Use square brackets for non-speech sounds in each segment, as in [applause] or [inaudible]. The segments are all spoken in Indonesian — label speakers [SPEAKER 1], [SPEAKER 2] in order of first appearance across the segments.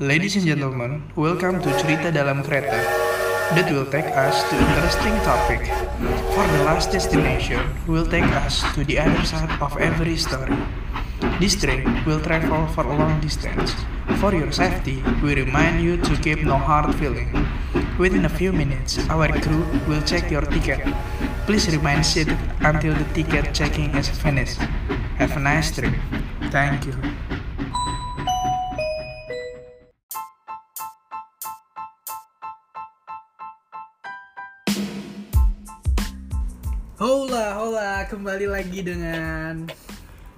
[SPEAKER 1] Ladies and gentlemen, welcome to Cerita Dalam Kereta. That will take us to interesting topic. For the last destination will take us to the other side of every story. This train will travel for a long distance. For your safety, we remind you to keep no hard feeling. Within a few minutes, our crew will check your ticket. Please remain seated until the ticket checking is finished. Have a nice trip. Thank you. Hola, hola, kembali lagi dengan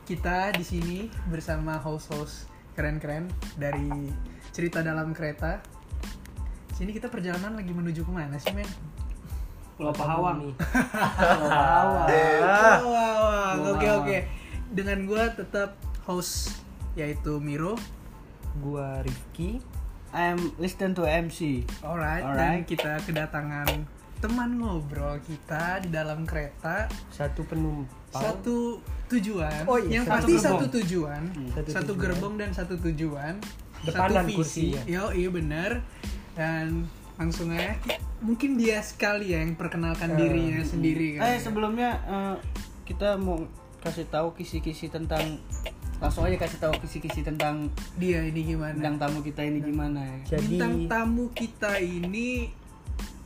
[SPEAKER 1] kita di sini bersama host-host keren-keren dari cerita dalam kereta. Sini kita perjalanan lagi menuju kemana sih, men?
[SPEAKER 2] Pulau Pahawang.
[SPEAKER 3] [laughs]
[SPEAKER 4] Pulau Pahawang.
[SPEAKER 1] Wow, wow,
[SPEAKER 2] Wow.
[SPEAKER 1] oke oke. Dengan gue tetap host yaitu Miro.
[SPEAKER 4] Gua Rifki. I'm listen to MC.
[SPEAKER 1] Alright, dan
[SPEAKER 4] Alright.
[SPEAKER 1] kita kedatangan teman ngobrol kita di dalam kereta
[SPEAKER 4] Satu penumpang.
[SPEAKER 1] satu tujuan
[SPEAKER 4] Oh iya,
[SPEAKER 1] yang
[SPEAKER 4] satu
[SPEAKER 1] pasti
[SPEAKER 4] gerbong.
[SPEAKER 1] satu tujuan
[SPEAKER 4] satu
[SPEAKER 1] satu
[SPEAKER 4] tujuan.
[SPEAKER 1] gerbong dan satu tujuan
[SPEAKER 2] Depanan
[SPEAKER 1] satu visi
[SPEAKER 2] kursinya.
[SPEAKER 1] yo iya bener dan langsung aja mungkin dia sekali ya yang
[SPEAKER 3] Eh,
[SPEAKER 1] perkenalkan dirinya sendiri kan
[SPEAKER 4] Eh sebelumnya eh, kita mau kasih tahu kisi-kisi tentang langsung aja kasih tahu kisi-kisi tentang
[SPEAKER 1] dia ini gimana
[SPEAKER 4] bintang tamu kita ini gimana ya.
[SPEAKER 3] Jadi
[SPEAKER 1] bintang tamu kita ini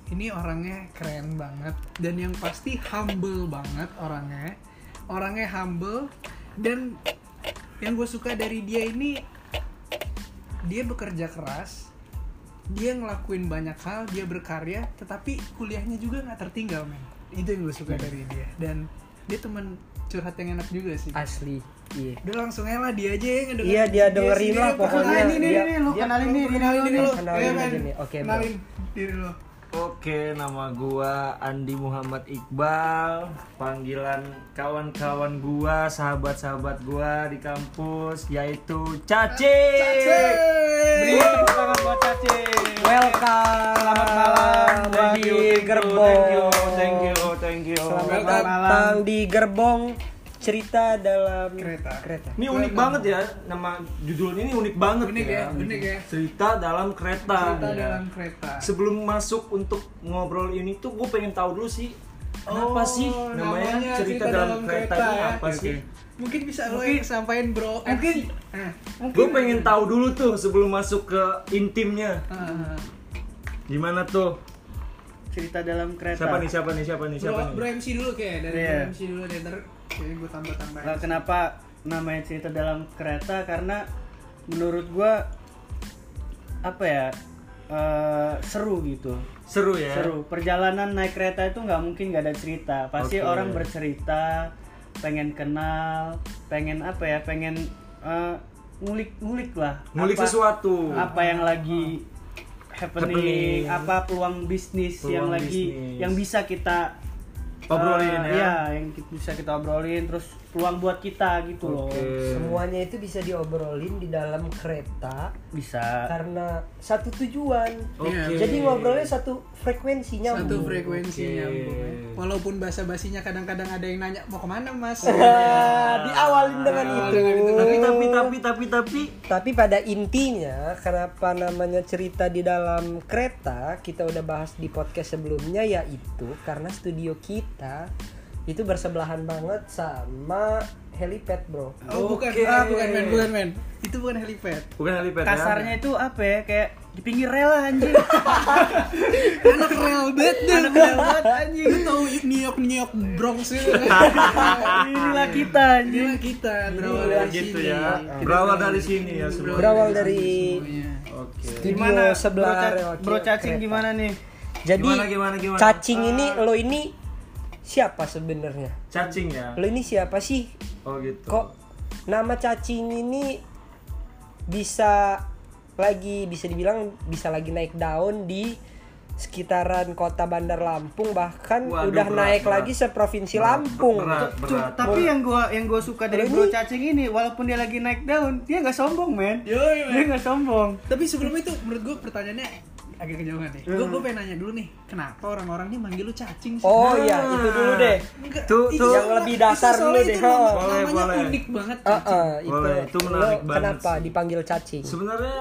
[SPEAKER 1] ini orangnya keren banget dan yang pasti humble banget orangnya orangnya humble dan yang gue suka dari dia ini dia bekerja keras dia ngelakuin banyak hal dia berkarya tetapi kuliahnya juga nggak tertinggal men itu yang gue suka dari dia dan dia teman curhat yang enak juga sih
[SPEAKER 3] asli. Iya.
[SPEAKER 1] udah langsung aja lah dia aja yang ngedengerin
[SPEAKER 3] Iya, dia dengerin
[SPEAKER 1] sendiri
[SPEAKER 3] lah
[SPEAKER 1] apa.
[SPEAKER 3] pokoknya.
[SPEAKER 1] Nah, ini nih
[SPEAKER 3] Dia-
[SPEAKER 1] ini lu
[SPEAKER 4] dia-
[SPEAKER 1] kenalin nih
[SPEAKER 4] dia-
[SPEAKER 1] kenalin
[SPEAKER 4] dia-
[SPEAKER 1] nih lu
[SPEAKER 3] kenalin
[SPEAKER 1] Iya,
[SPEAKER 3] aja
[SPEAKER 1] kan?
[SPEAKER 3] nih. Oke, bro.
[SPEAKER 1] kenalin diri lu
[SPEAKER 5] Oke, nama gua Andi Muhammad Iqbal. Panggilan kawan-kawan gua, sahabat-sahabat gua di kampus yaitu
[SPEAKER 1] Iya.
[SPEAKER 5] Cacing.
[SPEAKER 4] Beri tepuk tangan buat Cace.
[SPEAKER 3] Welcome.
[SPEAKER 4] Selamat malam
[SPEAKER 5] Thank
[SPEAKER 3] di
[SPEAKER 5] you, thank you,
[SPEAKER 3] gerbong.
[SPEAKER 5] Thank you, thank you, thank you.
[SPEAKER 3] Selamat
[SPEAKER 1] Welcome.
[SPEAKER 3] datang di gerbong cerita dalam
[SPEAKER 1] Kereta.
[SPEAKER 3] Kereta.
[SPEAKER 5] Ini unik banget ya nama judulnya ini unik banget
[SPEAKER 1] Unik ya, unik ya.
[SPEAKER 5] Cerita dalam kereta.
[SPEAKER 1] cerita
[SPEAKER 5] ya.
[SPEAKER 1] dalam kereta
[SPEAKER 5] Sebelum masuk untuk ngobrol ini tuh gue pengen tahu dulu sih Kenapa
[SPEAKER 1] Oh,
[SPEAKER 5] sih namanya cerita, dalam, kereta, ini
[SPEAKER 1] ya.
[SPEAKER 5] apa
[SPEAKER 1] Oke,
[SPEAKER 5] sih?
[SPEAKER 1] mungkin bisa lo yang sampaikan bro Eh. mungkin
[SPEAKER 5] Gue pengen tahu dulu tuh sebelum masuk ke intimnya. Gimana tuh?
[SPEAKER 4] Cerita dalam kereta.
[SPEAKER 5] Siapa nih? Siapa nih? Siapa nih?
[SPEAKER 1] bro
[SPEAKER 5] Siapa
[SPEAKER 1] bro
[SPEAKER 5] nih?
[SPEAKER 1] MC dulu kayak dari
[SPEAKER 4] Iya.
[SPEAKER 1] bro MC dulu deh ntar jadi gue tambah tambah
[SPEAKER 4] Nah, kenapa namanya cerita dalam kereta? Karena menurut gua apa ya eh, seru gitu.
[SPEAKER 5] Seru ya.
[SPEAKER 4] seru perjalanan naik kereta itu nggak mungkin nggak ada cerita pasti
[SPEAKER 5] Oke.
[SPEAKER 4] orang bercerita pengen kenal pengen apa ya pengen eh, ngulik ngulik lah
[SPEAKER 5] Ngulik
[SPEAKER 4] Apa-
[SPEAKER 5] sesuatu.
[SPEAKER 4] apa yang lagi happening,
[SPEAKER 5] Happening.
[SPEAKER 4] apa peluang bisnis
[SPEAKER 5] Peluang
[SPEAKER 4] yang lagi
[SPEAKER 5] bisnis.
[SPEAKER 4] yang bisa kita eh,
[SPEAKER 5] Obrolin ya.
[SPEAKER 4] iya, yang ki- bisa kita obrolin terus peluang buat kita gitu loh
[SPEAKER 5] Oke.
[SPEAKER 3] Semuanya itu bisa diobrolin di dalam kereta
[SPEAKER 4] bisa
[SPEAKER 3] karena satu tujuan.
[SPEAKER 5] Oke.
[SPEAKER 3] Jadi ngobrolnya satu frekuensinya.
[SPEAKER 1] satu frekuensi
[SPEAKER 5] Oke.
[SPEAKER 1] nyambung ya. walaupun bahasa basinya kadang-kadang ada yang nanya mau kemana mas
[SPEAKER 3] Iya. Nah, diawalin dengan
[SPEAKER 1] Diawalin
[SPEAKER 3] itu.
[SPEAKER 1] dengan itu.
[SPEAKER 5] Ah, Tapi tapi tapi tapi tapi
[SPEAKER 3] Tapi pada intinya, kenapa namanya cerita di dalam kereta, kita udah bahas di podcast sebelumnya yaitu karena studio kita itu bersebelahan banget sama helipad, Bro.
[SPEAKER 1] Oh bukan,
[SPEAKER 5] Oke.
[SPEAKER 1] ah, bukan men, bukan men. Itu bukan helipad.
[SPEAKER 5] bukan helipad ya?
[SPEAKER 4] kasarnya itu apa ya kayak di pinggir rel lah,
[SPEAKER 5] [laughs]
[SPEAKER 4] anjing
[SPEAKER 1] Anak rel banget deh. Anak rel banget anjing. Lu tahu New York New York Bronx itu. kan?
[SPEAKER 4] inilah kita anjing
[SPEAKER 1] Inilah kita berawal
[SPEAKER 3] Inilah
[SPEAKER 1] dari
[SPEAKER 5] Gitu
[SPEAKER 1] sini.
[SPEAKER 5] ya.
[SPEAKER 1] Kita
[SPEAKER 5] Berawal dari sini ya semua.
[SPEAKER 3] Berawal dari
[SPEAKER 1] semuanya.
[SPEAKER 5] Oke.
[SPEAKER 3] studio
[SPEAKER 4] Gimana
[SPEAKER 3] sebelah
[SPEAKER 4] Bro, Ca-
[SPEAKER 3] rel
[SPEAKER 4] bro cacing
[SPEAKER 3] kereta.
[SPEAKER 4] gimana nih?
[SPEAKER 3] Jadi
[SPEAKER 5] Gimana, gimana, gimana? Ah.
[SPEAKER 3] cacing ini lo ini siapa sebenarnya?
[SPEAKER 5] Cacing ya.
[SPEAKER 3] Lo ini siapa sih?
[SPEAKER 5] Oh gitu.
[SPEAKER 3] Kok nama cacing ini bisa lagi bisa dibilang bisa lagi naik daun di sekitaran kota Bandar Lampung bahkan
[SPEAKER 5] Waduh,
[SPEAKER 3] udah
[SPEAKER 5] berat,
[SPEAKER 3] naik
[SPEAKER 5] berat.
[SPEAKER 3] lagi seprovinsi
[SPEAKER 5] Berat,
[SPEAKER 3] Lampung.
[SPEAKER 5] berat,
[SPEAKER 4] Cu- tapi yang gua yang gua suka dari
[SPEAKER 3] Ini-
[SPEAKER 4] Bro Cacing ini walaupun dia lagi naik daun, dia nggak sombong, men.
[SPEAKER 5] Iya,
[SPEAKER 1] Yoi, men.
[SPEAKER 4] Dia nggak sombong.
[SPEAKER 1] [laughs] Tapi sebelum itu menurut gue pertanyaannya agak kejauhan nih. Gue gue pengen nanya dulu nih, kenapa orang-orang nih manggil lu cacing sih?
[SPEAKER 3] Oh iya, itu dulu deh.
[SPEAKER 1] Enggak,
[SPEAKER 5] Ah. Tuh,
[SPEAKER 1] itu
[SPEAKER 5] tuh.
[SPEAKER 3] Yang lebih dasar
[SPEAKER 1] itu
[SPEAKER 3] dulu
[SPEAKER 1] soalnya
[SPEAKER 3] deh.
[SPEAKER 1] itu nama-
[SPEAKER 5] Boleh,
[SPEAKER 1] namanya
[SPEAKER 5] boleh.
[SPEAKER 1] unik banget.
[SPEAKER 3] Eh, eh, itu,
[SPEAKER 5] Boleh, itu
[SPEAKER 3] Lo
[SPEAKER 5] menarik banget
[SPEAKER 3] kenapa
[SPEAKER 5] sih.
[SPEAKER 3] dipanggil cacing?
[SPEAKER 5] Sebenarnya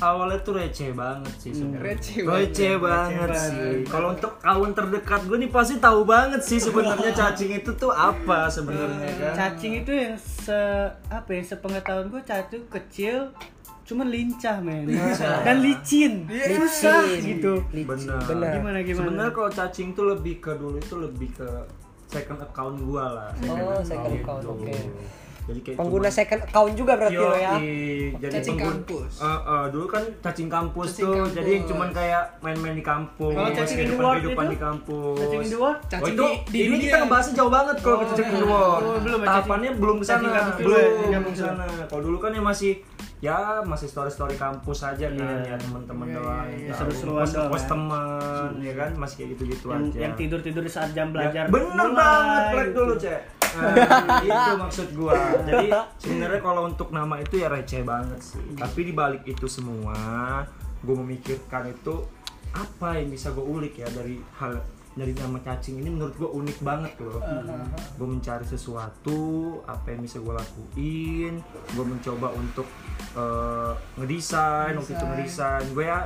[SPEAKER 5] awalnya tuh receh banget sih sebenarnya.
[SPEAKER 1] Receh
[SPEAKER 5] Receh banget sih. Kalau untuk kawan terdekat gue nih pasti tahu banget sih sebenarnya cacing itu tuh apa sebenarnya kan.
[SPEAKER 4] Cacing itu yang se apa ya sepengetahuan gue cacing kecil cuman lincah men
[SPEAKER 5] Lincah.
[SPEAKER 4] dan licin
[SPEAKER 3] Iya,
[SPEAKER 4] susah
[SPEAKER 3] Licin.
[SPEAKER 4] gitu
[SPEAKER 3] Licin.
[SPEAKER 5] Benar.
[SPEAKER 3] Benar.
[SPEAKER 4] gimana gimana
[SPEAKER 5] Sebenarnya kalau cacing tuh lebih ke dulu itu lebih ke second account gua lah.
[SPEAKER 3] Oh, second
[SPEAKER 5] Gitu.
[SPEAKER 3] account, oke.
[SPEAKER 5] Jadi kayak
[SPEAKER 3] Pengguna
[SPEAKER 5] cuma-
[SPEAKER 3] second account juga berarti lo ya.
[SPEAKER 5] Yoi, jadi
[SPEAKER 1] Cacing
[SPEAKER 5] penggun-
[SPEAKER 1] kampus.
[SPEAKER 5] Eh, eh, dulu kan cacing kampus
[SPEAKER 1] Cacing
[SPEAKER 5] tuh,
[SPEAKER 1] kampus.
[SPEAKER 5] jadi cuman kayak main-main di kampus,
[SPEAKER 4] Kalau cacing in the
[SPEAKER 5] kehidupan
[SPEAKER 4] world
[SPEAKER 5] kehidupan
[SPEAKER 4] itu?
[SPEAKER 5] di kampus.
[SPEAKER 4] Cacing in the world?
[SPEAKER 5] Oh,
[SPEAKER 1] Cacing
[SPEAKER 5] itu,
[SPEAKER 1] di- di
[SPEAKER 5] ini
[SPEAKER 1] dunia.
[SPEAKER 5] kita ngebahasnya jauh banget kalau
[SPEAKER 1] Oh,
[SPEAKER 5] ke cacing in the
[SPEAKER 1] iya.
[SPEAKER 5] world.
[SPEAKER 4] Oh, belum ya,
[SPEAKER 5] Tahapannya
[SPEAKER 4] cacing-
[SPEAKER 5] belum kesana,
[SPEAKER 4] cacing kampus dulu ya,
[SPEAKER 5] belum
[SPEAKER 4] cacing kampus
[SPEAKER 5] belum kesana. Kalau dulu kan ya masih ya masih story story kampus aja kan
[SPEAKER 4] Iya.
[SPEAKER 5] ya teman-teman doang yang tahu.
[SPEAKER 4] Seru-seruan
[SPEAKER 5] Pos-
[SPEAKER 4] doang
[SPEAKER 5] pos
[SPEAKER 4] ya.
[SPEAKER 5] teman ya kan masih kayak gitu gitu
[SPEAKER 4] yang,
[SPEAKER 5] aja
[SPEAKER 4] yang tidur tidur di saat jam
[SPEAKER 5] Ya,
[SPEAKER 4] belajar
[SPEAKER 5] bener
[SPEAKER 4] mulai,
[SPEAKER 5] banget plek
[SPEAKER 4] gitu.
[SPEAKER 5] dulu cek
[SPEAKER 4] [laughs]
[SPEAKER 5] Nah, itu maksud gua jadi sebenarnya kalau untuk nama itu ya receh banget sih
[SPEAKER 4] Iya.
[SPEAKER 5] tapi dibalik itu semua gua memikirkan itu apa yang bisa gua ulik ya dari hal dari nama cacing ini menurut gua unik banget loh
[SPEAKER 4] Iya.
[SPEAKER 5] gua mencari sesuatu apa yang bisa gua lakuin gua mencoba untuk eh, ngedesain waktu itu ngedesain gue ya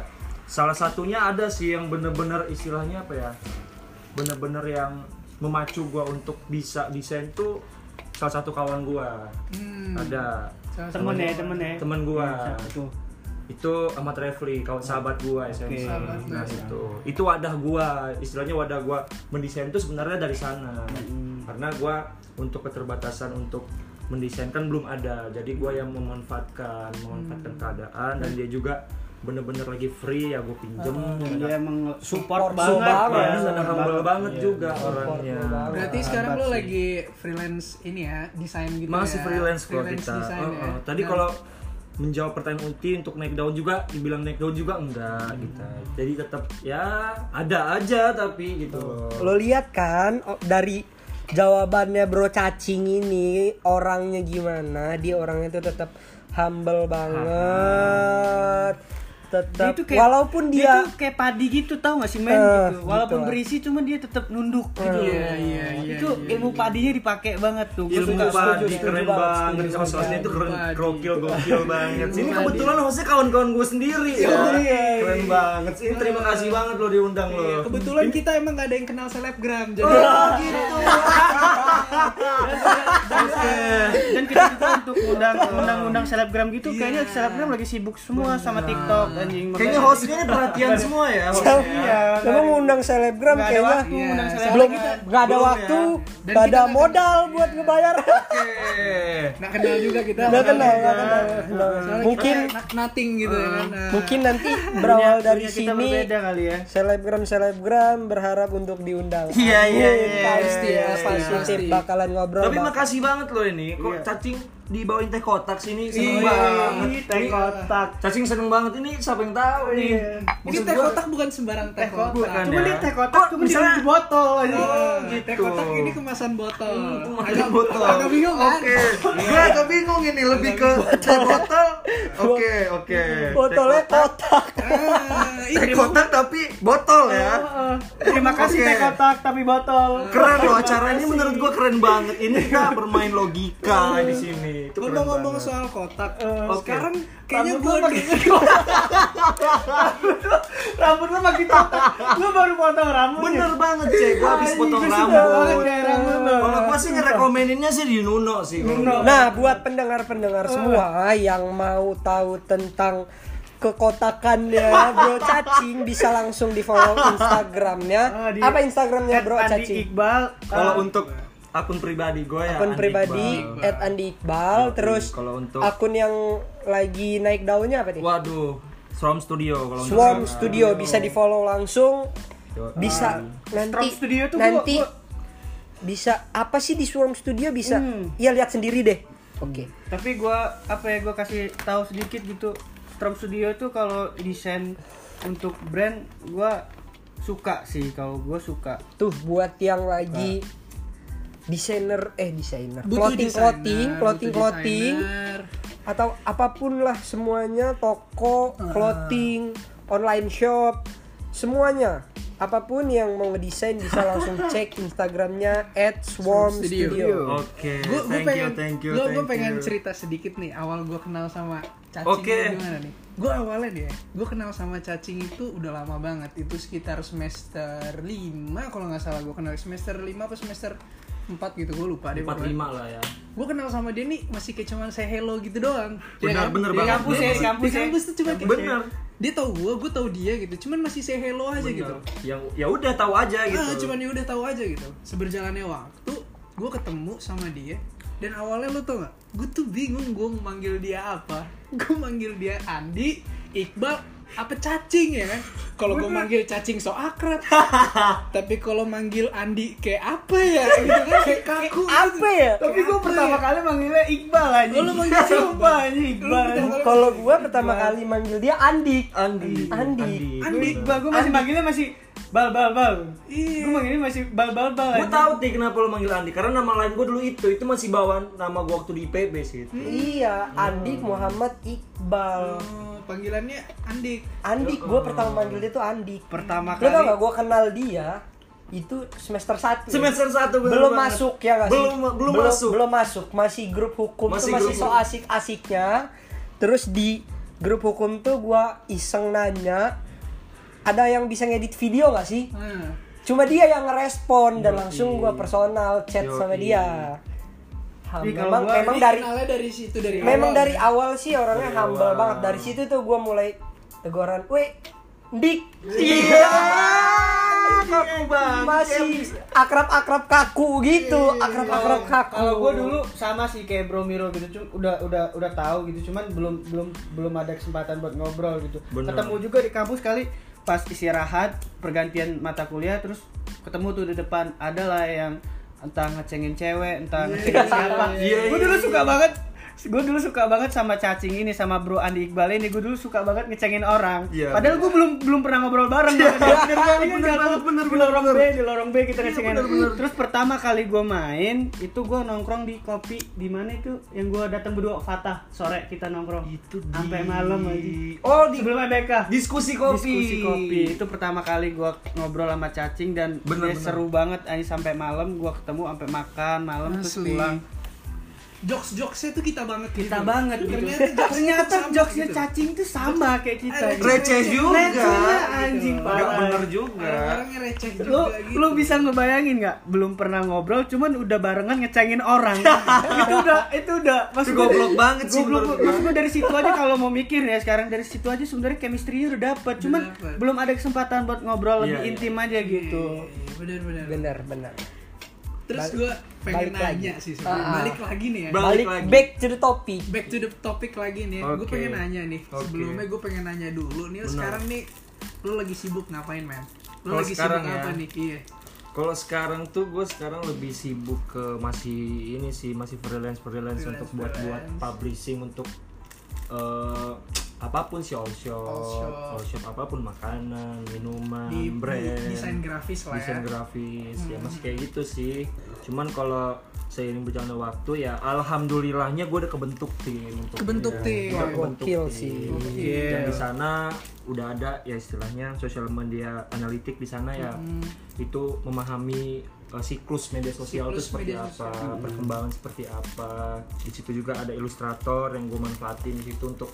[SPEAKER 5] salah satunya ada sih yang bener-bener istilahnya apa ya bener-bener yang memacu gua untuk bisa desain tuh salah satu kawan gua
[SPEAKER 1] Hmm.
[SPEAKER 5] ada
[SPEAKER 4] temen ya temen ya
[SPEAKER 5] temen gua
[SPEAKER 4] Ya, siapa tuh?
[SPEAKER 5] itu Ahmad Refli kawan sahabat gua SMP
[SPEAKER 1] Sahabat lu.
[SPEAKER 5] nah itu itu wadah gua istilahnya wadah gua mendesain tuh sebenarnya dari sana karena gua untuk keterbatasan untuk mendesain kan belum ada jadi gua yang memanfaatkan memanfaatkan keadaan dan dia juga bener-bener lagi free ya gua pinjem
[SPEAKER 4] Dan dia emang
[SPEAKER 3] Support
[SPEAKER 4] support,
[SPEAKER 3] so
[SPEAKER 4] banget,
[SPEAKER 3] banget.
[SPEAKER 4] ya.
[SPEAKER 5] dan humble banget juga orangnya
[SPEAKER 3] Support banget.
[SPEAKER 1] Berarti sekarang lo lagi freelance ini ya, desain gitu
[SPEAKER 5] masih
[SPEAKER 1] ya.
[SPEAKER 5] freelance kalau kita
[SPEAKER 1] desain
[SPEAKER 5] Oh,
[SPEAKER 1] ya.
[SPEAKER 5] oh. tadi
[SPEAKER 1] Nah,
[SPEAKER 5] kalau menjawab pertanyaan Uti untuk naik daun juga dibilang naik daun juga enggak kita jadi tetap ya ada aja tapi gitu
[SPEAKER 3] Lo lihat kan o- dari jawabannya bro cacing ini orangnya gimana? Dia orangnya tuh tetap humble banget.
[SPEAKER 4] Dia
[SPEAKER 3] Tetap
[SPEAKER 4] tuh kayak-
[SPEAKER 3] walaupun
[SPEAKER 4] dia
[SPEAKER 3] dia
[SPEAKER 4] tuh kayak padi gitu tau gak sih men
[SPEAKER 3] Eh,
[SPEAKER 4] gitu.
[SPEAKER 3] gitu
[SPEAKER 4] walaupun
[SPEAKER 3] lah.
[SPEAKER 4] berisi cuman dia tetap nunduk gitu loh.
[SPEAKER 1] Iya, iya, iya,
[SPEAKER 4] itu
[SPEAKER 1] iya,
[SPEAKER 4] ilmu padinya dipakai banget tuh Gua
[SPEAKER 5] ilmu
[SPEAKER 4] suka
[SPEAKER 5] padi
[SPEAKER 3] setuju
[SPEAKER 5] keren
[SPEAKER 3] banget,
[SPEAKER 5] banget
[SPEAKER 3] setuju
[SPEAKER 5] sama sosnya itu keren
[SPEAKER 1] Padi.
[SPEAKER 5] krokil gokil banget sih ini
[SPEAKER 1] Padi.
[SPEAKER 5] kebetulan hostnya kawan-kawan gue sendiri ya keren banget sih ini terima kasih banget lo diundang lo
[SPEAKER 1] kebetulan kita emang gak ada yang kenal selebgram jadi [laughs] gitu.
[SPEAKER 4] Eh, dan kita juga untuk undang undang undang selebgram gitu kayaknya selebgram lagi sibuk semua sama TikTok anjing
[SPEAKER 5] kayaknya hostnya ini perhatian semua ya hostnya
[SPEAKER 3] Iya, Emang ngundang selebgram
[SPEAKER 4] Iya, nggak ada
[SPEAKER 3] kayaknya
[SPEAKER 4] waktu undang
[SPEAKER 1] Iya,
[SPEAKER 4] selebgram
[SPEAKER 3] belum
[SPEAKER 4] kita
[SPEAKER 3] nggak ada
[SPEAKER 5] Belum ya.
[SPEAKER 3] waktu,
[SPEAKER 1] Dan
[SPEAKER 3] nggak ada
[SPEAKER 1] kita nggak-
[SPEAKER 3] modal buat ngebayar.
[SPEAKER 5] Oke.
[SPEAKER 1] nggak kenal juga kita
[SPEAKER 3] Nggak kenal, nggak kenal,
[SPEAKER 4] iya.
[SPEAKER 3] nggak kenal.
[SPEAKER 1] Soalnya
[SPEAKER 3] Mungkin
[SPEAKER 1] kita nothing gitu ya kan Nah,
[SPEAKER 3] mungkin nanti berawal
[SPEAKER 4] Dunia-
[SPEAKER 3] dari
[SPEAKER 4] dunia kita
[SPEAKER 3] sini
[SPEAKER 4] berbeda kali ya
[SPEAKER 3] selebgram selebgram berharap untuk diundang.
[SPEAKER 5] Iya, iya,
[SPEAKER 3] Amin,
[SPEAKER 5] iya,
[SPEAKER 3] Pasti
[SPEAKER 1] iya,
[SPEAKER 3] pasti,
[SPEAKER 1] iya,
[SPEAKER 3] pasti
[SPEAKER 1] pasti.
[SPEAKER 3] bakalan ngobrol.
[SPEAKER 5] Tapi
[SPEAKER 3] bak-
[SPEAKER 5] makasih banget loh ini. Kok cacing dibawain teh kotak sini
[SPEAKER 1] Iya.
[SPEAKER 5] seneng banget.
[SPEAKER 4] Ih, teh
[SPEAKER 5] Ini-
[SPEAKER 4] kotak
[SPEAKER 5] Cacing seneng banget ini siapa yang tahu nih.
[SPEAKER 1] ini
[SPEAKER 5] Maksud
[SPEAKER 1] teh
[SPEAKER 5] gua-
[SPEAKER 1] kotak bukan sembarang teh kotak Nah,
[SPEAKER 5] Bukan
[SPEAKER 4] Iya. cuma
[SPEAKER 5] ya.
[SPEAKER 4] dia teh kotak
[SPEAKER 5] Kok
[SPEAKER 4] cuma dia
[SPEAKER 5] misalnya-
[SPEAKER 4] di botol aja
[SPEAKER 5] Oh,
[SPEAKER 1] teh
[SPEAKER 5] gitu.
[SPEAKER 1] kotak ini kemasan botol
[SPEAKER 5] Agak botol.
[SPEAKER 1] agak bingung kan
[SPEAKER 5] Oke. Gue agak bingung ini lebih ke teh [laughs] botol. Oke, oke.
[SPEAKER 3] botolnya
[SPEAKER 5] Teh kotak.
[SPEAKER 3] kotak.
[SPEAKER 1] Ah,
[SPEAKER 5] Teh
[SPEAKER 1] itu.
[SPEAKER 5] kotak tapi botol ya.
[SPEAKER 4] Heeh. terima kasih
[SPEAKER 5] Oke.
[SPEAKER 4] teh kotak tapi botol
[SPEAKER 5] Keren loh acara ini menurut gua keren banget. Ini kita bermain logika di sini. Itu keren
[SPEAKER 1] ngomong-ngomong
[SPEAKER 5] banget.
[SPEAKER 1] soal kotak
[SPEAKER 5] Oke.
[SPEAKER 1] sekarang kayaknya
[SPEAKER 4] Rambut
[SPEAKER 1] gue
[SPEAKER 4] lu makin- [laughs] rambut lu makin kotak lu baru potong rambut ya?
[SPEAKER 5] Bener banget cek, gua habis
[SPEAKER 4] Anjing,
[SPEAKER 5] potong
[SPEAKER 4] gua suka banget
[SPEAKER 5] rambut.
[SPEAKER 4] deh, rambut lu.
[SPEAKER 5] Kalau gua sih ngerekomeninnya sih di Nuno sih. Nuno.
[SPEAKER 3] Nah, buat
[SPEAKER 5] Eh.
[SPEAKER 3] pendengar-pendengar semua yang mau tahu tentang
[SPEAKER 5] [laughs]
[SPEAKER 3] kekotakannya Bro Cacing bisa langsung di follow
[SPEAKER 4] Ah,
[SPEAKER 5] [laughs] Ah,
[SPEAKER 3] Instagramnya.
[SPEAKER 4] di-
[SPEAKER 3] Apa Instagramnya Bro
[SPEAKER 4] Andi
[SPEAKER 3] Cacing?
[SPEAKER 4] Iqbal
[SPEAKER 5] Kalau
[SPEAKER 4] eh,
[SPEAKER 5] untuk akun pribadi gue ya.
[SPEAKER 3] akun
[SPEAKER 5] Andi
[SPEAKER 3] pribadi
[SPEAKER 5] Iqbal.
[SPEAKER 3] at Andi Iqbal
[SPEAKER 5] Yoi,
[SPEAKER 3] terus
[SPEAKER 5] kalau untuk-
[SPEAKER 3] akun yang lagi naik daunnya apa nih
[SPEAKER 5] Waduh, Swarm Studio kalau untuk
[SPEAKER 3] Swarm
[SPEAKER 5] sekarang.
[SPEAKER 3] Studio bisa di follow langsung
[SPEAKER 5] Yoi.
[SPEAKER 3] bisa nanti
[SPEAKER 4] Swarm Studio tuh gua-
[SPEAKER 3] nanti
[SPEAKER 4] gua-
[SPEAKER 3] bisa apa sih di Swarm Studio bisa
[SPEAKER 4] Hmm.
[SPEAKER 3] Iya lihat sendiri deh oke
[SPEAKER 4] tapi gua apa ya gua kasih tahu sedikit gitu Strong Studio itu kalau desain untuk brand gua suka sih kalau gua suka
[SPEAKER 3] tuh buat yang lagi desainer eh desainer
[SPEAKER 1] butuh
[SPEAKER 3] clothing
[SPEAKER 1] desainer,
[SPEAKER 3] clothing
[SPEAKER 1] Nah, butuh
[SPEAKER 3] clothing clothing
[SPEAKER 1] desainer.
[SPEAKER 3] atau apapun lah semuanya toko clothing online shop semuanya apapun yang mau ngedesain bisa langsung cek instagramnya at swarm
[SPEAKER 1] Studio.
[SPEAKER 3] studio
[SPEAKER 5] Oke,
[SPEAKER 1] gue
[SPEAKER 5] thank you,
[SPEAKER 1] pengen
[SPEAKER 5] thank you,
[SPEAKER 1] gua- gua
[SPEAKER 5] thank
[SPEAKER 1] pengen
[SPEAKER 5] you.
[SPEAKER 1] cerita sedikit nih awal gue kenal sama cacing
[SPEAKER 5] Oke.
[SPEAKER 1] itu gimana nih? Gue awalnya deh, gue kenal sama cacing itu udah lama banget. Itu sekitar semester 5 kalau nggak salah gue kenal semester 5 apa semester 4 gitu gue lupa deh.
[SPEAKER 5] empat lima lah ya
[SPEAKER 1] Gue kenal sama dia nih masih kayak cuman say hello gitu doang.
[SPEAKER 5] Benar, benar
[SPEAKER 1] Di
[SPEAKER 5] banget.
[SPEAKER 1] kampus
[SPEAKER 5] Benar
[SPEAKER 1] ya,
[SPEAKER 5] banget.
[SPEAKER 1] di
[SPEAKER 4] Di
[SPEAKER 1] kampus
[SPEAKER 4] kampus
[SPEAKER 1] tuh cuma kayak
[SPEAKER 5] Benar.
[SPEAKER 1] dia tau gue, gue tau dia gitu. Cuman masih say hello aja
[SPEAKER 5] Bener.
[SPEAKER 1] gitu.
[SPEAKER 5] yang ya udah tahu aja gitu
[SPEAKER 1] Ah, cuman ya udah tahu aja gitu. Seberjalannya waktu, gue ketemu sama dia. Dan awalnya lo tau gak? Gue tuh bingung gue manggil dia apa. [laughs] Gue manggil dia Andi, Iqbal, apa cacing ya kan? Kalau gue manggil cacing so akrab. [laughs] Tapi kalau manggil Andi kayak apa ya? Gitu kan kayak kaku. gitu.
[SPEAKER 3] apa ya?
[SPEAKER 4] Tapi gue pertama kali manggilnya Iqbal aja.
[SPEAKER 1] Lo
[SPEAKER 4] [laughs]
[SPEAKER 1] manggil siapa?
[SPEAKER 4] Coba aja Iqbal.
[SPEAKER 3] Kan Kalau gua pertama kali manggil dia Andik.
[SPEAKER 5] Andi
[SPEAKER 3] Andi.
[SPEAKER 4] Andi Iqbal, gue masih manggilnya masih bal bal bal. Gue manggilnya masih bal bal bal.
[SPEAKER 5] Gue
[SPEAKER 4] anjing.
[SPEAKER 5] tahu nih kenapa lo manggil Andi karena nama lain gue dulu itu itu masih bawaan nama gue waktu di IPB sih itu.
[SPEAKER 3] Iya, Andik Muhammad Iqbal.
[SPEAKER 1] Oh, panggilannya Andi.
[SPEAKER 3] Andik, gua pertama manggil dia tuh Andik.
[SPEAKER 4] Pertama
[SPEAKER 3] Lo tau
[SPEAKER 4] kali.
[SPEAKER 3] gak gue kenal dia itu semester 1
[SPEAKER 5] Semester satu, bener
[SPEAKER 3] belum
[SPEAKER 5] banget.
[SPEAKER 3] masuk ya nggak sih?
[SPEAKER 5] Belum- belum masuk.
[SPEAKER 3] belum masuk masih grup hukum
[SPEAKER 5] Masih
[SPEAKER 3] masih tuh masih
[SPEAKER 5] grup
[SPEAKER 3] so
[SPEAKER 5] hukum.
[SPEAKER 3] asik asiknya terus di grup hukum tuh gua iseng nanya ada yang bisa ngedit video nggak sih
[SPEAKER 1] Nah,
[SPEAKER 3] cuma dia yang ngerespon dan
[SPEAKER 5] Yoi.
[SPEAKER 3] langsung gua personal chat
[SPEAKER 5] Yoi.
[SPEAKER 3] sama dia Ha,
[SPEAKER 4] Ih, kalau
[SPEAKER 3] memang
[SPEAKER 4] gua-
[SPEAKER 3] memang
[SPEAKER 1] ini
[SPEAKER 3] dari
[SPEAKER 1] kenalnya dari situ dari
[SPEAKER 3] memang
[SPEAKER 1] awal.
[SPEAKER 3] dari awal sih orangnya
[SPEAKER 5] Dari
[SPEAKER 3] humble
[SPEAKER 5] awal.
[SPEAKER 3] banget dari situ tuh gua mulai teguran weh dik
[SPEAKER 4] Iya.
[SPEAKER 3] iya
[SPEAKER 5] Kaku banget.
[SPEAKER 3] masih akrab-akrab kaku gitu, akrab-akrab kaku.
[SPEAKER 4] Iya. Kalau gue dulu sama sih kayak Bro Miro gitu, cum- udah udah udah tahu gitu, cuman belum belum belum ada kesempatan buat ngobrol gitu.
[SPEAKER 5] Bener.
[SPEAKER 4] Ketemu juga di kampus kali pas istirahat pergantian mata kuliah terus ketemu tuh di depan adalah yang entah ngecengin cewek, entah ngecengin siapa.
[SPEAKER 5] Iya,
[SPEAKER 4] Gue
[SPEAKER 5] iya,
[SPEAKER 4] dulu
[SPEAKER 5] iya.
[SPEAKER 4] suka banget gue dulu suka banget sama cacing ini sama bro Andi Iqbal ini gue dulu suka banget ngecengin orang
[SPEAKER 5] Iya.
[SPEAKER 4] padahal gue belum belum pernah ngobrol bareng Iya, bener
[SPEAKER 5] bener banget, bener banget, bener,
[SPEAKER 4] di
[SPEAKER 5] bener,
[SPEAKER 4] lorong B
[SPEAKER 5] bener.
[SPEAKER 4] di lorong B
[SPEAKER 5] Iya,
[SPEAKER 4] kita ngecengan terus pertama kali gue main itu gue nongkrong di kopi di mana itu yang gue datang berdua Fatah sore kita nongkrong
[SPEAKER 5] Itu di-
[SPEAKER 4] sampai malam aja
[SPEAKER 5] Oh, di-
[SPEAKER 4] sebelum ABK
[SPEAKER 5] Diskusi kopi.
[SPEAKER 4] diskusi kopi itu pertama kali gue ngobrol sama cacing dan dia
[SPEAKER 5] Bener, bener.
[SPEAKER 4] seru banget ini sampai malam gue ketemu sampai makan malam terus
[SPEAKER 1] Asli.
[SPEAKER 4] pulang
[SPEAKER 1] jokes jokesnya tuh kita banget gitu.
[SPEAKER 4] kita banget gitu
[SPEAKER 1] Ternyata
[SPEAKER 4] ternyata
[SPEAKER 1] jokes-
[SPEAKER 4] jokesnya
[SPEAKER 1] gitu.
[SPEAKER 4] cacing tuh sama kayak kita gitu.
[SPEAKER 5] Receh juga.
[SPEAKER 4] Recehnya anjing
[SPEAKER 5] Gak
[SPEAKER 4] parah
[SPEAKER 5] bener juga.
[SPEAKER 1] Orang-orangnya receh juga
[SPEAKER 4] lu
[SPEAKER 1] gitu.
[SPEAKER 4] lu bisa ngebayangin nggak belum pernah ngobrol cuman udah barengan ngecengin
[SPEAKER 5] [laughs]
[SPEAKER 4] orang itu udah itu udah
[SPEAKER 5] Itu
[SPEAKER 4] maksud
[SPEAKER 5] goblok banget sih
[SPEAKER 4] goblok
[SPEAKER 5] menurut
[SPEAKER 4] maksud gua dari situ aja kalau mau mikir ya sekarang dari situ aja sebenarnya chemistry-nya udah dapet cuman
[SPEAKER 1] dapet.
[SPEAKER 4] belum ada kesempatan buat ngobrol lebih
[SPEAKER 5] Iya, iya.
[SPEAKER 4] intim aja gitu
[SPEAKER 1] bener bener
[SPEAKER 3] bener bener.
[SPEAKER 1] iya. terus gue pengen
[SPEAKER 3] balik lagi.
[SPEAKER 1] nanya sih sebenarnya
[SPEAKER 3] Ah.
[SPEAKER 1] balik lagi nih ya
[SPEAKER 5] Balik
[SPEAKER 3] Balik
[SPEAKER 5] lagi.
[SPEAKER 3] back to the topic.
[SPEAKER 1] back to the topic lagi nih gue
[SPEAKER 5] Oke.
[SPEAKER 1] pengen nanya nih
[SPEAKER 5] Oke.
[SPEAKER 1] sebelumnya gue pengen nanya dulu nih lu
[SPEAKER 5] Benar.
[SPEAKER 1] sekarang nih lu lagi sibuk ngapain men lu
[SPEAKER 5] Kalau
[SPEAKER 1] lagi
[SPEAKER 5] sekarang
[SPEAKER 1] sibuk
[SPEAKER 5] ya.
[SPEAKER 1] apa nih iya
[SPEAKER 5] Kalau sekarang tuh gue sekarang lebih sibuk ke masih ini sih masih freelance freelance untuk buat buat
[SPEAKER 1] freelance.
[SPEAKER 5] publishing untuk eh, apapun sih all shop,
[SPEAKER 1] All shop.
[SPEAKER 5] all shop apapun makanan minuman
[SPEAKER 1] di, di
[SPEAKER 5] brand
[SPEAKER 1] desain grafis lah ya
[SPEAKER 5] desain grafis ya masih kayak gitu sih cuman kalau seiring berjalannya waktu ya alhamdulillahnya gue udah kebentuk tim untuk
[SPEAKER 1] Kebentuk
[SPEAKER 5] ya,
[SPEAKER 1] tim. Iya.
[SPEAKER 5] udah kebentuk
[SPEAKER 3] Gokil
[SPEAKER 5] tim.
[SPEAKER 3] sih.
[SPEAKER 5] dan di sana udah ada ya istilahnya social media analitik di sana ya
[SPEAKER 1] Hmm.
[SPEAKER 5] itu memahami uh, siklus media sosial itu
[SPEAKER 1] Siklus
[SPEAKER 5] seperti
[SPEAKER 1] media
[SPEAKER 5] apa
[SPEAKER 1] sosial. Hmm.
[SPEAKER 5] perkembangan seperti apa di situ juga ada ilustrator yang gue manfaatin di situ untuk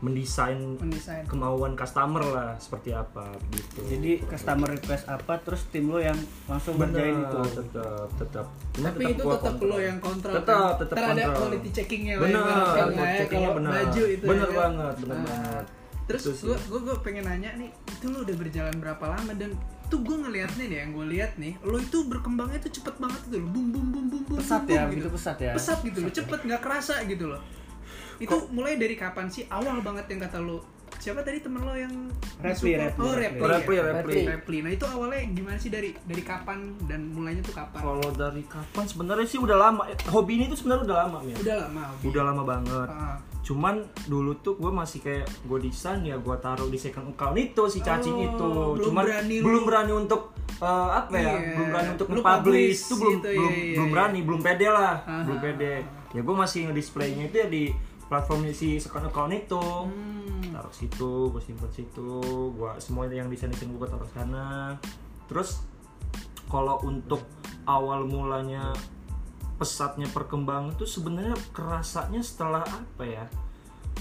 [SPEAKER 5] mendesain
[SPEAKER 1] mendesain
[SPEAKER 5] kemauan customer lah seperti apa gitu
[SPEAKER 4] jadi customer request apa terus tim lo yang langsung
[SPEAKER 5] Bener,
[SPEAKER 4] ngerjain itu
[SPEAKER 5] tetap tetap
[SPEAKER 1] tapi itu tetap lo yang kontrol kan?
[SPEAKER 5] tetap tetap
[SPEAKER 1] Ntar ada
[SPEAKER 5] kontrol.
[SPEAKER 1] quality checkingnya lah ya,
[SPEAKER 5] bener
[SPEAKER 1] kalau sekarang
[SPEAKER 5] quality
[SPEAKER 1] ya,
[SPEAKER 5] checkingnya
[SPEAKER 1] kalau
[SPEAKER 5] bener.
[SPEAKER 1] baju itu ya
[SPEAKER 5] bener
[SPEAKER 1] kan?
[SPEAKER 5] banget bener
[SPEAKER 1] Nah,
[SPEAKER 5] banget
[SPEAKER 1] terus
[SPEAKER 5] Itu sih.
[SPEAKER 1] gue gue gue pengen nanya nih itu lo udah berjalan berapa lama dan tuh gue ngeliatnya nih yang gue lihat nih lo itu berkembangnya tuh cepet banget itu lo bum bum bum bum bum
[SPEAKER 4] pesat
[SPEAKER 1] bum,
[SPEAKER 4] ya
[SPEAKER 1] bum,
[SPEAKER 4] gitu pesat ya
[SPEAKER 1] pesat gitu lo cepet nggak kerasa gitu lo itu mulai dari kapan sih awal banget yang kata lo siapa tadi temen lo yang
[SPEAKER 4] Repli,
[SPEAKER 1] disuka?
[SPEAKER 4] repli,
[SPEAKER 1] oh
[SPEAKER 4] repli.
[SPEAKER 1] repli
[SPEAKER 5] repli
[SPEAKER 1] ya?
[SPEAKER 5] repli
[SPEAKER 3] Repli.
[SPEAKER 1] repli nah itu awalnya gimana sih dari dari kapan dan mulainya tuh kapan
[SPEAKER 5] kalau dari kapan sebenarnya sih udah lama Eh, hobi ini tuh sebenarnya udah lama ya
[SPEAKER 1] udah lama Obi.
[SPEAKER 5] udah lama banget
[SPEAKER 1] Ah.
[SPEAKER 5] cuman dulu tuh gue masih kayak gue desain ya gue taruh di second account itu si cacing
[SPEAKER 1] Oh,
[SPEAKER 5] itu
[SPEAKER 1] belum
[SPEAKER 5] cuman
[SPEAKER 1] berani lu-
[SPEAKER 5] belum berani untuk eh, apa ya
[SPEAKER 1] Iya,
[SPEAKER 5] belum berani untuk
[SPEAKER 1] lu
[SPEAKER 5] nge-publish
[SPEAKER 1] publish
[SPEAKER 5] itu belum
[SPEAKER 1] gitu,
[SPEAKER 5] belum
[SPEAKER 1] iya, iya,
[SPEAKER 5] belum
[SPEAKER 1] iya.
[SPEAKER 5] berani belum pede lah
[SPEAKER 1] Aha.
[SPEAKER 5] belum pede ya gue masih ngedisplaynya itu ya di platformnya si second account itu
[SPEAKER 1] Hmm.
[SPEAKER 5] taruh situ gue simpen situ gua semua yang desain desain gue taruh sana terus kalau untuk awal mulanya pesatnya perkembangan itu sebenarnya kerasanya setelah apa ya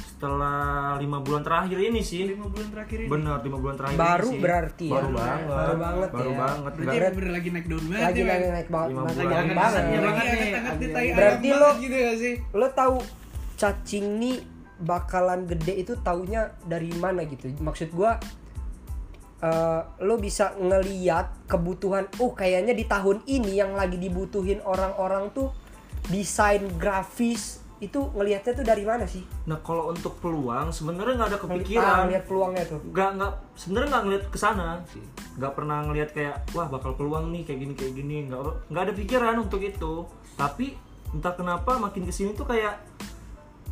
[SPEAKER 5] setelah lima bulan terakhir ini sih
[SPEAKER 1] lima bulan terakhir ini
[SPEAKER 5] benar lima bulan terakhir
[SPEAKER 3] Baru
[SPEAKER 5] ini sih.
[SPEAKER 3] berarti ya?
[SPEAKER 5] baru banget
[SPEAKER 3] Baru banget
[SPEAKER 5] baru
[SPEAKER 3] ya?
[SPEAKER 5] banget
[SPEAKER 1] berarti
[SPEAKER 5] Nggak-
[SPEAKER 1] emang bener lagi naik daun banget
[SPEAKER 3] lagi
[SPEAKER 1] ya,
[SPEAKER 3] naik
[SPEAKER 1] Bang?
[SPEAKER 3] naik banget
[SPEAKER 5] Lima bulan.
[SPEAKER 3] lagi naik
[SPEAKER 5] Lagi
[SPEAKER 4] naik
[SPEAKER 3] banget
[SPEAKER 1] lagi
[SPEAKER 4] banget nih,
[SPEAKER 1] angkat-angkat di
[SPEAKER 4] lagi-
[SPEAKER 1] tai
[SPEAKER 3] Berarti
[SPEAKER 1] ayam
[SPEAKER 3] lo-
[SPEAKER 1] banget gitu gak
[SPEAKER 3] [laughs]
[SPEAKER 1] sih
[SPEAKER 3] lo tahu cacing nih bakalan gede itu taunya dari mana gitu maksud gua eh, lo bisa ngeliat kebutuhan oh kayaknya di tahun ini yang lagi dibutuhin orang-orang tuh desain grafis itu ngelihatnya tuh dari mana sih
[SPEAKER 5] nah kalau untuk peluang sebenarnya nggak ada
[SPEAKER 3] Ah,
[SPEAKER 5] kepikiran
[SPEAKER 3] ngeliat peluangnya tuh
[SPEAKER 5] nggak nggak sebenarnya nggak ngeliat ke sana nggak pernah ngeliat kayak wah bakal peluang nih kayak gini kayak gini nggak nggak ada pikiran untuk itu tapi entah kenapa makin kesini tuh kayak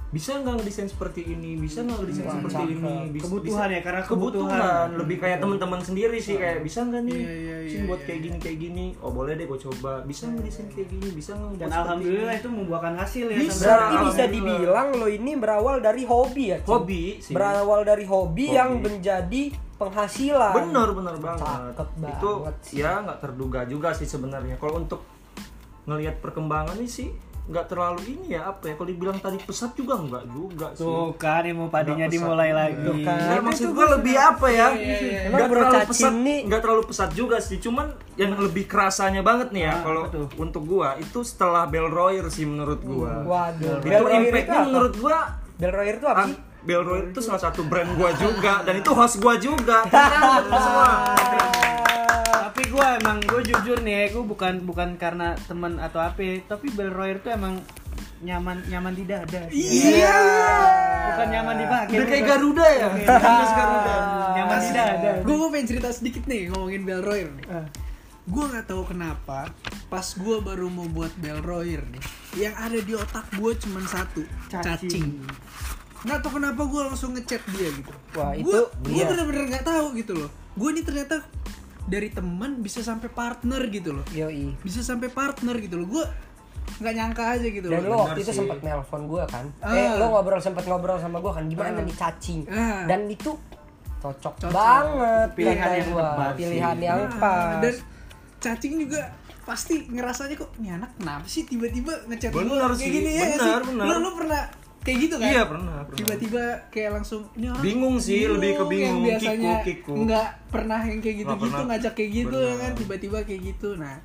[SPEAKER 5] bisa nggak ngedesain seperti ini bisa nggak ngedesain seperti ini bisa,
[SPEAKER 4] Kebutuhan
[SPEAKER 5] bisa-
[SPEAKER 4] ya, karena
[SPEAKER 5] kebutuhan,
[SPEAKER 4] kebutuhan. Hmm.
[SPEAKER 5] lebih kayak teman-teman sendiri sih kayak bisa nggak nih
[SPEAKER 1] Iya, iya,
[SPEAKER 5] Cing,
[SPEAKER 1] iya,
[SPEAKER 5] buat
[SPEAKER 1] iya,
[SPEAKER 5] kayak gini kayak gini oh boleh deh gue coba bisa nggak desain kayak gini bisa nggak
[SPEAKER 4] Iya, dan
[SPEAKER 5] buat seperti
[SPEAKER 4] alhamdulillah
[SPEAKER 5] ini?
[SPEAKER 4] itu membuahkan hasil ya
[SPEAKER 5] Bisa.
[SPEAKER 4] sampai-
[SPEAKER 3] berarti bisa
[SPEAKER 5] alhamdulillah.
[SPEAKER 3] dibilang lo ini berawal dari hobi ya Cing?
[SPEAKER 5] hobi sih
[SPEAKER 3] berawal dari hobi,
[SPEAKER 5] Hobi.
[SPEAKER 3] yang menjadi penghasilan
[SPEAKER 5] bener bener banget
[SPEAKER 3] Cakep banget
[SPEAKER 5] itu
[SPEAKER 3] sih.
[SPEAKER 5] ya nggak terduga juga sih sebenarnya kalau untuk ngelihat perkembangan ini sih nggak terlalu ini ya apa ya kalau dibilang tadi pesat juga nggak juga sih
[SPEAKER 4] tuh kan ilmu padinya
[SPEAKER 5] Nggak
[SPEAKER 4] dimulai
[SPEAKER 5] pesat.
[SPEAKER 4] lagi
[SPEAKER 3] Tuh kan.
[SPEAKER 5] Nah, maksud gue lebih apa ya?
[SPEAKER 3] Iya, Emang
[SPEAKER 5] Nggak
[SPEAKER 3] bro
[SPEAKER 5] terlalu
[SPEAKER 3] cacing
[SPEAKER 5] pesat,
[SPEAKER 3] nih-
[SPEAKER 5] nggak terlalu pesat juga sih. Cuman yang lebih kerasanya banget nih ya
[SPEAKER 4] Ah,
[SPEAKER 5] kalau
[SPEAKER 4] apa tuh?
[SPEAKER 5] untuk gua itu setelah Bell Royer sih menurut gua.
[SPEAKER 3] Hmm, waduh
[SPEAKER 5] Itu
[SPEAKER 3] Royer
[SPEAKER 5] impactnya
[SPEAKER 3] apa?
[SPEAKER 5] menurut gua
[SPEAKER 3] Bel Royer itu apa
[SPEAKER 5] Ah,
[SPEAKER 3] sih?
[SPEAKER 5] Bell Royer itu salah satu brand gua juga dan itu host gua
[SPEAKER 3] [laughs]
[SPEAKER 5] juga. Tentang semua.
[SPEAKER 4] tapi gue emang gue jujur nih gue bukan bukan karena teman atau apa ya, tapi Bel Royer tuh emang nyaman nyaman di dada sih.
[SPEAKER 5] Iya.
[SPEAKER 4] bukan nyaman di pakai
[SPEAKER 5] Udah kayak Garuda ya. Terus Garuda.
[SPEAKER 4] nyaman di dada
[SPEAKER 1] gue mau pengen cerita sedikit nih ngomongin Bell Royer nih
[SPEAKER 5] Eh,
[SPEAKER 1] gue nggak tahu kenapa pas gue baru mau buat Bell Royer nih yang ada di otak gue cuman satu cacing, nggak tahu kenapa gue langsung ngechat dia gitu
[SPEAKER 3] Wah, itu
[SPEAKER 1] gue
[SPEAKER 3] dia.
[SPEAKER 1] bener-bener nggak tahu gitu loh gue ini ternyata dari teman bisa sampai partner gitu loh
[SPEAKER 3] Yoi.
[SPEAKER 1] bisa sampai partner gitu loh gue nggak nyangka aja gitu
[SPEAKER 3] Dan
[SPEAKER 1] loh
[SPEAKER 3] lo waktu itu sempet nelpon gue kan.
[SPEAKER 1] Ah.
[SPEAKER 3] Eh, lo ngobrol sempet ngobrol sama gue kan gimana nih cacing.
[SPEAKER 1] Ah.
[SPEAKER 3] Dan itu cocok,
[SPEAKER 1] Cocok.
[SPEAKER 3] banget
[SPEAKER 4] Pilihan
[SPEAKER 3] kata
[SPEAKER 4] yang
[SPEAKER 3] gua.
[SPEAKER 4] tepat sih.
[SPEAKER 3] pilihan yang
[SPEAKER 1] Nah,
[SPEAKER 3] pas.
[SPEAKER 1] dan cacing juga pasti ngerasanya kok "Ini anak kenapa sih tiba-tiba ngechat gue
[SPEAKER 5] Bener
[SPEAKER 1] kayak
[SPEAKER 5] sih,
[SPEAKER 1] gini ya nggak
[SPEAKER 5] benar,
[SPEAKER 1] sih?
[SPEAKER 5] benar.
[SPEAKER 1] Lo, lo pernah kayak gitu kan?
[SPEAKER 5] Iya, pernah, pernah.
[SPEAKER 1] Tiba-tiba kayak langsung ini orang
[SPEAKER 5] Bingung sih, lebih ke bingung,
[SPEAKER 1] yang biasanya
[SPEAKER 5] kiku, kiku.
[SPEAKER 1] nggak pernah yang kayak
[SPEAKER 5] Nggak
[SPEAKER 1] gitu-gitu
[SPEAKER 5] pernah.
[SPEAKER 1] ngajak kayak gitu ya
[SPEAKER 5] Benar.
[SPEAKER 1] kan tiba-tiba kayak gitu. Nah,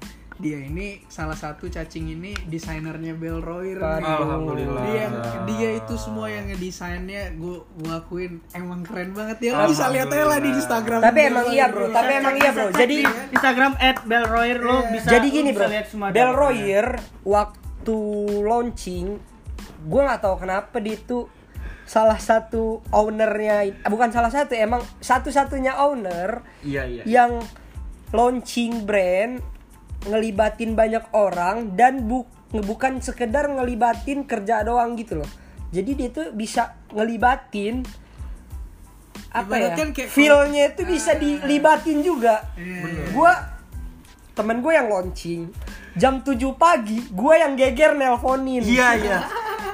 [SPEAKER 1] dia ini salah satu cacing ini desainernya Bell Royer. nih.
[SPEAKER 5] Alhamdulillah.
[SPEAKER 1] Dia dia itu semua yang ngedesainnya gue gua akuin emang keren banget ya. Lo bisa lihat aja lah di Instagram.
[SPEAKER 3] Tapi
[SPEAKER 1] Bell
[SPEAKER 3] emang
[SPEAKER 1] Royer
[SPEAKER 3] iya, Bro.
[SPEAKER 1] dulu.
[SPEAKER 3] Tapi emang iya, Bro. Jadi
[SPEAKER 5] kan?
[SPEAKER 4] Instagram at Bel Royer lo
[SPEAKER 5] Iya.
[SPEAKER 4] bisa
[SPEAKER 3] ya, jadi
[SPEAKER 4] lo
[SPEAKER 3] gini,
[SPEAKER 4] bisa
[SPEAKER 3] Bro.
[SPEAKER 4] lihat semua
[SPEAKER 3] Bel
[SPEAKER 4] data.
[SPEAKER 3] Royer waktu launching gue nggak tahu kenapa dia itu salah satu ownernya eh, bukan salah satu emang satu-satunya owner
[SPEAKER 5] Iya, iya.
[SPEAKER 3] yang launching brand ngelibatin banyak orang dan bu bukan sekedar ngelibatin kerja doang gitu loh. Jadi dia tuh bisa ngelibatin apa ya?
[SPEAKER 1] Ibaratkan kayak-
[SPEAKER 3] Feel-nya itu
[SPEAKER 5] Ah.
[SPEAKER 3] bisa dilibatin juga.
[SPEAKER 5] Iya,
[SPEAKER 3] Gua temen gue yang launching jam 7 pagi, gue yang geger nelponin.
[SPEAKER 5] Iya, iya.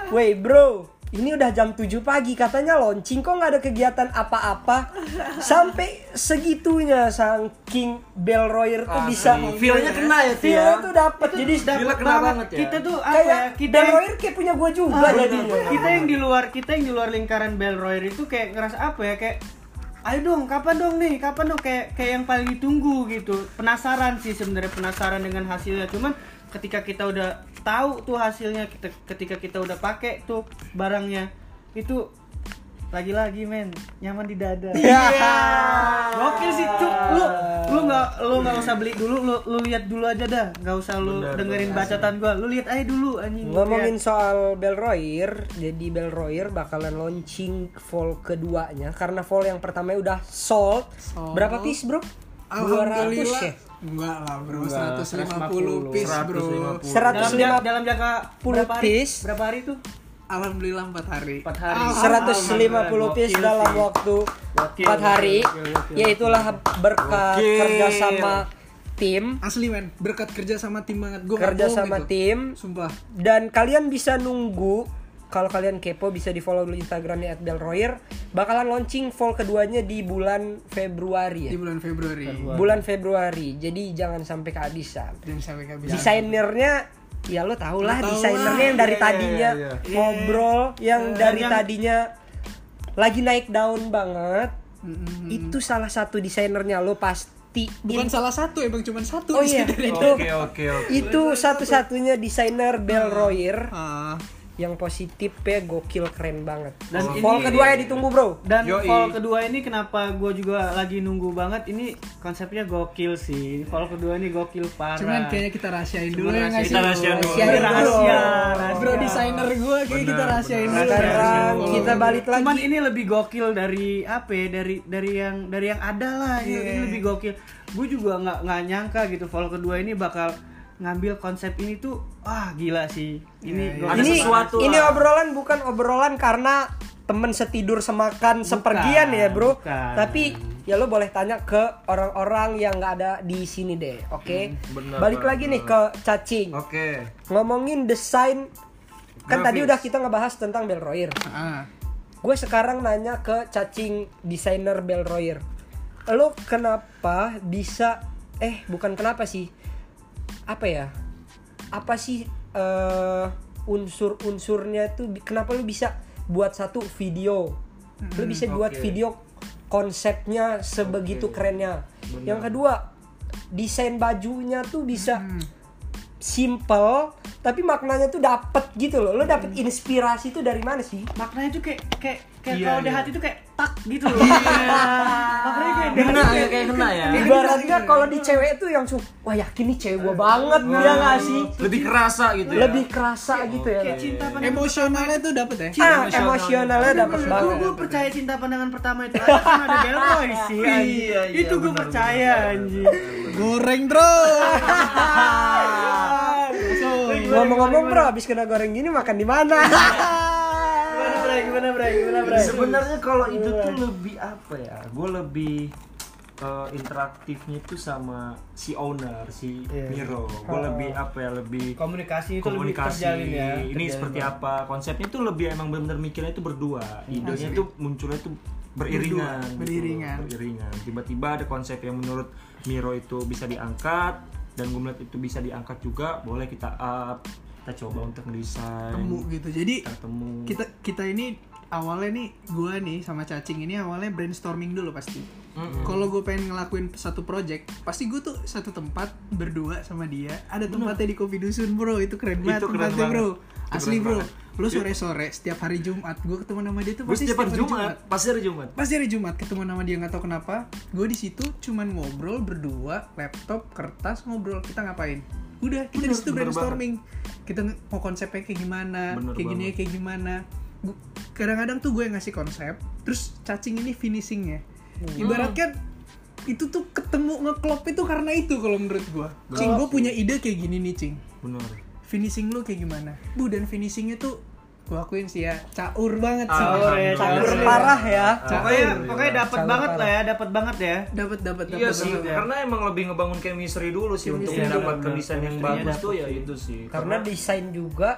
[SPEAKER 3] Wey bro, ini udah jam 7 pagi katanya launching kok nggak ada kegiatan apa-apa sampai segitunya saking Bell Royer tuh
[SPEAKER 5] Ah,
[SPEAKER 3] bisa
[SPEAKER 5] Feel-nya kena ya, Tia?
[SPEAKER 3] feel tuh dapat jadi
[SPEAKER 5] Gila,
[SPEAKER 3] dapet
[SPEAKER 5] kena
[SPEAKER 3] banget.
[SPEAKER 5] banget ya.
[SPEAKER 4] kita tuh apa ya
[SPEAKER 3] kayak
[SPEAKER 4] kita
[SPEAKER 3] Bell
[SPEAKER 4] yang-
[SPEAKER 3] Royer kayak punya gue juga
[SPEAKER 4] Ah,
[SPEAKER 3] jadinya.
[SPEAKER 4] kita yang di luar kita yang di luar lingkaran Bel Royer itu kayak ngerasa apa ya kayak ayo dong kapan dong nih kapan dong kayak kayak yang paling ditunggu gitu penasaran sih sebenarnya penasaran dengan hasilnya cuman ketika kita udah tahu tuh hasilnya kita ketika kita udah pakai tuh barangnya itu lagi-lagi men nyaman di dada Gokil sih, Cuk. Lu lu nggak lu nggak usah beli dulu, lu lu lihat dulu aja dah. Nggak usah lu
[SPEAKER 5] Benar,
[SPEAKER 4] dengerin bacaan gua. Lu lihat aja dulu anjing. Lu
[SPEAKER 3] Ngomongin
[SPEAKER 4] lihat.
[SPEAKER 3] soal Bell Royer, jadi Bell Royer bakalan launching fall keduanya karena fall yang pertamanya udah sold.
[SPEAKER 1] Sold.
[SPEAKER 3] Berapa piece, Bro? 200
[SPEAKER 1] Alhamdulillah.
[SPEAKER 3] ya?
[SPEAKER 1] Enggak lah bro,
[SPEAKER 5] Enggak,
[SPEAKER 1] 150 piece bro.
[SPEAKER 4] dalam
[SPEAKER 5] 150.
[SPEAKER 4] jangka,
[SPEAKER 3] 150
[SPEAKER 4] dalam jangka
[SPEAKER 3] puluh
[SPEAKER 4] berapa hari?
[SPEAKER 3] piece.
[SPEAKER 4] Berapa hari tuh?
[SPEAKER 1] Alhamdulillah 4 hari.
[SPEAKER 4] 4 hari. Alhamdulillah,
[SPEAKER 3] 150 piece
[SPEAKER 4] gokil
[SPEAKER 3] dalam
[SPEAKER 4] sih.
[SPEAKER 3] waktu
[SPEAKER 4] Gokil,
[SPEAKER 3] 4 hari
[SPEAKER 4] gokil, gokil.
[SPEAKER 3] yaitulah berkat
[SPEAKER 5] Gokil.
[SPEAKER 3] kerjasama tim
[SPEAKER 1] Asli men, berkat kerja sama tim banget gue
[SPEAKER 3] kerja sama tim
[SPEAKER 1] gitu. Sumpah.
[SPEAKER 3] dan kalian bisa nunggu kalau kalian kepo bisa di follow dulu instagramnya @belroyer bakalan launching fall keduanya di bulan Februari ya
[SPEAKER 1] Di bulan Februari.
[SPEAKER 3] bulan Februari jadi jangan sampai kehabisan
[SPEAKER 1] Dan sampai kehabisan.
[SPEAKER 3] desainernya ya lo tau lah
[SPEAKER 1] Lo tau
[SPEAKER 3] desainernya
[SPEAKER 1] lah.
[SPEAKER 3] yang dari
[SPEAKER 5] Iya, iya,
[SPEAKER 3] tadinya
[SPEAKER 5] iya,
[SPEAKER 3] ngobrol yang dari
[SPEAKER 4] yang-
[SPEAKER 3] tadinya lagi naik daun banget
[SPEAKER 1] Mm-mm.
[SPEAKER 3] itu salah satu desainernya lo pasti
[SPEAKER 1] bukan
[SPEAKER 3] In-
[SPEAKER 1] salah satu emang cuman satu
[SPEAKER 3] oh
[SPEAKER 1] di
[SPEAKER 3] iya
[SPEAKER 1] sini.
[SPEAKER 3] itu
[SPEAKER 5] Oke oke oke.
[SPEAKER 3] itu satu-satunya desainer Bell Royer
[SPEAKER 1] Ah,
[SPEAKER 3] yang positifnya gokil keren banget
[SPEAKER 4] Dan
[SPEAKER 3] dan
[SPEAKER 4] ini-
[SPEAKER 3] fall kedua ya ditunggu bro
[SPEAKER 4] Dan
[SPEAKER 5] Yoi.
[SPEAKER 4] fall kedua ini kenapa gue juga lagi nunggu banget ini konsepnya gokil sih. Fall kedua ini gokil parah.
[SPEAKER 1] cuman kayaknya kita rahasiain dulu
[SPEAKER 4] Cuman
[SPEAKER 1] ya nggak
[SPEAKER 4] rahasiain.
[SPEAKER 1] sih?
[SPEAKER 5] Kita rahasiain dulu.
[SPEAKER 4] Ini rahasia, rahasia.
[SPEAKER 1] Bro desainer gue kayak kita
[SPEAKER 5] Benar,
[SPEAKER 1] rahasiain
[SPEAKER 5] benar.
[SPEAKER 1] dulu. ya.
[SPEAKER 3] Sekarang
[SPEAKER 1] rahasiain dulu.
[SPEAKER 3] kita balik lagi
[SPEAKER 4] Cuman ini lebih gokil dari apa? ya, Dari dari yang dari yang ada lah. Ini,
[SPEAKER 3] Iya.
[SPEAKER 4] ini lebih gokil. Gue juga nggak nggak nyangka gitu. Fall kedua ini bakal ngambil konsep ini tuh wah gila sih.
[SPEAKER 3] Iya,
[SPEAKER 4] Ini gokil
[SPEAKER 5] Ada
[SPEAKER 3] ini
[SPEAKER 4] banget.
[SPEAKER 5] sesuatu
[SPEAKER 3] ini
[SPEAKER 5] lah.
[SPEAKER 3] obrolan bukan obrolan karena temen setidur semakan sepergian ya bro
[SPEAKER 4] bukan.
[SPEAKER 3] tapi ya lo boleh tanya ke orang-orang yang nggak ada di sini deh oke
[SPEAKER 5] Hmm, benar,
[SPEAKER 3] balik
[SPEAKER 5] benar,
[SPEAKER 3] lagi nih ke cacing
[SPEAKER 5] Oke.
[SPEAKER 3] ngomongin desain kan tadi
[SPEAKER 5] Grafis.
[SPEAKER 3] udah kita ngebahas tentang Bell Royer
[SPEAKER 1] Ah.
[SPEAKER 3] gue sekarang nanya ke cacing desainer Bell Royer lo kenapa bisa eh bukan kenapa sih apa ya apa sih eh, unsur-unsurnya tuh bi- kenapa lo bisa buat satu video lo bisa buat
[SPEAKER 5] oke.
[SPEAKER 3] video konsepnya sebegitu kerennya yang kedua desain bajunya tuh bisa simple tapi maknanya tuh dapet gitu loh lo dapet inspirasi tuh dari mana sih
[SPEAKER 4] maknanya tuh kayak kayak kayak
[SPEAKER 5] Iya,
[SPEAKER 4] kalau di
[SPEAKER 5] iya.
[SPEAKER 4] hati tuh kayak tak gitu loh. Iya. maknanya kayak di
[SPEAKER 3] Iya.
[SPEAKER 4] hati
[SPEAKER 5] Kena ya
[SPEAKER 4] kayak
[SPEAKER 5] kayak kena ya.
[SPEAKER 3] Ibaratnya kalau di cewek tuh yang su- wah yakin nih cewek gua banget dia Iya nggak sih?
[SPEAKER 5] Lebih kerasa gitu ya.
[SPEAKER 3] Lebih kerasa gitu ya.
[SPEAKER 4] kayak cinta pandang
[SPEAKER 1] ah. Emosionalnya tuh dapet ya.
[SPEAKER 3] Ah, emosionalnya dapat
[SPEAKER 4] Gue
[SPEAKER 3] banget.
[SPEAKER 4] gue percaya cinta pandangan pertama itu ada kan ada Belroy sih.
[SPEAKER 5] Iya,
[SPEAKER 4] anjing.
[SPEAKER 5] iya,
[SPEAKER 4] itu gue
[SPEAKER 5] benar,
[SPEAKER 4] percaya
[SPEAKER 5] benar,
[SPEAKER 4] anjing.
[SPEAKER 1] Goreng bro.
[SPEAKER 4] Ah,
[SPEAKER 3] Ngomong-ngomong bro, abis kena goreng gini makan di mana?
[SPEAKER 4] Gimana Bray? Gimana Bray? Gimana Bray?
[SPEAKER 5] Sebenarnya kalau itu tuh lebih apa ya? Gue lebih eh, interaktifnya tuh sama si owner si
[SPEAKER 4] Iya.
[SPEAKER 5] Miro. Gue lebih apa ya? Lebih
[SPEAKER 4] Komunikasi itu lebih
[SPEAKER 5] komunikasi
[SPEAKER 4] terjalin ya.
[SPEAKER 5] ini
[SPEAKER 4] terjalin.
[SPEAKER 5] seperti apa konsepnya tuh lebih emang benar-benar mikirnya itu berdua idenya tuh munculnya tuh
[SPEAKER 1] Berdua,
[SPEAKER 5] beriringan gitu loh,
[SPEAKER 1] beriringan.
[SPEAKER 5] beriringan tiba-tiba ada konsep yang menurut Miro itu bisa diangkat dan gue melihat itu bisa diangkat juga boleh kita up kita coba untuk mendesain
[SPEAKER 1] Temu gitu. Jadi
[SPEAKER 5] kita temu
[SPEAKER 1] kita kita ini awalnya nih gua nih sama cacing ini awalnya brainstorming dulu pasti kalau gue pengen ngelakuin satu project pasti gue tuh satu tempat berdua sama dia ada tempatnya di kopi dusun bro itu keren banget
[SPEAKER 5] Itu keren
[SPEAKER 1] tempatnya
[SPEAKER 5] banget.
[SPEAKER 1] bro
[SPEAKER 5] Itu
[SPEAKER 1] asli
[SPEAKER 5] keren
[SPEAKER 1] bro
[SPEAKER 5] banget.
[SPEAKER 1] lu sore sore setiap hari jumat gue ketemu sama dia tuh
[SPEAKER 5] gue
[SPEAKER 1] pasti
[SPEAKER 5] setiap hari Jumat pasti hari Jumat
[SPEAKER 1] pasti hari jumat ketemu sama dia nggak tahu kenapa gue di situ cuman ngobrol berdua laptop kertas ngobrol kita ngapain udah kita
[SPEAKER 5] Bener,
[SPEAKER 1] di situ
[SPEAKER 5] bener
[SPEAKER 1] brainstorming kita nge- mau konsepnya kayak gimana
[SPEAKER 5] Bener
[SPEAKER 1] kayak gini
[SPEAKER 5] banget.
[SPEAKER 1] kayak gimana Gu- kadang-kadang tuh gue yang ngasih konsep terus cacing ini finishingnya
[SPEAKER 5] Hmm.
[SPEAKER 1] ibaratkan itu tuh ketemu ngeklop itu karena itu kalau menurut gue cing gue punya ide kayak gini nih cing
[SPEAKER 5] benar
[SPEAKER 1] finishing lu kayak gimana bu dan finishingnya tuh gue akuin sih ya caur banget sih
[SPEAKER 5] Ah.
[SPEAKER 4] Caur ya, caur
[SPEAKER 3] Campur parah ya.
[SPEAKER 4] Pokoknya pokoknya dapat
[SPEAKER 3] Sangat
[SPEAKER 4] banget
[SPEAKER 3] parah.
[SPEAKER 4] lah ya, dapat banget ya.
[SPEAKER 1] dapat dapat
[SPEAKER 5] Iya
[SPEAKER 1] dapat
[SPEAKER 5] sih,
[SPEAKER 1] dapat.
[SPEAKER 5] karena emang lebih ngebangun chemistry dulu sih untuk
[SPEAKER 4] Chemistry.
[SPEAKER 5] mendapatkan
[SPEAKER 4] Bener,
[SPEAKER 5] desain yang
[SPEAKER 4] chemistry-nya
[SPEAKER 5] bagus tuh
[SPEAKER 4] dapet
[SPEAKER 5] ya itu sih.
[SPEAKER 3] [laughs] Karena desain juga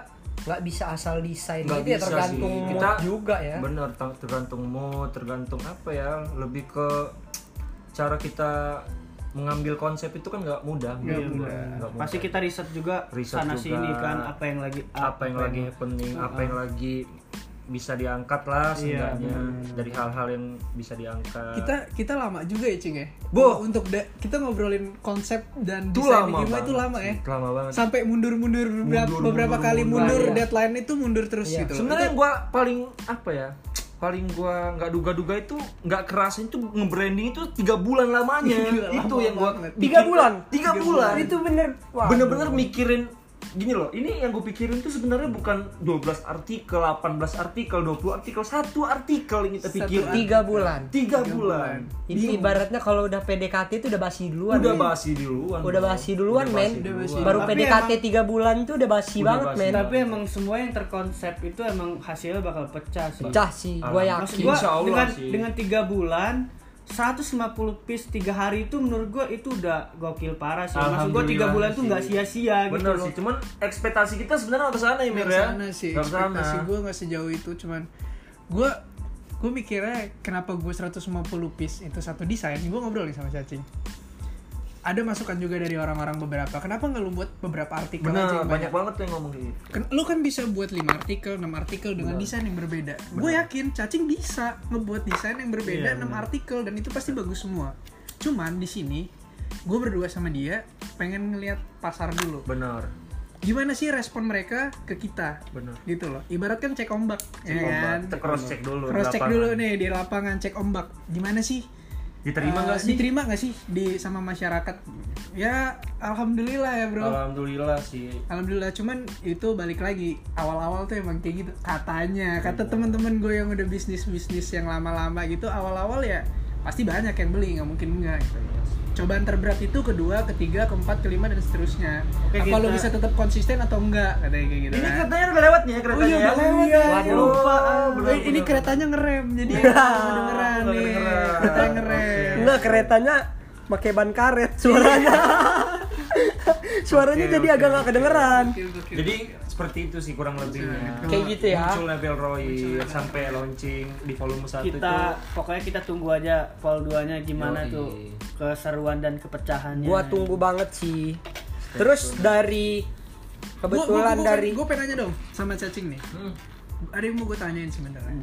[SPEAKER 3] nggak bisa asal desain
[SPEAKER 5] Nggak
[SPEAKER 3] gitu ya
[SPEAKER 5] bisa
[SPEAKER 3] tergantung
[SPEAKER 5] sih.
[SPEAKER 3] mood
[SPEAKER 5] Kita-
[SPEAKER 3] juga ya.
[SPEAKER 5] Bener, ter- tergantung mood, tergantung apa ya, lebih ke cara kita mengambil konsep itu kan nggak mudah, menurut gua. Nggak mudah.
[SPEAKER 4] Pasti kita riset juga
[SPEAKER 5] Riset
[SPEAKER 4] sana
[SPEAKER 5] juga.
[SPEAKER 4] sini kan apa yang lagi up,
[SPEAKER 5] apa yang lagi happening, apa yang lagi bisa diangkat lah seenggaknya dari hal-hal yang bisa diangkat.
[SPEAKER 1] kita kita lama juga ya cing ya
[SPEAKER 5] Boh.
[SPEAKER 1] untuk da- kita ngobrolin konsep dan
[SPEAKER 5] itu
[SPEAKER 1] desain
[SPEAKER 5] lama
[SPEAKER 1] gimana
[SPEAKER 5] banget
[SPEAKER 1] itu lama
[SPEAKER 5] sih,
[SPEAKER 1] ya
[SPEAKER 5] Lama banget.
[SPEAKER 1] sampai mundur-mundur beberapa,
[SPEAKER 5] Mundur,
[SPEAKER 1] beberapa
[SPEAKER 5] mundur,
[SPEAKER 1] kali
[SPEAKER 5] mundur.
[SPEAKER 1] mundur, deadline itu mundur terus gitu
[SPEAKER 5] Sebenarnya yang gua paling apa ya? paling gua nggak duga-duga itu nggak kerasin itu nge-branding itu tiga bulan lamanya
[SPEAKER 1] Gila,
[SPEAKER 5] itu
[SPEAKER 1] lama
[SPEAKER 5] yang gua
[SPEAKER 1] banget.
[SPEAKER 3] Tiga bulan?
[SPEAKER 5] tiga bulan
[SPEAKER 3] Itu bener. Wah,
[SPEAKER 5] bener-bener mikirin gini loh ini yang gue pikirin tuh sebenarnya bukan 12 artikel 18 artikel 20 artikel satu artikel yang kita pikirin
[SPEAKER 3] tiga bulan.
[SPEAKER 5] tiga bulan
[SPEAKER 3] Itu ibaratnya kalau udah PDKT itu udah basi duluan.
[SPEAKER 5] udah
[SPEAKER 3] men.
[SPEAKER 5] basi duluan
[SPEAKER 3] Udah basi duluan, men.
[SPEAKER 5] baru
[SPEAKER 3] Baru
[SPEAKER 4] Tapi
[SPEAKER 3] PDKT tiga bulan tuh udah basi
[SPEAKER 5] Udah
[SPEAKER 3] banget
[SPEAKER 5] basi
[SPEAKER 3] men.
[SPEAKER 4] Tapi emang semua yang terkonsep itu emang hasilnya bakal pecah sih.
[SPEAKER 3] Pecah sih, gue
[SPEAKER 5] Alam.
[SPEAKER 3] yakin.
[SPEAKER 4] Maksud gua
[SPEAKER 5] Insya Allah
[SPEAKER 4] dengan
[SPEAKER 5] sih.
[SPEAKER 4] dengan tiga bulan 150 piece tiga hari itu menurut gua itu udah gokil parah sih. Maksud gua tiga
[SPEAKER 5] Alhamdulillah
[SPEAKER 4] bulan tuh
[SPEAKER 5] sih.
[SPEAKER 4] nggak sia-sia gitu
[SPEAKER 5] bener
[SPEAKER 4] loh.
[SPEAKER 5] sih cuman ekspektasi kita sebenarnya nggak kesana ya Mir
[SPEAKER 1] Nggak
[SPEAKER 5] ya
[SPEAKER 1] kesana sih
[SPEAKER 5] Nggak kesana.
[SPEAKER 1] ekspektasi gue nggak sejauh itu cuman gue gue mikirnya kenapa gue 150 piece itu satu desain gue ngobrol nih sama cacing ada masukan juga dari orang-orang beberapa. Kenapa nggak lu buat beberapa artikel aja
[SPEAKER 5] Bener,
[SPEAKER 1] yang
[SPEAKER 5] banyak banget tuh yang ngomong gitu.
[SPEAKER 1] Ken- lu kan bisa buat 5 artikel, 6 artikel dengan desain yang berbeda. Gue yakin cacing bisa ngebuat desain yang berbeda
[SPEAKER 5] Iya,
[SPEAKER 1] 6 artikel dan itu pasti bagus semua. Cuman di sini gue berdua sama dia pengen ngelihat pasar dulu.
[SPEAKER 5] Bener,
[SPEAKER 1] Gimana sih respon mereka ke kita?
[SPEAKER 5] bener.
[SPEAKER 1] Gitu loh. Ibarat kan cek ombak, ya kan?
[SPEAKER 5] Kita cross check dulu.
[SPEAKER 1] Cross check
[SPEAKER 5] lapangan.
[SPEAKER 1] dulu nih di lapangan cek ombak. Gimana sih?
[SPEAKER 5] Diterima
[SPEAKER 1] Eh,
[SPEAKER 5] nggak sih?
[SPEAKER 1] Diterima nggak sih di sama masyarakat? Ya alhamdulillah ya, Bro.
[SPEAKER 5] Alhamdulillah sih.
[SPEAKER 1] Alhamdulillah cuman itu balik lagi awal-awal tuh emang kayak gitu katanya kata teman-teman gue yang udah bisnis bisnis yang lama-lama gitu awal-awal ya pasti banyak yang beli nggak mungkin enggak gitu. Cobaan terberat itu kedua, ketiga, keempat, kelima dan seterusnya.
[SPEAKER 4] Oke,
[SPEAKER 1] Apa
[SPEAKER 4] kita-
[SPEAKER 1] lu bisa tetap konsisten atau enggak katanya kayak gitu.
[SPEAKER 5] Ini
[SPEAKER 1] kan.
[SPEAKER 5] keretanya udah lewat nih
[SPEAKER 1] Oh
[SPEAKER 5] ya
[SPEAKER 1] iya
[SPEAKER 5] keretanya.
[SPEAKER 1] udah lewat.
[SPEAKER 5] Waduh.
[SPEAKER 1] Lupa.
[SPEAKER 5] Lupa. ah,
[SPEAKER 1] Eh, ini keretanya ngerem jadi emang kedengeran nih.
[SPEAKER 5] Kedengeran.
[SPEAKER 1] Keretanya ngerem.
[SPEAKER 3] Enggak keretanya pakai ban karet
[SPEAKER 5] [laughs]
[SPEAKER 3] suaranya. suaranya
[SPEAKER 5] Oke,
[SPEAKER 3] jadi
[SPEAKER 5] oke,
[SPEAKER 3] agak nggak kedengeran.
[SPEAKER 5] Jadi seperti itu sih kurang lebihnya.
[SPEAKER 3] Kayak gitu ya.
[SPEAKER 5] Muncul level Roy sampai launching di volume 1
[SPEAKER 4] kita pokoknya kita tunggu aja vol 2 nya gimana
[SPEAKER 5] Yoi.
[SPEAKER 4] tuh keseruan dan kepecahannya
[SPEAKER 3] Gua tunggu banget sih. Terus dari kebetulan dari
[SPEAKER 1] gue pengen nanya dong sama cacing nih ada yang mau gue tanyain sebenarnya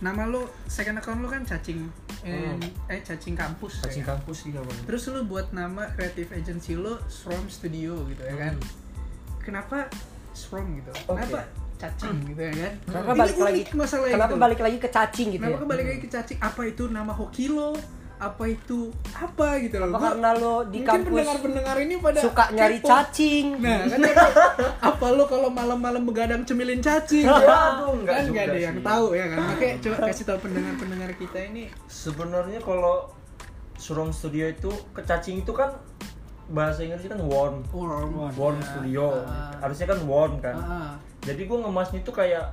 [SPEAKER 1] nama lu second account lu kan cacing
[SPEAKER 3] Hmm.
[SPEAKER 1] eh, eh cacing kampus
[SPEAKER 5] Cacing
[SPEAKER 1] ya kan?
[SPEAKER 5] kampus sih kalau
[SPEAKER 1] terus lu buat nama creative agency lu Swarm Studio gitu ya kan kenapa Swarm gitu
[SPEAKER 3] Hmm. Oke. Hmm.
[SPEAKER 1] kenapa cacing gitu ya kan
[SPEAKER 3] Kenapa
[SPEAKER 1] Ini
[SPEAKER 3] balik
[SPEAKER 1] unik
[SPEAKER 3] lagi?
[SPEAKER 1] masalah
[SPEAKER 3] Kenapa
[SPEAKER 1] itu.
[SPEAKER 3] balik lagi ke cacing gitu
[SPEAKER 1] kenapa
[SPEAKER 3] ya?
[SPEAKER 1] kebalik lagi ke cacing apa itu nama hoki lo apa itu apa gitu loh
[SPEAKER 3] Apa
[SPEAKER 1] Gua-
[SPEAKER 3] karena lo di
[SPEAKER 1] mungkin
[SPEAKER 3] kampus
[SPEAKER 1] pendengar-pendengar ini pada
[SPEAKER 3] suka nyari
[SPEAKER 1] kepo.
[SPEAKER 3] cacing?
[SPEAKER 1] Nah, kan apa, apa lu kalau malam-malam begadang cemilin
[SPEAKER 5] [laughs]
[SPEAKER 1] cacing?
[SPEAKER 5] Waduh, enggak
[SPEAKER 1] kan
[SPEAKER 5] juga
[SPEAKER 1] enggak ada
[SPEAKER 5] sih.
[SPEAKER 1] yang tahu ya kan. Makanya coba kasih tahu pendengar-pendengar kita ini
[SPEAKER 5] Sebenarnya kalau Surong Studio itu kecacing itu kan bahasa Inggrisnya kan worm.
[SPEAKER 1] worm.
[SPEAKER 5] Worm Studio.
[SPEAKER 1] Ah.
[SPEAKER 5] Harusnya kan worm kan.
[SPEAKER 1] Ah,
[SPEAKER 5] jadi gue ngemasnya tuh kayak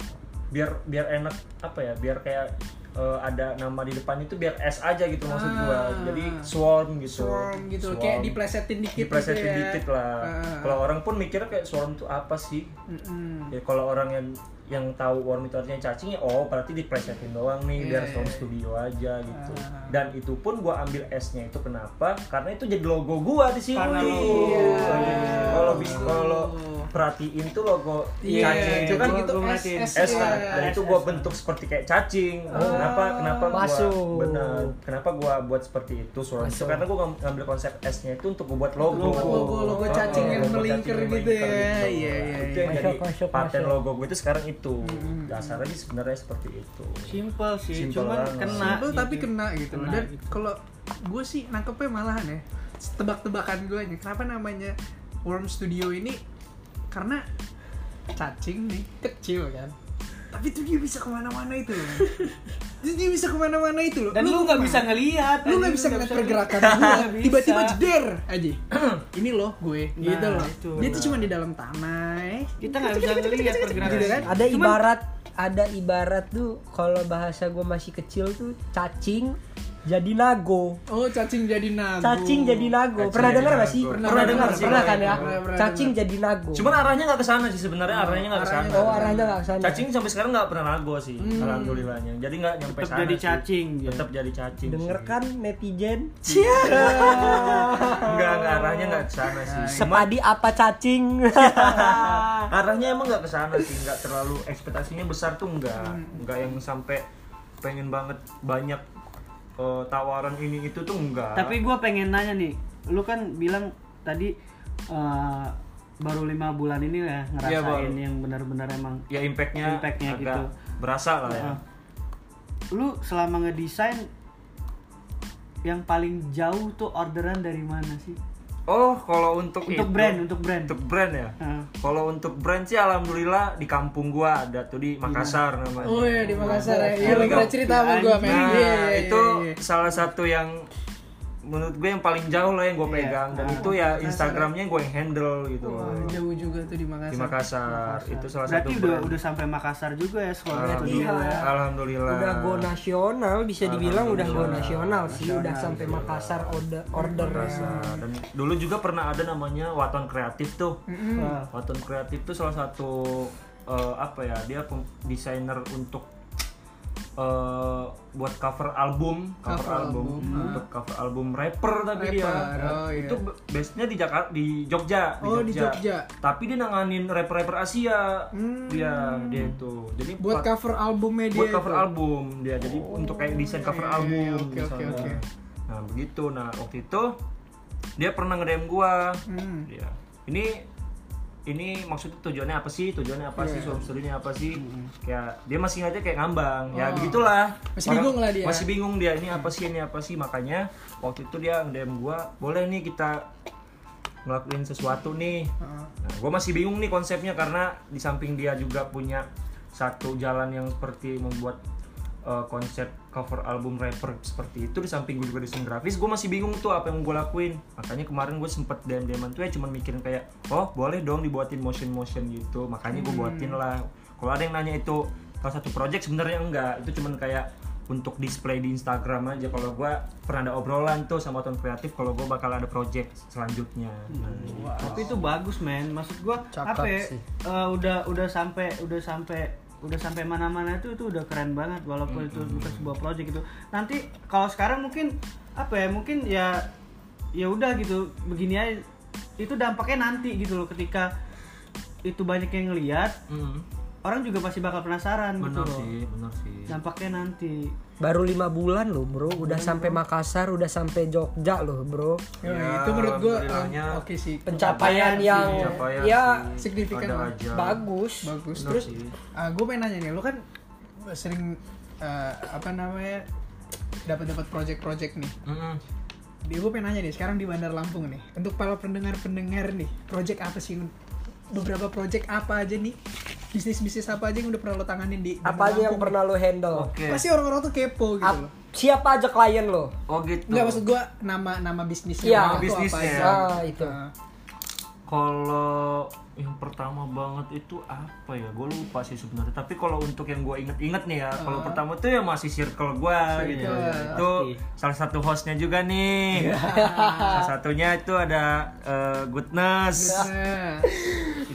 [SPEAKER 5] biar biar enak apa ya biar kayak eh, ada nama di depan itu biar S aja gitu maksud gue
[SPEAKER 1] Ah.
[SPEAKER 5] jadi swarm gitu
[SPEAKER 1] swarm gitu
[SPEAKER 5] Swarm.
[SPEAKER 1] kayak diplesetin dikit
[SPEAKER 5] Diplesetin
[SPEAKER 1] gitu ya.
[SPEAKER 5] dikit Iya, lah
[SPEAKER 1] Ah.
[SPEAKER 5] kalau orang pun mikirnya kayak swarm tuh apa sih
[SPEAKER 1] Mm-mm.
[SPEAKER 5] ya kalau orang yang yang tahu worm itu artinya cacing ya oh berarti diplesetin doang nih biar
[SPEAKER 1] Iya,
[SPEAKER 5] swarm
[SPEAKER 1] iya.
[SPEAKER 5] studio aja gitu
[SPEAKER 1] Ah.
[SPEAKER 5] dan itu pun gue ambil S-nya itu kenapa karena itu jadi logo gue di sini
[SPEAKER 4] Karena logo.
[SPEAKER 5] Iya. kalau bis
[SPEAKER 1] Betul.
[SPEAKER 5] kalau perhatiin itu logo
[SPEAKER 1] Iya,
[SPEAKER 5] cacing
[SPEAKER 1] itu kan
[SPEAKER 5] Gua-
[SPEAKER 1] gitu
[SPEAKER 5] gua
[SPEAKER 1] S,
[SPEAKER 5] ngeliatin.
[SPEAKER 1] S,
[SPEAKER 5] S
[SPEAKER 1] iya. Ah,
[SPEAKER 5] kan dan itu gua bentuk seperti kayak cacing oh, kenapa kenapa gua
[SPEAKER 3] Masuk.
[SPEAKER 5] benar kenapa gua buat seperti itu soalnya itu karena gua ngam- ngambil konsep S nya itu untuk gua buat logo Ah,
[SPEAKER 1] Logo, logo, logo cacing yang
[SPEAKER 5] logo
[SPEAKER 1] melingkar gitu ya.
[SPEAKER 5] yang melingkar gitu.
[SPEAKER 1] Iya, iya,
[SPEAKER 5] itu
[SPEAKER 1] iya.
[SPEAKER 5] yang
[SPEAKER 3] Masuk,
[SPEAKER 5] jadi
[SPEAKER 3] masuk,
[SPEAKER 5] paten
[SPEAKER 3] masuk.
[SPEAKER 5] logo gua itu sekarang itu
[SPEAKER 4] Hmm.
[SPEAKER 5] dasarnya sih sebenarnya seperti itu
[SPEAKER 4] simple sih
[SPEAKER 5] Simple
[SPEAKER 4] cuman
[SPEAKER 5] banget.
[SPEAKER 4] kena
[SPEAKER 1] Simple
[SPEAKER 4] gitu.
[SPEAKER 1] tapi kena gitu loh.
[SPEAKER 4] Kena
[SPEAKER 1] Dan kalau gue sih nangkepnya malahan ya tebak-tebakan gue nih kenapa namanya Worm Studio ini karena cacing nih kecil kan tapi tuh dia bisa kemana-mana itu
[SPEAKER 4] [laughs]
[SPEAKER 1] loh Jadi dia bisa kemana-mana itu loh
[SPEAKER 4] dan lu nggak bisa ngelihat
[SPEAKER 1] lu nggak bisa ngeliat pergerakan gua
[SPEAKER 4] [laughs] Nggak bisa.
[SPEAKER 1] tiba-tiba jeder
[SPEAKER 4] [clears throat]
[SPEAKER 1] aja ini loh gue
[SPEAKER 4] Nah,
[SPEAKER 1] gitu loh
[SPEAKER 4] itu.
[SPEAKER 1] dia tuh cuma di dalam tanah eh.
[SPEAKER 4] kita nggak bisa ngelihat pergerakan
[SPEAKER 1] Gitu kan?
[SPEAKER 3] Ada ibarat ada ibarat tuh kalau bahasa gue masih kecil tuh cacing jadi nago.
[SPEAKER 1] oh cacing jadi nago
[SPEAKER 3] Cacing jadi nago.
[SPEAKER 5] Cacing
[SPEAKER 3] Pernah
[SPEAKER 5] jadi
[SPEAKER 3] dengar nggak
[SPEAKER 5] nago.
[SPEAKER 3] sih?
[SPEAKER 5] Pernah
[SPEAKER 3] dengar,
[SPEAKER 5] dengar sih,
[SPEAKER 3] pernah kan
[SPEAKER 5] pernah,
[SPEAKER 3] ya?
[SPEAKER 1] pernah, pernah
[SPEAKER 3] Cacing jadi nago.
[SPEAKER 5] cuman arahnya nggak ke sana sih sebenarnya arahnya nggak ke sana
[SPEAKER 1] arahnya
[SPEAKER 3] oh arahnya nggak kesana.
[SPEAKER 5] cacing sampai sekarang nggak pernah lagu sih alhamdulillahnya jadi nggak nyampe
[SPEAKER 4] Tetap
[SPEAKER 5] sana
[SPEAKER 4] Hmm. jadi
[SPEAKER 5] sih.
[SPEAKER 4] cacing, ya.
[SPEAKER 5] tetap jadi cacing sih.
[SPEAKER 3] Denger kan netizen?
[SPEAKER 5] Enggak, enggak arahnya enggak ke sana
[SPEAKER 4] Nah,
[SPEAKER 5] sih. Cuma
[SPEAKER 3] Sepadi apa cacing?
[SPEAKER 5] arahnya emang enggak ke sana sih, enggak terlalu ekspektasinya besar tuh enggak.
[SPEAKER 4] Hmm.
[SPEAKER 5] Enggak yang sampai pengen banget banyak eh, tawaran ini itu tuh enggak.
[SPEAKER 4] tapi gua pengen nanya nih lu kan bilang tadi eh, baru lima bulan ini ya
[SPEAKER 5] Iya,
[SPEAKER 4] ngerasain
[SPEAKER 5] baru.
[SPEAKER 4] yang benar-benar emang gitu.
[SPEAKER 5] ya impactnya
[SPEAKER 4] Impact-nya
[SPEAKER 5] agak
[SPEAKER 4] gitu.
[SPEAKER 5] berasa lah ya.
[SPEAKER 4] Heeh. lu selama ngedesain yang paling jauh tuh orderan dari mana sih
[SPEAKER 5] Oh, kalau untuk
[SPEAKER 4] untuk
[SPEAKER 5] itu-
[SPEAKER 4] brand untuk brand Eh,
[SPEAKER 5] untuk brand ya.
[SPEAKER 4] Heeh.
[SPEAKER 5] Kalau untuk brand sih alhamdulillah di kampung gua ada tuh di Makassar namanya.
[SPEAKER 1] Oh iya di Makassar ya. Iya
[SPEAKER 5] Iya,
[SPEAKER 1] lu
[SPEAKER 5] enggak.
[SPEAKER 1] pernah cerita sama gua men.
[SPEAKER 5] Nah,
[SPEAKER 1] Iya, iya,
[SPEAKER 5] itu
[SPEAKER 1] iya, iya.
[SPEAKER 5] salah satu yang menurut gue yang paling jauh lah yang gue pegang dan itu ya Instagramnya gue yang handle gitu
[SPEAKER 1] Iya,
[SPEAKER 5] loh.
[SPEAKER 1] nah, Wah, jauh juga tuh di Makassar.
[SPEAKER 5] di Makassar itu salah
[SPEAKER 4] berarti
[SPEAKER 5] satu
[SPEAKER 4] udah
[SPEAKER 5] brand. Ah.
[SPEAKER 4] udah sampai Makassar juga ya sekolah
[SPEAKER 5] alhamdulillah, alhamdulillah.
[SPEAKER 3] udah go nasional bisa dibilang udah go
[SPEAKER 5] Alhamdulillah.
[SPEAKER 3] nasional sih udah sampai Makassar order order
[SPEAKER 5] Nah, dan dulu juga pernah ada namanya Waton Kreatif tuh. Waton eh, Kreatif tuh salah satu eh, apa ya? Dia pem- desainer untuk eh, buat cover album, cover,
[SPEAKER 1] Cover
[SPEAKER 5] album, hmm,
[SPEAKER 1] album, ah.
[SPEAKER 5] untuk cover album rapper tapi
[SPEAKER 1] Rapper,
[SPEAKER 5] dia.
[SPEAKER 1] oh iya.
[SPEAKER 5] Itu be- base-nya di Jakarta di Jogja,
[SPEAKER 1] Oh, di Jogja. Hmm.
[SPEAKER 5] Tapi dia nanganin rapper-rapper Asia. Dia dia itu. Jadi
[SPEAKER 1] buat
[SPEAKER 5] pa-
[SPEAKER 1] cover albumnya dia
[SPEAKER 5] buat cover
[SPEAKER 1] itu. Oh,
[SPEAKER 5] album dia jadi untuk kayak desain cover
[SPEAKER 1] iya,
[SPEAKER 5] album
[SPEAKER 1] iya, oke, oke,
[SPEAKER 5] misalnya.
[SPEAKER 1] oke.
[SPEAKER 5] nah begitu nah waktu itu dia pernah ngedem gua
[SPEAKER 1] Hmm.
[SPEAKER 5] Iya. ini ini maksudnya tujuannya apa sih tujuannya apa
[SPEAKER 1] Iya.
[SPEAKER 5] sih suami istrinya apa sih kayak dia masih aja kayak ngambang ya
[SPEAKER 1] Hmm. Oh.
[SPEAKER 5] begitulah
[SPEAKER 1] Masih bingung lah dia. Hmm.
[SPEAKER 5] masih bingung dia ini apa sih ini apa sih makanya waktu itu dia ngedem gua boleh nih kita ngelakuin sesuatu nih
[SPEAKER 1] Heeh.
[SPEAKER 5] Nah, gue masih bingung nih konsepnya karena di samping dia juga punya satu jalan yang seperti membuat uh, konsep cover album rapper seperti itu di samping gue juga desain grafis gue masih bingung tuh apa yang gue lakuin makanya kemarin gue sempet dem deman tuh ya cuman mikirin kayak oh boleh dong dibuatin motion motion gitu makanya gue buatin lah kalau ada yang nanya itu salah satu project sebenarnya enggak itu cuman kayak untuk display di Instagram aja kalau gue pernah ada obrolan tuh sama Tuan Kreatif kalau gue bakal ada project selanjutnya Nah,
[SPEAKER 4] Wah, tapi itu bagus men maksud gua apa ya, eh, udah udah sampai udah sampai udah sampai mana-mana itu itu udah keren banget walaupun itu bukan sebuah project gitu nanti kalau sekarang mungkin apa ya mungkin ya ya udah gitu begini aja itu dampaknya nanti gitu loh ketika itu banyak yang ngelihat
[SPEAKER 5] Mm.
[SPEAKER 4] orang juga pasti bakal penasaran gitu
[SPEAKER 5] benar
[SPEAKER 4] loh
[SPEAKER 5] sih benar sih
[SPEAKER 3] Iya,
[SPEAKER 4] dampaknya nanti
[SPEAKER 3] Baru lima bulan loh bro, udah sampai Makassar, udah sampai Jogja loh bro.
[SPEAKER 1] Ya,
[SPEAKER 5] Ya,
[SPEAKER 1] itu menurut gua
[SPEAKER 5] alhamdulillahnya.
[SPEAKER 1] um, oke sih
[SPEAKER 3] Pencapaian
[SPEAKER 1] sih.
[SPEAKER 3] yang
[SPEAKER 5] Pencapaian
[SPEAKER 3] ya
[SPEAKER 5] sih.
[SPEAKER 1] signifikan
[SPEAKER 5] Iya, Ada
[SPEAKER 1] lah.
[SPEAKER 5] aja.
[SPEAKER 3] bagus.
[SPEAKER 1] bagus
[SPEAKER 5] Benar
[SPEAKER 1] terus
[SPEAKER 5] sih.
[SPEAKER 1] gue pengen nanya nih lu kan sering eh, apa namanya dapat dapat project-project nih
[SPEAKER 5] Mm-mm.
[SPEAKER 1] di gue pengen nanya nih sekarang di Bandar Lampung nih untuk para pendengar pendengar nih project apa sih beberapa project apa aja nih bisnis bisnis apa aja yang udah pernah lo tanganin di Bandar
[SPEAKER 3] Apa aja yang
[SPEAKER 1] Lampung?
[SPEAKER 3] pernah lo handle?
[SPEAKER 5] oke
[SPEAKER 1] pasti orang-orang tuh kepo gitu
[SPEAKER 3] Ap-
[SPEAKER 1] loh
[SPEAKER 3] siapa aja klien lo?
[SPEAKER 5] oh gitu
[SPEAKER 1] Enggak maksud gue nama nama bisnisnya
[SPEAKER 3] Iya,
[SPEAKER 1] orang tuh
[SPEAKER 5] bisnisnya.
[SPEAKER 1] apa aja.
[SPEAKER 3] Ah, itu.
[SPEAKER 1] Nah,
[SPEAKER 5] kalau yang pertama banget itu apa ya gue lupa sih sebenarnya tapi kalau untuk yang gue inget-inget nih ya kalau pertama tuh ya masih circle gue gitu itu salah satu hostnya juga nih
[SPEAKER 3] Iya.
[SPEAKER 5] [laughs] salah satunya itu ada eh,
[SPEAKER 3] Iya.
[SPEAKER 5] goodness
[SPEAKER 1] nah,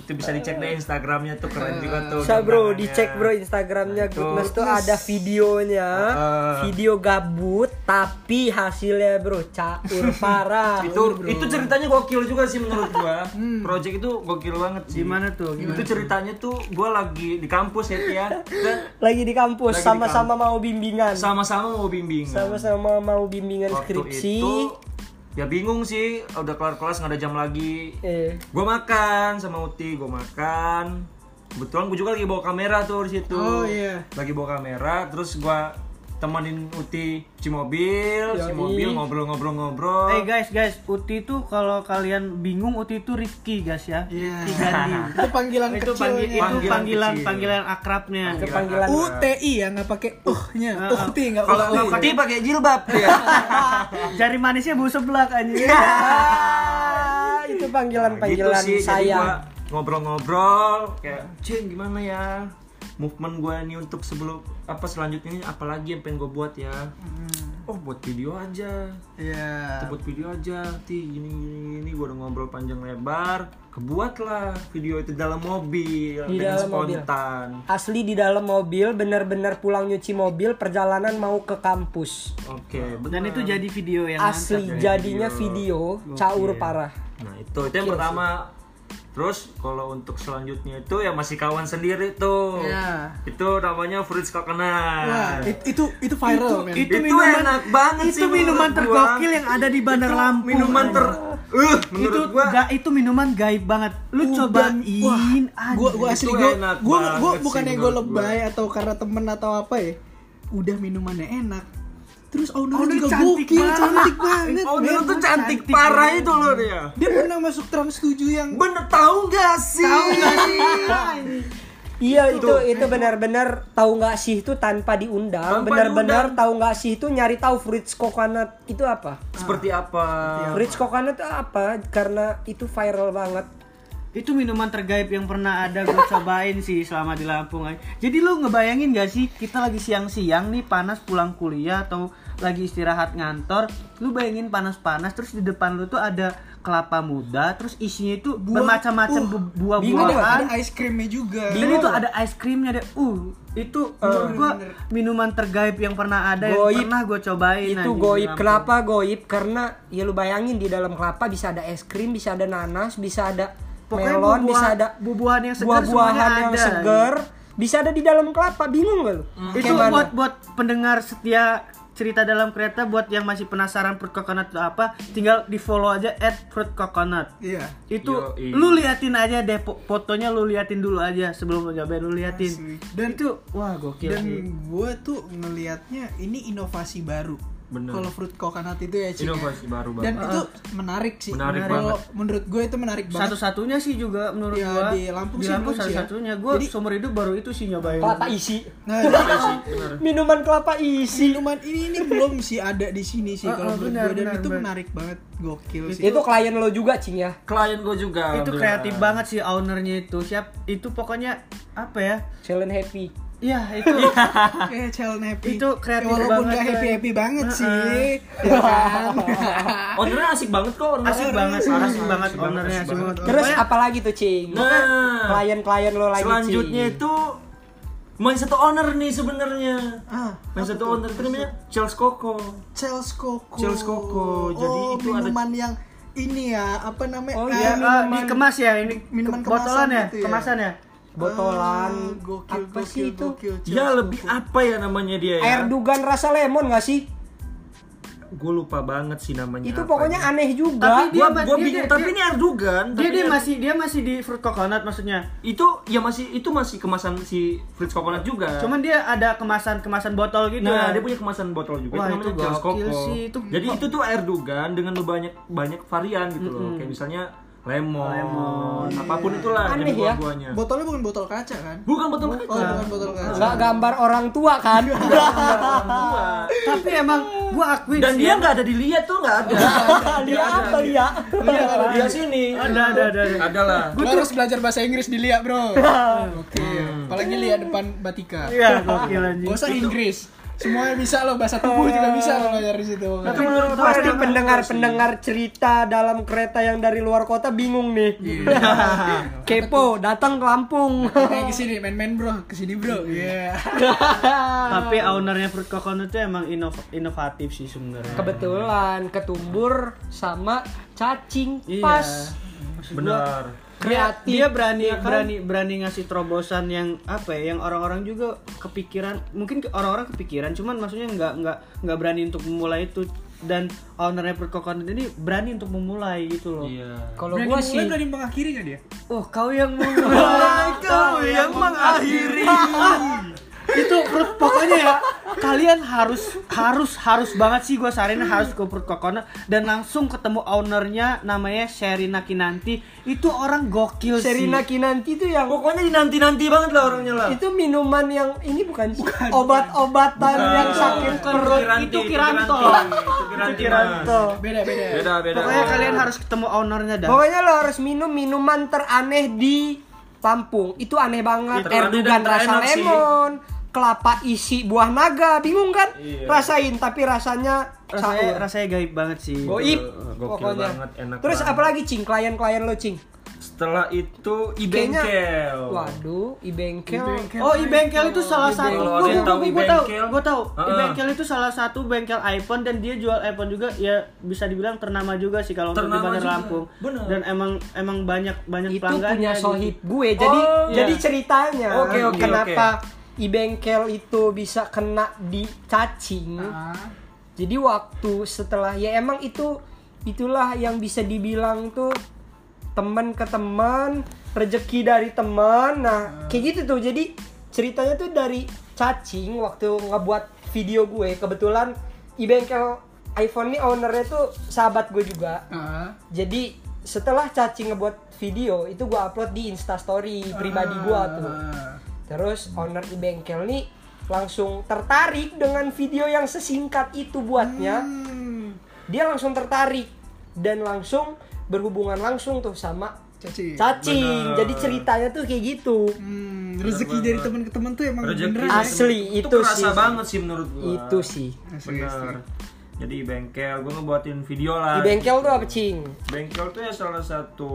[SPEAKER 5] itu bisa dicek deh instagramnya tuh keren juga tuh
[SPEAKER 3] Bisa bro,
[SPEAKER 5] gambarannya.
[SPEAKER 3] dicek bro Instagramnya
[SPEAKER 5] Nah, itu.
[SPEAKER 3] Goodness tuh ada videonya
[SPEAKER 5] Heeh.
[SPEAKER 3] Video gabut Tapi hasilnya bro Caur parah
[SPEAKER 5] [laughs] itu itu ceritanya gokil juga sih menurut gua project itu gokil banget sih
[SPEAKER 4] gimana tuh
[SPEAKER 5] itu ceritanya tuh gua lagi di kampus ya Tia. Dan
[SPEAKER 3] Lagi di kampus
[SPEAKER 5] Lagi di
[SPEAKER 3] Sama-sama mau bimbingan
[SPEAKER 5] sama-sama mau bimbingan
[SPEAKER 3] Sama-sama mau bimbingan
[SPEAKER 5] Waktu
[SPEAKER 3] skripsi
[SPEAKER 5] itu ya bingung sih udah kelar kelas nggak ada jam lagi
[SPEAKER 3] eh,
[SPEAKER 5] gua makan sama Uti gua makan kebetulan gua juga lagi bawa kamera tuh di situ
[SPEAKER 1] Oh, iya.
[SPEAKER 5] lagi bawa kamera terus gua temenin Uti cuci mobil cuci
[SPEAKER 3] Yoi.
[SPEAKER 5] mobil ngobrol-ngobrol-ngobrol
[SPEAKER 4] Eh guys guys, Uti tuh kalau kalian bingung Uti itu Rifki guys ya.
[SPEAKER 1] Iya.
[SPEAKER 4] Rifki
[SPEAKER 5] [laughs]
[SPEAKER 4] Gandhi.
[SPEAKER 1] itu panggilan
[SPEAKER 4] itu panggilan
[SPEAKER 1] kecilnya
[SPEAKER 4] itu
[SPEAKER 5] Panggilan
[SPEAKER 4] panggilan
[SPEAKER 5] kecil.
[SPEAKER 4] panggilan akrabnya.
[SPEAKER 3] Itu panggilan
[SPEAKER 1] UTI ya nggak pakai uh-nya UTI nggak
[SPEAKER 5] Ah, kalau
[SPEAKER 1] UTI.
[SPEAKER 5] nggak pakai pakai jilbab ya
[SPEAKER 4] Jari manisnya bau seblak anjing.
[SPEAKER 5] Iya.
[SPEAKER 3] Ah, Itu panggilan-panggilan
[SPEAKER 5] gitu sih, jadi
[SPEAKER 3] sayang
[SPEAKER 5] gua ngobrol-ngobrol kayak cing gimana ya movement gue ini untuk sebelum apa selanjutnya ini apalagi yang pengen gue buat ya oh buat video aja
[SPEAKER 1] Iya.
[SPEAKER 5] Tuh, buat video aja ti gini gini gini gue udah ngobrol panjang lebar kebuatlah video itu dalam mobil
[SPEAKER 3] Di
[SPEAKER 5] dengan
[SPEAKER 3] dalam mobil.
[SPEAKER 5] spontan
[SPEAKER 3] Asli di dalam mobil Bener-bener pulang nyuci mobil Perjalanan mau ke kampus
[SPEAKER 5] oke benar
[SPEAKER 4] Dan itu jadi video yang
[SPEAKER 3] Asli jadinya video Caur parah
[SPEAKER 5] nah itu itu yang pertama terus kalau untuk selanjutnya itu ya masih kawan sendiri tuh
[SPEAKER 1] Iya.
[SPEAKER 5] itu namanya fruits coconut
[SPEAKER 1] Wah, it- itu itu viral men.
[SPEAKER 5] itu enak banget
[SPEAKER 4] itu
[SPEAKER 5] sih
[SPEAKER 4] minuman
[SPEAKER 5] menurut gua.
[SPEAKER 4] tergokil yang ada di Bandar
[SPEAKER 5] Itu
[SPEAKER 4] Lampung.
[SPEAKER 5] minuman ter uh,
[SPEAKER 4] itu
[SPEAKER 5] menurut gua
[SPEAKER 4] ga- itu minuman gaib banget. Lu cobain ah. anjing.
[SPEAKER 1] Gua gua asli gua
[SPEAKER 5] enak
[SPEAKER 1] gua gua
[SPEAKER 5] banget
[SPEAKER 1] bukannya
[SPEAKER 5] sih
[SPEAKER 1] gua
[SPEAKER 5] menurut
[SPEAKER 1] lebay atau karena temen atau apa ya. Udah minumannya enak. Terus owner
[SPEAKER 4] Owner
[SPEAKER 1] juga
[SPEAKER 4] cantik
[SPEAKER 1] gokil,
[SPEAKER 4] banget.
[SPEAKER 1] cantik banget.
[SPEAKER 5] oh dia
[SPEAKER 1] men.
[SPEAKER 5] tuh cantik parah itu loh dia
[SPEAKER 1] Dia pernah masuk trans 7 yang
[SPEAKER 5] bener tahu gak sih
[SPEAKER 3] Iya itu itu benar-benar tahu nggak sih itu tanpa diundang,
[SPEAKER 5] Tanpa
[SPEAKER 3] benar-benar
[SPEAKER 5] diundang.
[SPEAKER 3] tahu nggak sih itu nyari tahu fruits coconut itu apa?
[SPEAKER 5] seperti
[SPEAKER 4] Ah.
[SPEAKER 5] apa
[SPEAKER 3] Fruits coconut itu apa? Karena itu viral banget.
[SPEAKER 4] Itu minuman tergaib yang pernah ada gue cobain sih selama di Lampung. ay. Jadi lu ngebayangin gak sih kita lagi siang-siang nih panas pulang kuliah atau lagi istirahat ngantor, lu bayangin panas-panas terus di depan lu tuh ada kelapa muda terus isinya itu bermacam-macam
[SPEAKER 1] Uh,
[SPEAKER 4] bu-
[SPEAKER 1] Bingung ada,
[SPEAKER 4] buah-buahan
[SPEAKER 1] ada ice creamnya juga.
[SPEAKER 4] dan itu ada es krimnya deh uh itu menurut gua minuman tergaib yang pernah ada
[SPEAKER 3] Goib.
[SPEAKER 4] yang Eh, pernah gua cobain
[SPEAKER 3] itu
[SPEAKER 4] anjing,
[SPEAKER 3] goib
[SPEAKER 4] di Lampung.
[SPEAKER 3] kenapa goib karena ya lu bayangin di dalam kelapa bisa ada es krim bisa ada nanas bisa ada
[SPEAKER 4] Pokoknya
[SPEAKER 3] melon
[SPEAKER 4] buah-
[SPEAKER 3] bisa ada
[SPEAKER 4] buah-buahan yang segar
[SPEAKER 3] buah-buahan
[SPEAKER 4] semuanya
[SPEAKER 3] yang
[SPEAKER 4] ada. Mm.
[SPEAKER 3] segar bisa ada di dalam kelapa bingung gak lu
[SPEAKER 4] itu
[SPEAKER 3] Kayak mana?
[SPEAKER 4] buat buat pendengar setia cerita dalam kereta buat yang masih penasaran fruit coconut itu apa tinggal di follow aja at fruit coconut
[SPEAKER 1] Iya.
[SPEAKER 4] itu
[SPEAKER 5] Yoi.
[SPEAKER 4] lu liatin aja deh po- fotonya lu liatin dulu aja sebelum lu nyobain lu
[SPEAKER 1] Asli.
[SPEAKER 4] liatin
[SPEAKER 1] Iya. Dan-
[SPEAKER 4] dan itu iya, wah gokil
[SPEAKER 1] Dan
[SPEAKER 4] sih.
[SPEAKER 1] gue tuh ngelihatnya ini inovasi baru.
[SPEAKER 5] Bener.
[SPEAKER 1] Kalau fruit coconut itu ya Cik.
[SPEAKER 5] Inovasi baru banget.
[SPEAKER 1] Dan itu menarik sih.
[SPEAKER 5] Menarik
[SPEAKER 1] Kalau
[SPEAKER 5] banget.
[SPEAKER 1] menurut gue itu menarik banget.
[SPEAKER 4] satu-satunya sih juga menurut
[SPEAKER 1] Ya,
[SPEAKER 4] gua
[SPEAKER 1] di Lampung sih belum sih ya.
[SPEAKER 4] satu-satunya gua
[SPEAKER 1] Jadi-
[SPEAKER 4] seumur hidup baru itu sih nyobain
[SPEAKER 3] kelapa isi
[SPEAKER 1] Nah, jadi
[SPEAKER 3] [laughs] minuman kelapa isi
[SPEAKER 1] minuman ini ini belum sih ada di sini sih
[SPEAKER 4] Oh, oh,
[SPEAKER 1] kalau menurut
[SPEAKER 4] benar,
[SPEAKER 1] gue dan
[SPEAKER 4] benar,
[SPEAKER 1] itu
[SPEAKER 4] benar.
[SPEAKER 1] menarik banget, gokil sih.
[SPEAKER 3] itu klien lo juga cing ya
[SPEAKER 5] klien gue juga
[SPEAKER 4] itu
[SPEAKER 5] alhamdulillah.
[SPEAKER 4] kreatif banget sih ownernya itu siap itu pokoknya apa ya
[SPEAKER 3] challenge happy
[SPEAKER 4] ya itu
[SPEAKER 1] [laughs] Kayak challenge happy.
[SPEAKER 4] Itu kreatif
[SPEAKER 1] Walaupun
[SPEAKER 4] banget,
[SPEAKER 1] gak
[SPEAKER 4] coy.
[SPEAKER 1] happy happy banget
[SPEAKER 4] Heeh.
[SPEAKER 1] sih, ya kan? [laughs]
[SPEAKER 5] ownernya asik banget kok ownernya.
[SPEAKER 4] asik banget asik banget
[SPEAKER 5] asik
[SPEAKER 4] ownernya
[SPEAKER 5] asik
[SPEAKER 4] asik banget Eh,
[SPEAKER 3] terus
[SPEAKER 4] Pokoknya-
[SPEAKER 3] apalagi tuh cing
[SPEAKER 5] Nah.
[SPEAKER 3] klien-klien lo lagi
[SPEAKER 5] selanjutnya
[SPEAKER 3] Cing.
[SPEAKER 5] itu main satu owner nih sebenarnya
[SPEAKER 1] ah,
[SPEAKER 5] main satu owner itu namanya Charles Coco
[SPEAKER 1] Charles Coco.
[SPEAKER 5] Charles Coco. Jadi
[SPEAKER 1] oh,
[SPEAKER 5] itu ada-
[SPEAKER 1] minuman yang ini ya, apa namanya?
[SPEAKER 3] Oh,
[SPEAKER 1] Ah,
[SPEAKER 3] iya.
[SPEAKER 4] Eh,
[SPEAKER 1] minuman-
[SPEAKER 4] dikemas ya ini
[SPEAKER 1] minuman
[SPEAKER 4] ke- botolan
[SPEAKER 1] kemasan
[SPEAKER 4] ya
[SPEAKER 1] gitu ya?
[SPEAKER 4] kemasan ya
[SPEAKER 3] botolan
[SPEAKER 1] Ah, gokil,
[SPEAKER 3] apa
[SPEAKER 1] gokil,
[SPEAKER 3] sih itu
[SPEAKER 1] gokil, Charles
[SPEAKER 5] ya lebih
[SPEAKER 1] Coco.
[SPEAKER 5] apa ya namanya dia ya
[SPEAKER 3] air dugan rasa lemon gak sih
[SPEAKER 5] gue lupa banget sih namanya
[SPEAKER 3] itu pokoknya aneh juga
[SPEAKER 4] Tapi dia-
[SPEAKER 5] gue gue
[SPEAKER 4] dia-
[SPEAKER 5] bingung
[SPEAKER 4] dia- dia-
[SPEAKER 5] tapi ini air dugan
[SPEAKER 4] dia
[SPEAKER 5] tapi
[SPEAKER 4] dia
[SPEAKER 5] air-
[SPEAKER 4] masih dia masih di fruit coconut maksudnya
[SPEAKER 5] itu ya masih itu masih kemasan si Fritz Coconut juga
[SPEAKER 4] cuman dia ada kemasan kemasan botol gitu
[SPEAKER 5] Nah,
[SPEAKER 4] ya.
[SPEAKER 5] dia punya kemasan botol juga
[SPEAKER 4] Wah,
[SPEAKER 5] itu
[SPEAKER 4] itu
[SPEAKER 5] namanya Joss
[SPEAKER 4] gokil
[SPEAKER 5] Coco.
[SPEAKER 4] sih, itu-
[SPEAKER 5] Jadi itu tuh air dugan dengan lu banyak banyak varian gitu loh. Kayak misalnya lemon, apapun itulah
[SPEAKER 3] Aneh
[SPEAKER 5] jenis
[SPEAKER 3] ya.
[SPEAKER 5] buah-buahnya.
[SPEAKER 1] Botolnya bukan botol kaca kan?
[SPEAKER 5] Bukan botol kaca.
[SPEAKER 1] Oh, bukan botol kaca.
[SPEAKER 3] nggak gambar orang tua kan
[SPEAKER 4] tapi emang gua akuin
[SPEAKER 5] Dan
[SPEAKER 4] sih,
[SPEAKER 5] dia nggak ada dilihat tuh nggak ada.
[SPEAKER 3] dia apa dia
[SPEAKER 5] Dia sini.
[SPEAKER 4] ada ada ada, ada.
[SPEAKER 5] Ada lah.
[SPEAKER 1] Gue harus belajar bahasa Inggris di Lia, Bro. [laughs] Oke. Apalagi Lia depan Batika.
[SPEAKER 4] iya gokil anjing
[SPEAKER 1] Gak usah Inggris. Semuanya bisa loh bahasa tubuh juga bisa lo belajar di situ.
[SPEAKER 3] Tapi menurut gua pasti pendengar-pendengar cerita dalam kereta yang dari luar kota bingung nih. [laughs] Kepo, datang ke Lampung.
[SPEAKER 1] Kayak kesini main-main bro, kesini bro. Iya.
[SPEAKER 4] tapi ownernya fruit coconut itu emang inov- inovatif sih sebenarnya
[SPEAKER 3] Kebetulan ketumbur sama cacing
[SPEAKER 4] Iya.
[SPEAKER 3] pas
[SPEAKER 5] Benar.
[SPEAKER 3] kreatif.
[SPEAKER 4] dia berani berani berani ngasih terobosan yang apa ya yang orang-orang juga kepikiran mungkin ke- orang-orang kepikiran cuman maksudnya nggak nggak nggak berani untuk memulai itu dan ownernya Fruit Coconut ini berani untuk memulai gitu loh
[SPEAKER 5] Iya.
[SPEAKER 3] Kalau
[SPEAKER 1] Berani
[SPEAKER 3] gua
[SPEAKER 1] mulai
[SPEAKER 3] sih,
[SPEAKER 1] berani mengakhiri gak dia?
[SPEAKER 4] oh kau
[SPEAKER 3] [laughs]
[SPEAKER 4] yang memulai kau yang mengakhiri ya, [laughs] itu fruit pokoknya ya kalian harus harus harus banget sih gue saranin harus ke Fruit Coconut dan langsung ketemu ownernya namanya Sherina Kinanti itu orang gokil sih
[SPEAKER 3] Serina Kinanti itu yang
[SPEAKER 5] Pokoknya dinanti-nanti banget lah orangnya lah.
[SPEAKER 3] itu minuman yang ini bukan, sih? obat-obatan yang sakit perut.
[SPEAKER 4] itu Kiranto.
[SPEAKER 5] Itu Kiranto.
[SPEAKER 4] Kiranto.
[SPEAKER 1] Beda beda.
[SPEAKER 5] Beda beda.
[SPEAKER 4] Pokoknya kalian harus ketemu ownernya dan
[SPEAKER 3] Pokoknya lo harus minum minuman teraneh di Lampung. Itu aneh banget.
[SPEAKER 5] Itu
[SPEAKER 3] Air
[SPEAKER 5] aneh
[SPEAKER 3] dugan
[SPEAKER 5] dan
[SPEAKER 3] rasa
[SPEAKER 5] terenak sih.
[SPEAKER 3] lemon, kelapa isi buah naga. Bingung kan?
[SPEAKER 5] Iya.
[SPEAKER 3] Rasain tapi rasanya
[SPEAKER 4] rasanya
[SPEAKER 3] sahur.
[SPEAKER 4] rasanya gaib banget sih.
[SPEAKER 3] Goib.
[SPEAKER 5] Gokil
[SPEAKER 3] Pokoknya.
[SPEAKER 5] banget, enak
[SPEAKER 3] Terus
[SPEAKER 5] banget.
[SPEAKER 3] apalagi cing klien-klien lo cing?
[SPEAKER 5] Setelah itu
[SPEAKER 3] Kayaknya-
[SPEAKER 5] Ibengkel.
[SPEAKER 3] Oh. Waduh, ibengkel.
[SPEAKER 4] Oh, i bengkel itu salah satu.
[SPEAKER 5] Kalau
[SPEAKER 4] Gue
[SPEAKER 5] ada yang
[SPEAKER 4] tahu,
[SPEAKER 5] tahu
[SPEAKER 4] gue tahu,
[SPEAKER 5] i-bengkel.
[SPEAKER 4] gue tahu. I
[SPEAKER 5] Heeh.
[SPEAKER 4] bengkel itu salah satu bengkel iPhone dan dia jual iPhone juga. Ya bisa dibilang ternama juga sih kalau untuk di
[SPEAKER 5] Ternama
[SPEAKER 4] Bandar
[SPEAKER 5] juga.
[SPEAKER 4] Lampung.
[SPEAKER 5] Bener.
[SPEAKER 4] Dan emang emang banyak banyak
[SPEAKER 3] itu punya
[SPEAKER 4] pelanggannya. gitu.
[SPEAKER 3] sohib gue. Jadi
[SPEAKER 5] Oh.
[SPEAKER 3] jadi
[SPEAKER 4] Iya.
[SPEAKER 3] ceritanya
[SPEAKER 5] Oke, oke,
[SPEAKER 3] kenapa ibengkel itu bisa kena di cacing. Jadi waktu setelah ya emang itu itulah yang bisa dibilang tuh teman ke teman, rezeki dari teman. Nah, kayak gitu tuh. Jadi ceritanya tuh dari cacing waktu ngebuat video gue kebetulan ibengkel iPhone ini ownernya tuh sahabat gue juga.
[SPEAKER 1] Ah.
[SPEAKER 3] Jadi setelah cacing ngebuat video itu gua upload di instastory pribadi gua tuh. Terus owner di bengkel nih langsung tertarik dengan video yang sesingkat itu buatnya.
[SPEAKER 1] Hmm.
[SPEAKER 3] Dia langsung tertarik dan langsung berhubungan langsung tuh sama
[SPEAKER 1] Caci.
[SPEAKER 3] cacing. Jadi ceritanya tuh kayak gitu.
[SPEAKER 1] Hmm, rezeki dari teman ke teman tuh emang
[SPEAKER 5] Rezeki
[SPEAKER 1] beneran. ya.
[SPEAKER 3] Asli, itu
[SPEAKER 5] kerasa
[SPEAKER 3] sih.
[SPEAKER 5] banget sih menurut gua.
[SPEAKER 3] Itu sih.
[SPEAKER 1] Asli, asli.
[SPEAKER 5] Benar. jadi di bengkel gue ngebuatin video lah
[SPEAKER 3] Di bengkel tuh apa cing?
[SPEAKER 5] bengkel tuh ya salah satu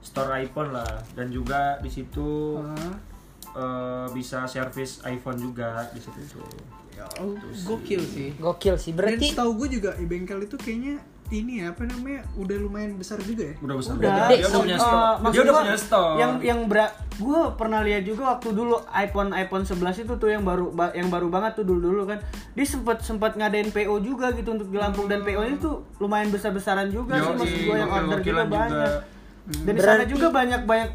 [SPEAKER 5] store iPhone lah dan juga di situ eh, bisa servis iPhone juga di situ tuh
[SPEAKER 1] Oh, gokil sih.
[SPEAKER 3] Gokil sih.
[SPEAKER 1] Dan
[SPEAKER 3] Berarti
[SPEAKER 1] setahu gue juga di bengkel itu kayaknya ini ya, apa namanya udah lumayan besar juga ya.
[SPEAKER 5] udah besar
[SPEAKER 3] Udah,
[SPEAKER 5] dia udah
[SPEAKER 3] so-
[SPEAKER 5] punya
[SPEAKER 4] Eh,
[SPEAKER 5] store
[SPEAKER 4] maksud
[SPEAKER 5] dia udah
[SPEAKER 4] gua,
[SPEAKER 5] punya store
[SPEAKER 4] Yang yang berat gue pernah lihat juga waktu dulu iPhone iPhone 11 itu tuh yang baru ba- yang baru banget tuh dulu dulu kan. Dia sempet sempat ngadain PO juga gitu untuk di Lampung dan PO-nya tuh lumayan besar-besaran juga sih
[SPEAKER 5] Yoi,
[SPEAKER 4] maksud gue yang order juga
[SPEAKER 5] gokil-gokilan juga. Hmm.
[SPEAKER 4] banyak. Dan di sana juga banyak banyak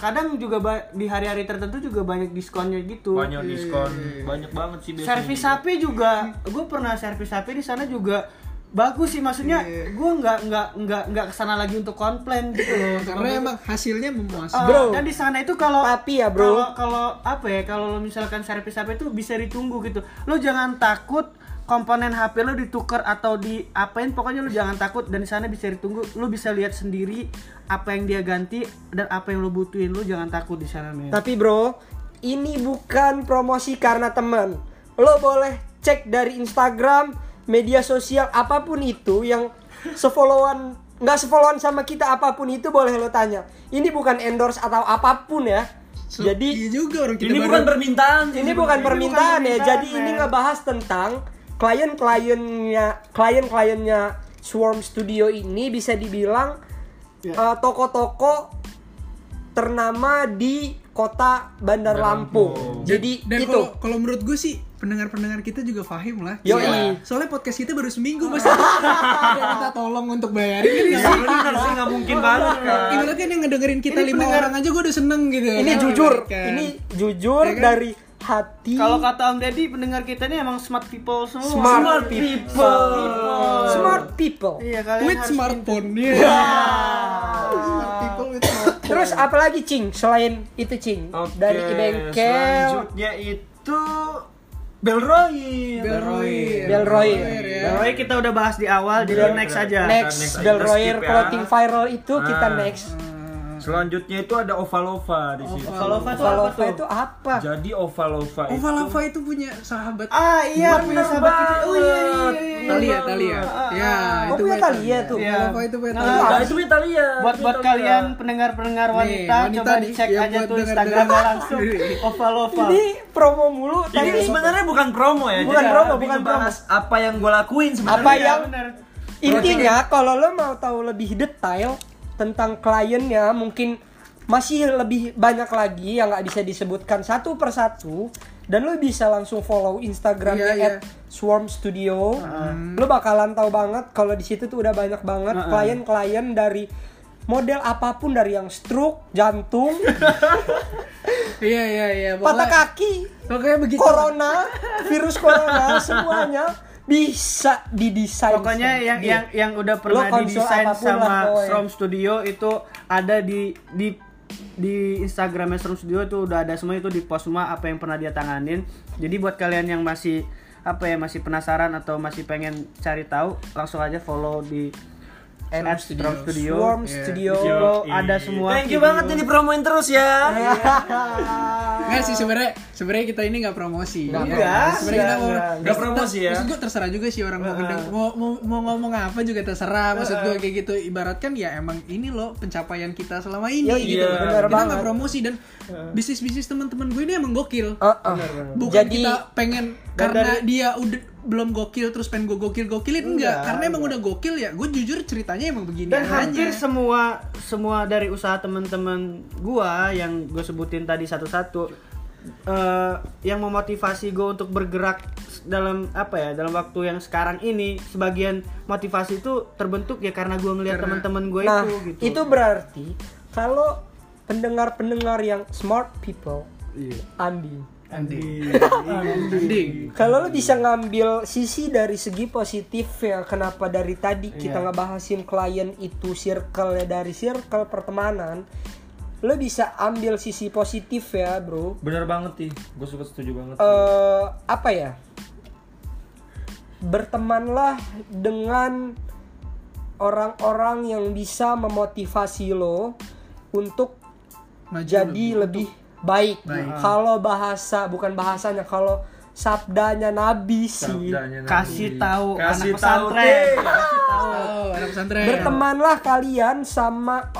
[SPEAKER 4] kadang juga ba- di hari-hari tertentu juga banyak diskonnya gitu.
[SPEAKER 5] banyak diskon banyak banget sih biasanya
[SPEAKER 4] Servis HP juga, gue pernah servis HP di sana juga bagus sih maksudnya gue nggak nggak nggak nggak kesana lagi untuk komplain gitu loh untuk
[SPEAKER 1] Karena emang hasilnya memuaskan.
[SPEAKER 4] Uh,
[SPEAKER 3] Bro.
[SPEAKER 4] dan di sana itu kalau
[SPEAKER 3] Tapi ya, bro.
[SPEAKER 4] kalau- kalau apa ya kalau lo misalkan servis HP itu bisa ditunggu gitu lo jangan takut komponen HP lo ditukar atau diapain pokoknya lo jangan takut dan di sana bisa ditunggu lo bisa lihat sendiri apa yang dia ganti dan apa yang lo butuhin lo jangan takut di sana men
[SPEAKER 3] tapi bro, ini bukan promosi karena teman. Lo boleh cek dari Instagram, media sosial apapun itu yang sefollowan nggak sefollowan sama kita apapun itu boleh lo tanya. Ini bukan endorse atau apapun ya.
[SPEAKER 1] So,
[SPEAKER 3] Jadi
[SPEAKER 1] iya juga orang kita
[SPEAKER 5] ini
[SPEAKER 1] baru-
[SPEAKER 5] bukan permintaan sih
[SPEAKER 3] ini bukan permintaan ya
[SPEAKER 4] permintaan,
[SPEAKER 3] jadi ini
[SPEAKER 4] men.
[SPEAKER 3] ngebahas tentang klien-kliennya klien-kliennya Swarm Studio ini bisa dibilang eh, toko-toko ternama di kota Bandar Lampung.
[SPEAKER 5] Lampung.
[SPEAKER 3] Jadi
[SPEAKER 1] dan
[SPEAKER 3] itu
[SPEAKER 1] kalau kalau menurut gue sih pendengar-pendengar kita juga paham lah.
[SPEAKER 3] Yoi.
[SPEAKER 1] Iya. Soalnya podcast kita baru seminggu [laughs] mas. Ada yang minta tolong untuk bayarin.
[SPEAKER 5] Iya, bener sih nggak mungkin
[SPEAKER 4] Iya.
[SPEAKER 5] banget kan Iya.
[SPEAKER 1] Ibaratnya kan yang ngedengerin kita lima orang aja gue udah seneng gitu.
[SPEAKER 3] ini
[SPEAKER 1] Kan?
[SPEAKER 3] jujur,
[SPEAKER 1] Kan.
[SPEAKER 3] ini jujur
[SPEAKER 1] Ya kan?
[SPEAKER 3] dari hati
[SPEAKER 4] kalau kata Om Deddy pendengar kita ini emang smart people semua
[SPEAKER 3] Smart
[SPEAKER 5] people.
[SPEAKER 3] smart people.
[SPEAKER 4] iya kalian
[SPEAKER 1] with
[SPEAKER 4] harus
[SPEAKER 1] smartphone ya. Smart people with smartphone.
[SPEAKER 3] Terus apalagi Cing selain itu Cing
[SPEAKER 5] Oke,
[SPEAKER 3] dari bengkel
[SPEAKER 5] selanjutnya itu Belroy
[SPEAKER 1] Belroy.
[SPEAKER 3] Belroy.
[SPEAKER 1] ya.
[SPEAKER 4] Pokoknya kita udah bahas di awal jadi
[SPEAKER 5] Iya,
[SPEAKER 4] next
[SPEAKER 5] iya.
[SPEAKER 4] aja
[SPEAKER 5] next
[SPEAKER 3] next
[SPEAKER 5] aja,
[SPEAKER 3] Del
[SPEAKER 5] kita
[SPEAKER 3] Royer
[SPEAKER 5] skip ya.
[SPEAKER 3] clothing viral itu kita
[SPEAKER 5] Ah.
[SPEAKER 3] next
[SPEAKER 5] Selanjutnya itu ada Ovalova di situ.
[SPEAKER 4] Ovalova tuh
[SPEAKER 3] kalau
[SPEAKER 4] apa
[SPEAKER 3] apa
[SPEAKER 4] tuh?
[SPEAKER 3] itu apa
[SPEAKER 5] Jadi Ovalova itu
[SPEAKER 1] Ovalava itu punya sahabat
[SPEAKER 4] Ah iya punya
[SPEAKER 5] bener
[SPEAKER 4] sahabat kita. Oh iya iya
[SPEAKER 5] banget.
[SPEAKER 4] iya.
[SPEAKER 1] Talia, Talia. Ya,
[SPEAKER 3] oh
[SPEAKER 1] itu
[SPEAKER 3] punya
[SPEAKER 1] gue
[SPEAKER 3] Talia tuh
[SPEAKER 4] Iya.
[SPEAKER 1] Ovalava itu punya
[SPEAKER 4] Nah,
[SPEAKER 1] Talia.
[SPEAKER 5] Nah, itu Italia.
[SPEAKER 4] Buat buat kalian pendengar-pendengar wanita,
[SPEAKER 1] wanita
[SPEAKER 4] coba
[SPEAKER 1] nih,
[SPEAKER 4] dicek
[SPEAKER 1] yang
[SPEAKER 4] aja
[SPEAKER 1] buat
[SPEAKER 4] tuh
[SPEAKER 1] dengar-dengar.
[SPEAKER 4] Instagramnya langsung Ovalova.
[SPEAKER 3] ini promo mulu tapi
[SPEAKER 5] Ini sebenarnya bukan promo ya.
[SPEAKER 3] Bukan
[SPEAKER 5] jadi
[SPEAKER 3] promo,
[SPEAKER 5] lebih
[SPEAKER 3] bukan
[SPEAKER 5] ngebahas Apa yang gue lakuin sebenarnya?
[SPEAKER 3] Apa
[SPEAKER 4] Iya,
[SPEAKER 3] yang-
[SPEAKER 4] bener.
[SPEAKER 3] intinya kalau lo mau tahu lebih detail tentang kliennya mungkin masih lebih banyak lagi yang nggak bisa disebutkan satu persatu dan lo bisa langsung follow Instagramnya
[SPEAKER 1] Iya, Ah. iya.
[SPEAKER 3] at Swarm Studio lo bakalan tahu banget kalau di situ tuh udah banyak banget
[SPEAKER 1] Ah,
[SPEAKER 3] klien-klien dari model apapun dari yang stroke
[SPEAKER 1] [laughs]
[SPEAKER 3] jantung
[SPEAKER 1] Iya, iya, iya.
[SPEAKER 3] patah
[SPEAKER 1] Ya, Pokoknya-
[SPEAKER 3] kaki
[SPEAKER 1] Pokoknya begitu.
[SPEAKER 3] corona, virus
[SPEAKER 1] [laughs]
[SPEAKER 3] corona semuanya bisa didesain.
[SPEAKER 4] Pokoknya yang
[SPEAKER 3] sendiri.
[SPEAKER 4] yang yang udah pernah
[SPEAKER 3] konsol
[SPEAKER 4] didesain
[SPEAKER 3] Iya. apapun lah,
[SPEAKER 4] sama
[SPEAKER 3] pokoknya.
[SPEAKER 4] Strom Studio itu ada di di di Instagramnya Strom Studio itu udah ada semua itu di post semua apa yang pernah dia tanganin. Jadi buat kalian yang masih apa ya masih penasaran atau masih pengen cari tahu langsung aja follow di
[SPEAKER 3] At
[SPEAKER 4] at Strom Studio.
[SPEAKER 3] Swarm Studio.
[SPEAKER 4] Di situ ada semua.
[SPEAKER 5] Thank
[SPEAKER 4] video.
[SPEAKER 5] you banget ini promoin terus ya.
[SPEAKER 1] Enggak sih sebenarnya sebenarnya kita ini nggak promosi. ya.
[SPEAKER 3] Nggak promosi.
[SPEAKER 1] Sebenarnya kita mau
[SPEAKER 3] Nggak,
[SPEAKER 5] nggak promosi ya.
[SPEAKER 1] Maksud gue terserah juga sih orang mau, gedeng- mau, mau mau ngomong apa juga terserah. Maksud gue kayak gitu ibaratkan ya emang ini loh pencapaian kita selama ini
[SPEAKER 3] Iya,
[SPEAKER 1] gitu.
[SPEAKER 5] iya,
[SPEAKER 1] kita
[SPEAKER 3] benar banget.
[SPEAKER 1] nggak promosi dan bisnis-bisnis teman-teman gue ini emang gokil.
[SPEAKER 3] Uh, uh.
[SPEAKER 1] Bukan
[SPEAKER 3] Jadi
[SPEAKER 1] kita pengen karena dia udah belum gokil terus pengen gue gokil gokilin enggak, karena emang udah gokil ya gue jujur ceritanya emang begini
[SPEAKER 4] dan
[SPEAKER 1] aja.
[SPEAKER 4] hampir semua semua dari usaha teman-teman gua yang gue sebutin tadi satu-satu eh, yang memotivasi gue untuk bergerak s- dalam apa ya dalam waktu yang sekarang ini sebagian motivasi itu terbentuk ya karena gua ngelihat teman-teman gue
[SPEAKER 3] nah
[SPEAKER 4] itu gitu
[SPEAKER 3] itu berarti kalau pendengar-pendengar yang smart people, Andi.
[SPEAKER 1] Iya. Anjing. Anjing.
[SPEAKER 3] Kalau lo bisa ngambil sisi dari segi positifnya, kenapa dari tadi kita ngebahasin klien itu circle dari circle pertemanan, lo bisa ambil sisi positif ya, bro.
[SPEAKER 5] Bener banget sih. Gue suka setuju banget.
[SPEAKER 3] eh apa ya bertemanlah dengan orang-orang yang bisa memotivasi lo untuk
[SPEAKER 1] Maju
[SPEAKER 3] jadi lebih baik. Kalau bahasa bukan bahasanya kalau sabdanya Nabi sih.
[SPEAKER 5] Sabdanya Nabi.
[SPEAKER 4] Kasih tahu anak
[SPEAKER 5] kasih tahu
[SPEAKER 4] pesantren.
[SPEAKER 5] Ding. kasih tahu
[SPEAKER 1] Oh, anak pesantren.
[SPEAKER 3] Bertemanlah kalian sama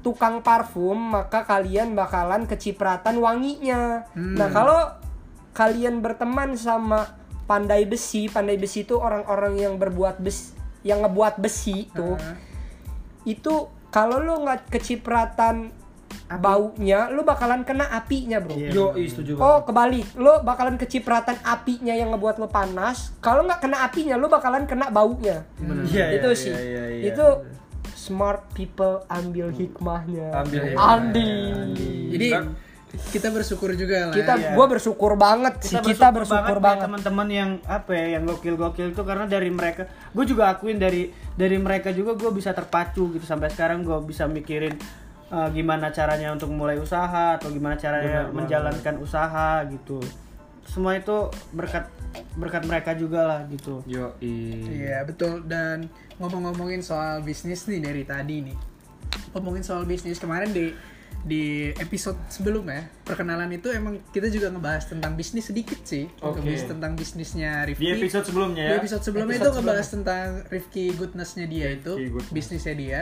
[SPEAKER 3] tukang parfum, maka kalian bakalan kecipratan wanginya. Nah, kalau kalian berteman sama pandai besi, pandai besi itu orang-orang yang berbuat besi, yang ngebuat besi tuh. Itu kalau lo nggak kecipratan baunya, lo bakalan kena apinya,
[SPEAKER 4] Iya,
[SPEAKER 3] Bro.
[SPEAKER 4] Eh,
[SPEAKER 5] yo ih, setuju
[SPEAKER 3] Oh
[SPEAKER 5] banget
[SPEAKER 3] kebalik, lo bakalan kecipratan apinya yang ngebuat lo panas. Kalau nggak kena apinya, lo bakalan kena baunya.
[SPEAKER 1] Hmm.
[SPEAKER 5] Iya, iya,
[SPEAKER 3] itu
[SPEAKER 5] iya,
[SPEAKER 3] sih,
[SPEAKER 5] iya, iya.
[SPEAKER 3] itu smart people ambil hikmahnya.
[SPEAKER 5] Ambil hikmahnya,
[SPEAKER 3] Andi.
[SPEAKER 1] Jadi kita bersyukur juga lah.
[SPEAKER 3] Kita,
[SPEAKER 1] ya.
[SPEAKER 3] gue bersyukur banget sih. Kita
[SPEAKER 4] banget,
[SPEAKER 3] bersyukur banget.
[SPEAKER 4] nih teman-teman yang apa ya yang gokil-gokil tuh karena dari mereka gue juga akuin dari dari mereka juga gue bisa terpacu gitu sampai sekarang gue bisa mikirin eh, gimana caranya untuk mulai usaha atau gimana caranya menjalankan usaha gitu semua itu berkat berkat mereka juga lah gitu
[SPEAKER 5] yo ih.
[SPEAKER 1] Iya betul dan ngomong-ngomongin soal bisnis nih dari tadi nih ngomongin soal bisnis kemarin di di episode sebelumnya perkenalan itu emang kita juga ngebahas tentang bisnis sedikit sih
[SPEAKER 5] Oke.
[SPEAKER 1] ngebahas tentang bisnisnya Rifki
[SPEAKER 5] di episode sebelumnya
[SPEAKER 1] Di
[SPEAKER 5] ya
[SPEAKER 1] episode sebelumnya itu ngebahas tentang Rifki goodnessnya dia itu
[SPEAKER 5] Rifki goodness.
[SPEAKER 1] bisnisnya dia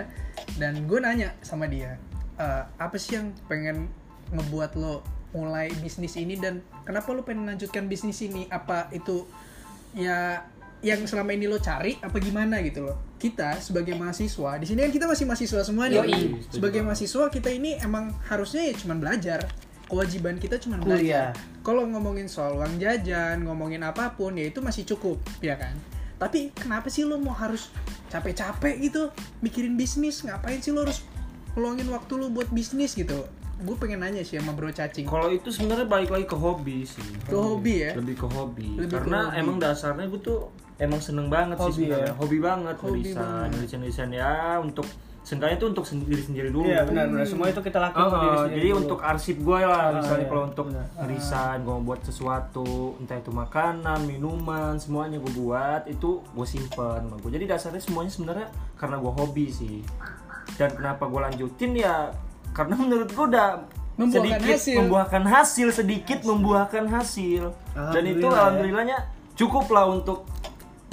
[SPEAKER 1] dan gue nanya sama dia "Eh, apa sih yang pengen ngebuat lo mulai bisnis ini dan kenapa lo pengen lanjutkan bisnis ini apa itu ya yang selama ini lo cari apa gimana gitu loh kita sebagai mahasiswa di sini kan kita masih mahasiswa semua nih
[SPEAKER 3] Yoi.
[SPEAKER 1] sebagai mahasiswa kita ini emang harusnya ya cuman belajar kewajiban kita cuman belajar
[SPEAKER 4] Kuliah.
[SPEAKER 1] kalau ngomongin soal uang jajan, ngomongin apapun, ya itu masih cukup, ya kan? Tapi kenapa sih lo mau harus capek-capek gitu mikirin bisnis? Ngapain sih lo harus ngeluangin waktu lo buat bisnis gitu? Gue pengen nanya sih sama Bro Cacing.
[SPEAKER 5] kalau itu sebenarnya balik lagi ke hobi sih
[SPEAKER 1] Ke hobi ya?
[SPEAKER 5] lebih ke hobi
[SPEAKER 1] Lebih ke
[SPEAKER 5] karena
[SPEAKER 1] hobi.
[SPEAKER 5] emang dasarnya gue tuh emang seneng banget sih
[SPEAKER 4] Hobi
[SPEAKER 5] sebenarnya
[SPEAKER 4] ya?
[SPEAKER 5] hobi banget
[SPEAKER 1] Hobi
[SPEAKER 5] nulisan
[SPEAKER 1] banget.
[SPEAKER 5] nulisan nulisan ya untuk seenggaknya itu untuk sendiri sendiri dulu
[SPEAKER 4] iya benar-benar semua itu kita lakukan
[SPEAKER 5] Oh,
[SPEAKER 4] untuk
[SPEAKER 5] oh,
[SPEAKER 4] diri sendiri
[SPEAKER 5] jadi
[SPEAKER 4] dulu.
[SPEAKER 5] untuk arsip gue lah, misalnya
[SPEAKER 4] iya,
[SPEAKER 5] kalau untuk desain gue buat sesuatu, entah itu makanan, minuman, semuanya gue buat itu gue simpen sama gue. Jadi dasarnya semuanya sebenarnya karena gue hobi sih. Dan kenapa gue lanjutin ya karena [laughs] menurut gue udah
[SPEAKER 1] Membuahkan
[SPEAKER 5] sedikit
[SPEAKER 1] hasil.
[SPEAKER 5] membuahkan hasil sedikit membuahkan hasil. Dan itu
[SPEAKER 4] Alhamdulillah, ya.
[SPEAKER 5] alhamdulillahnya cukup lah untuk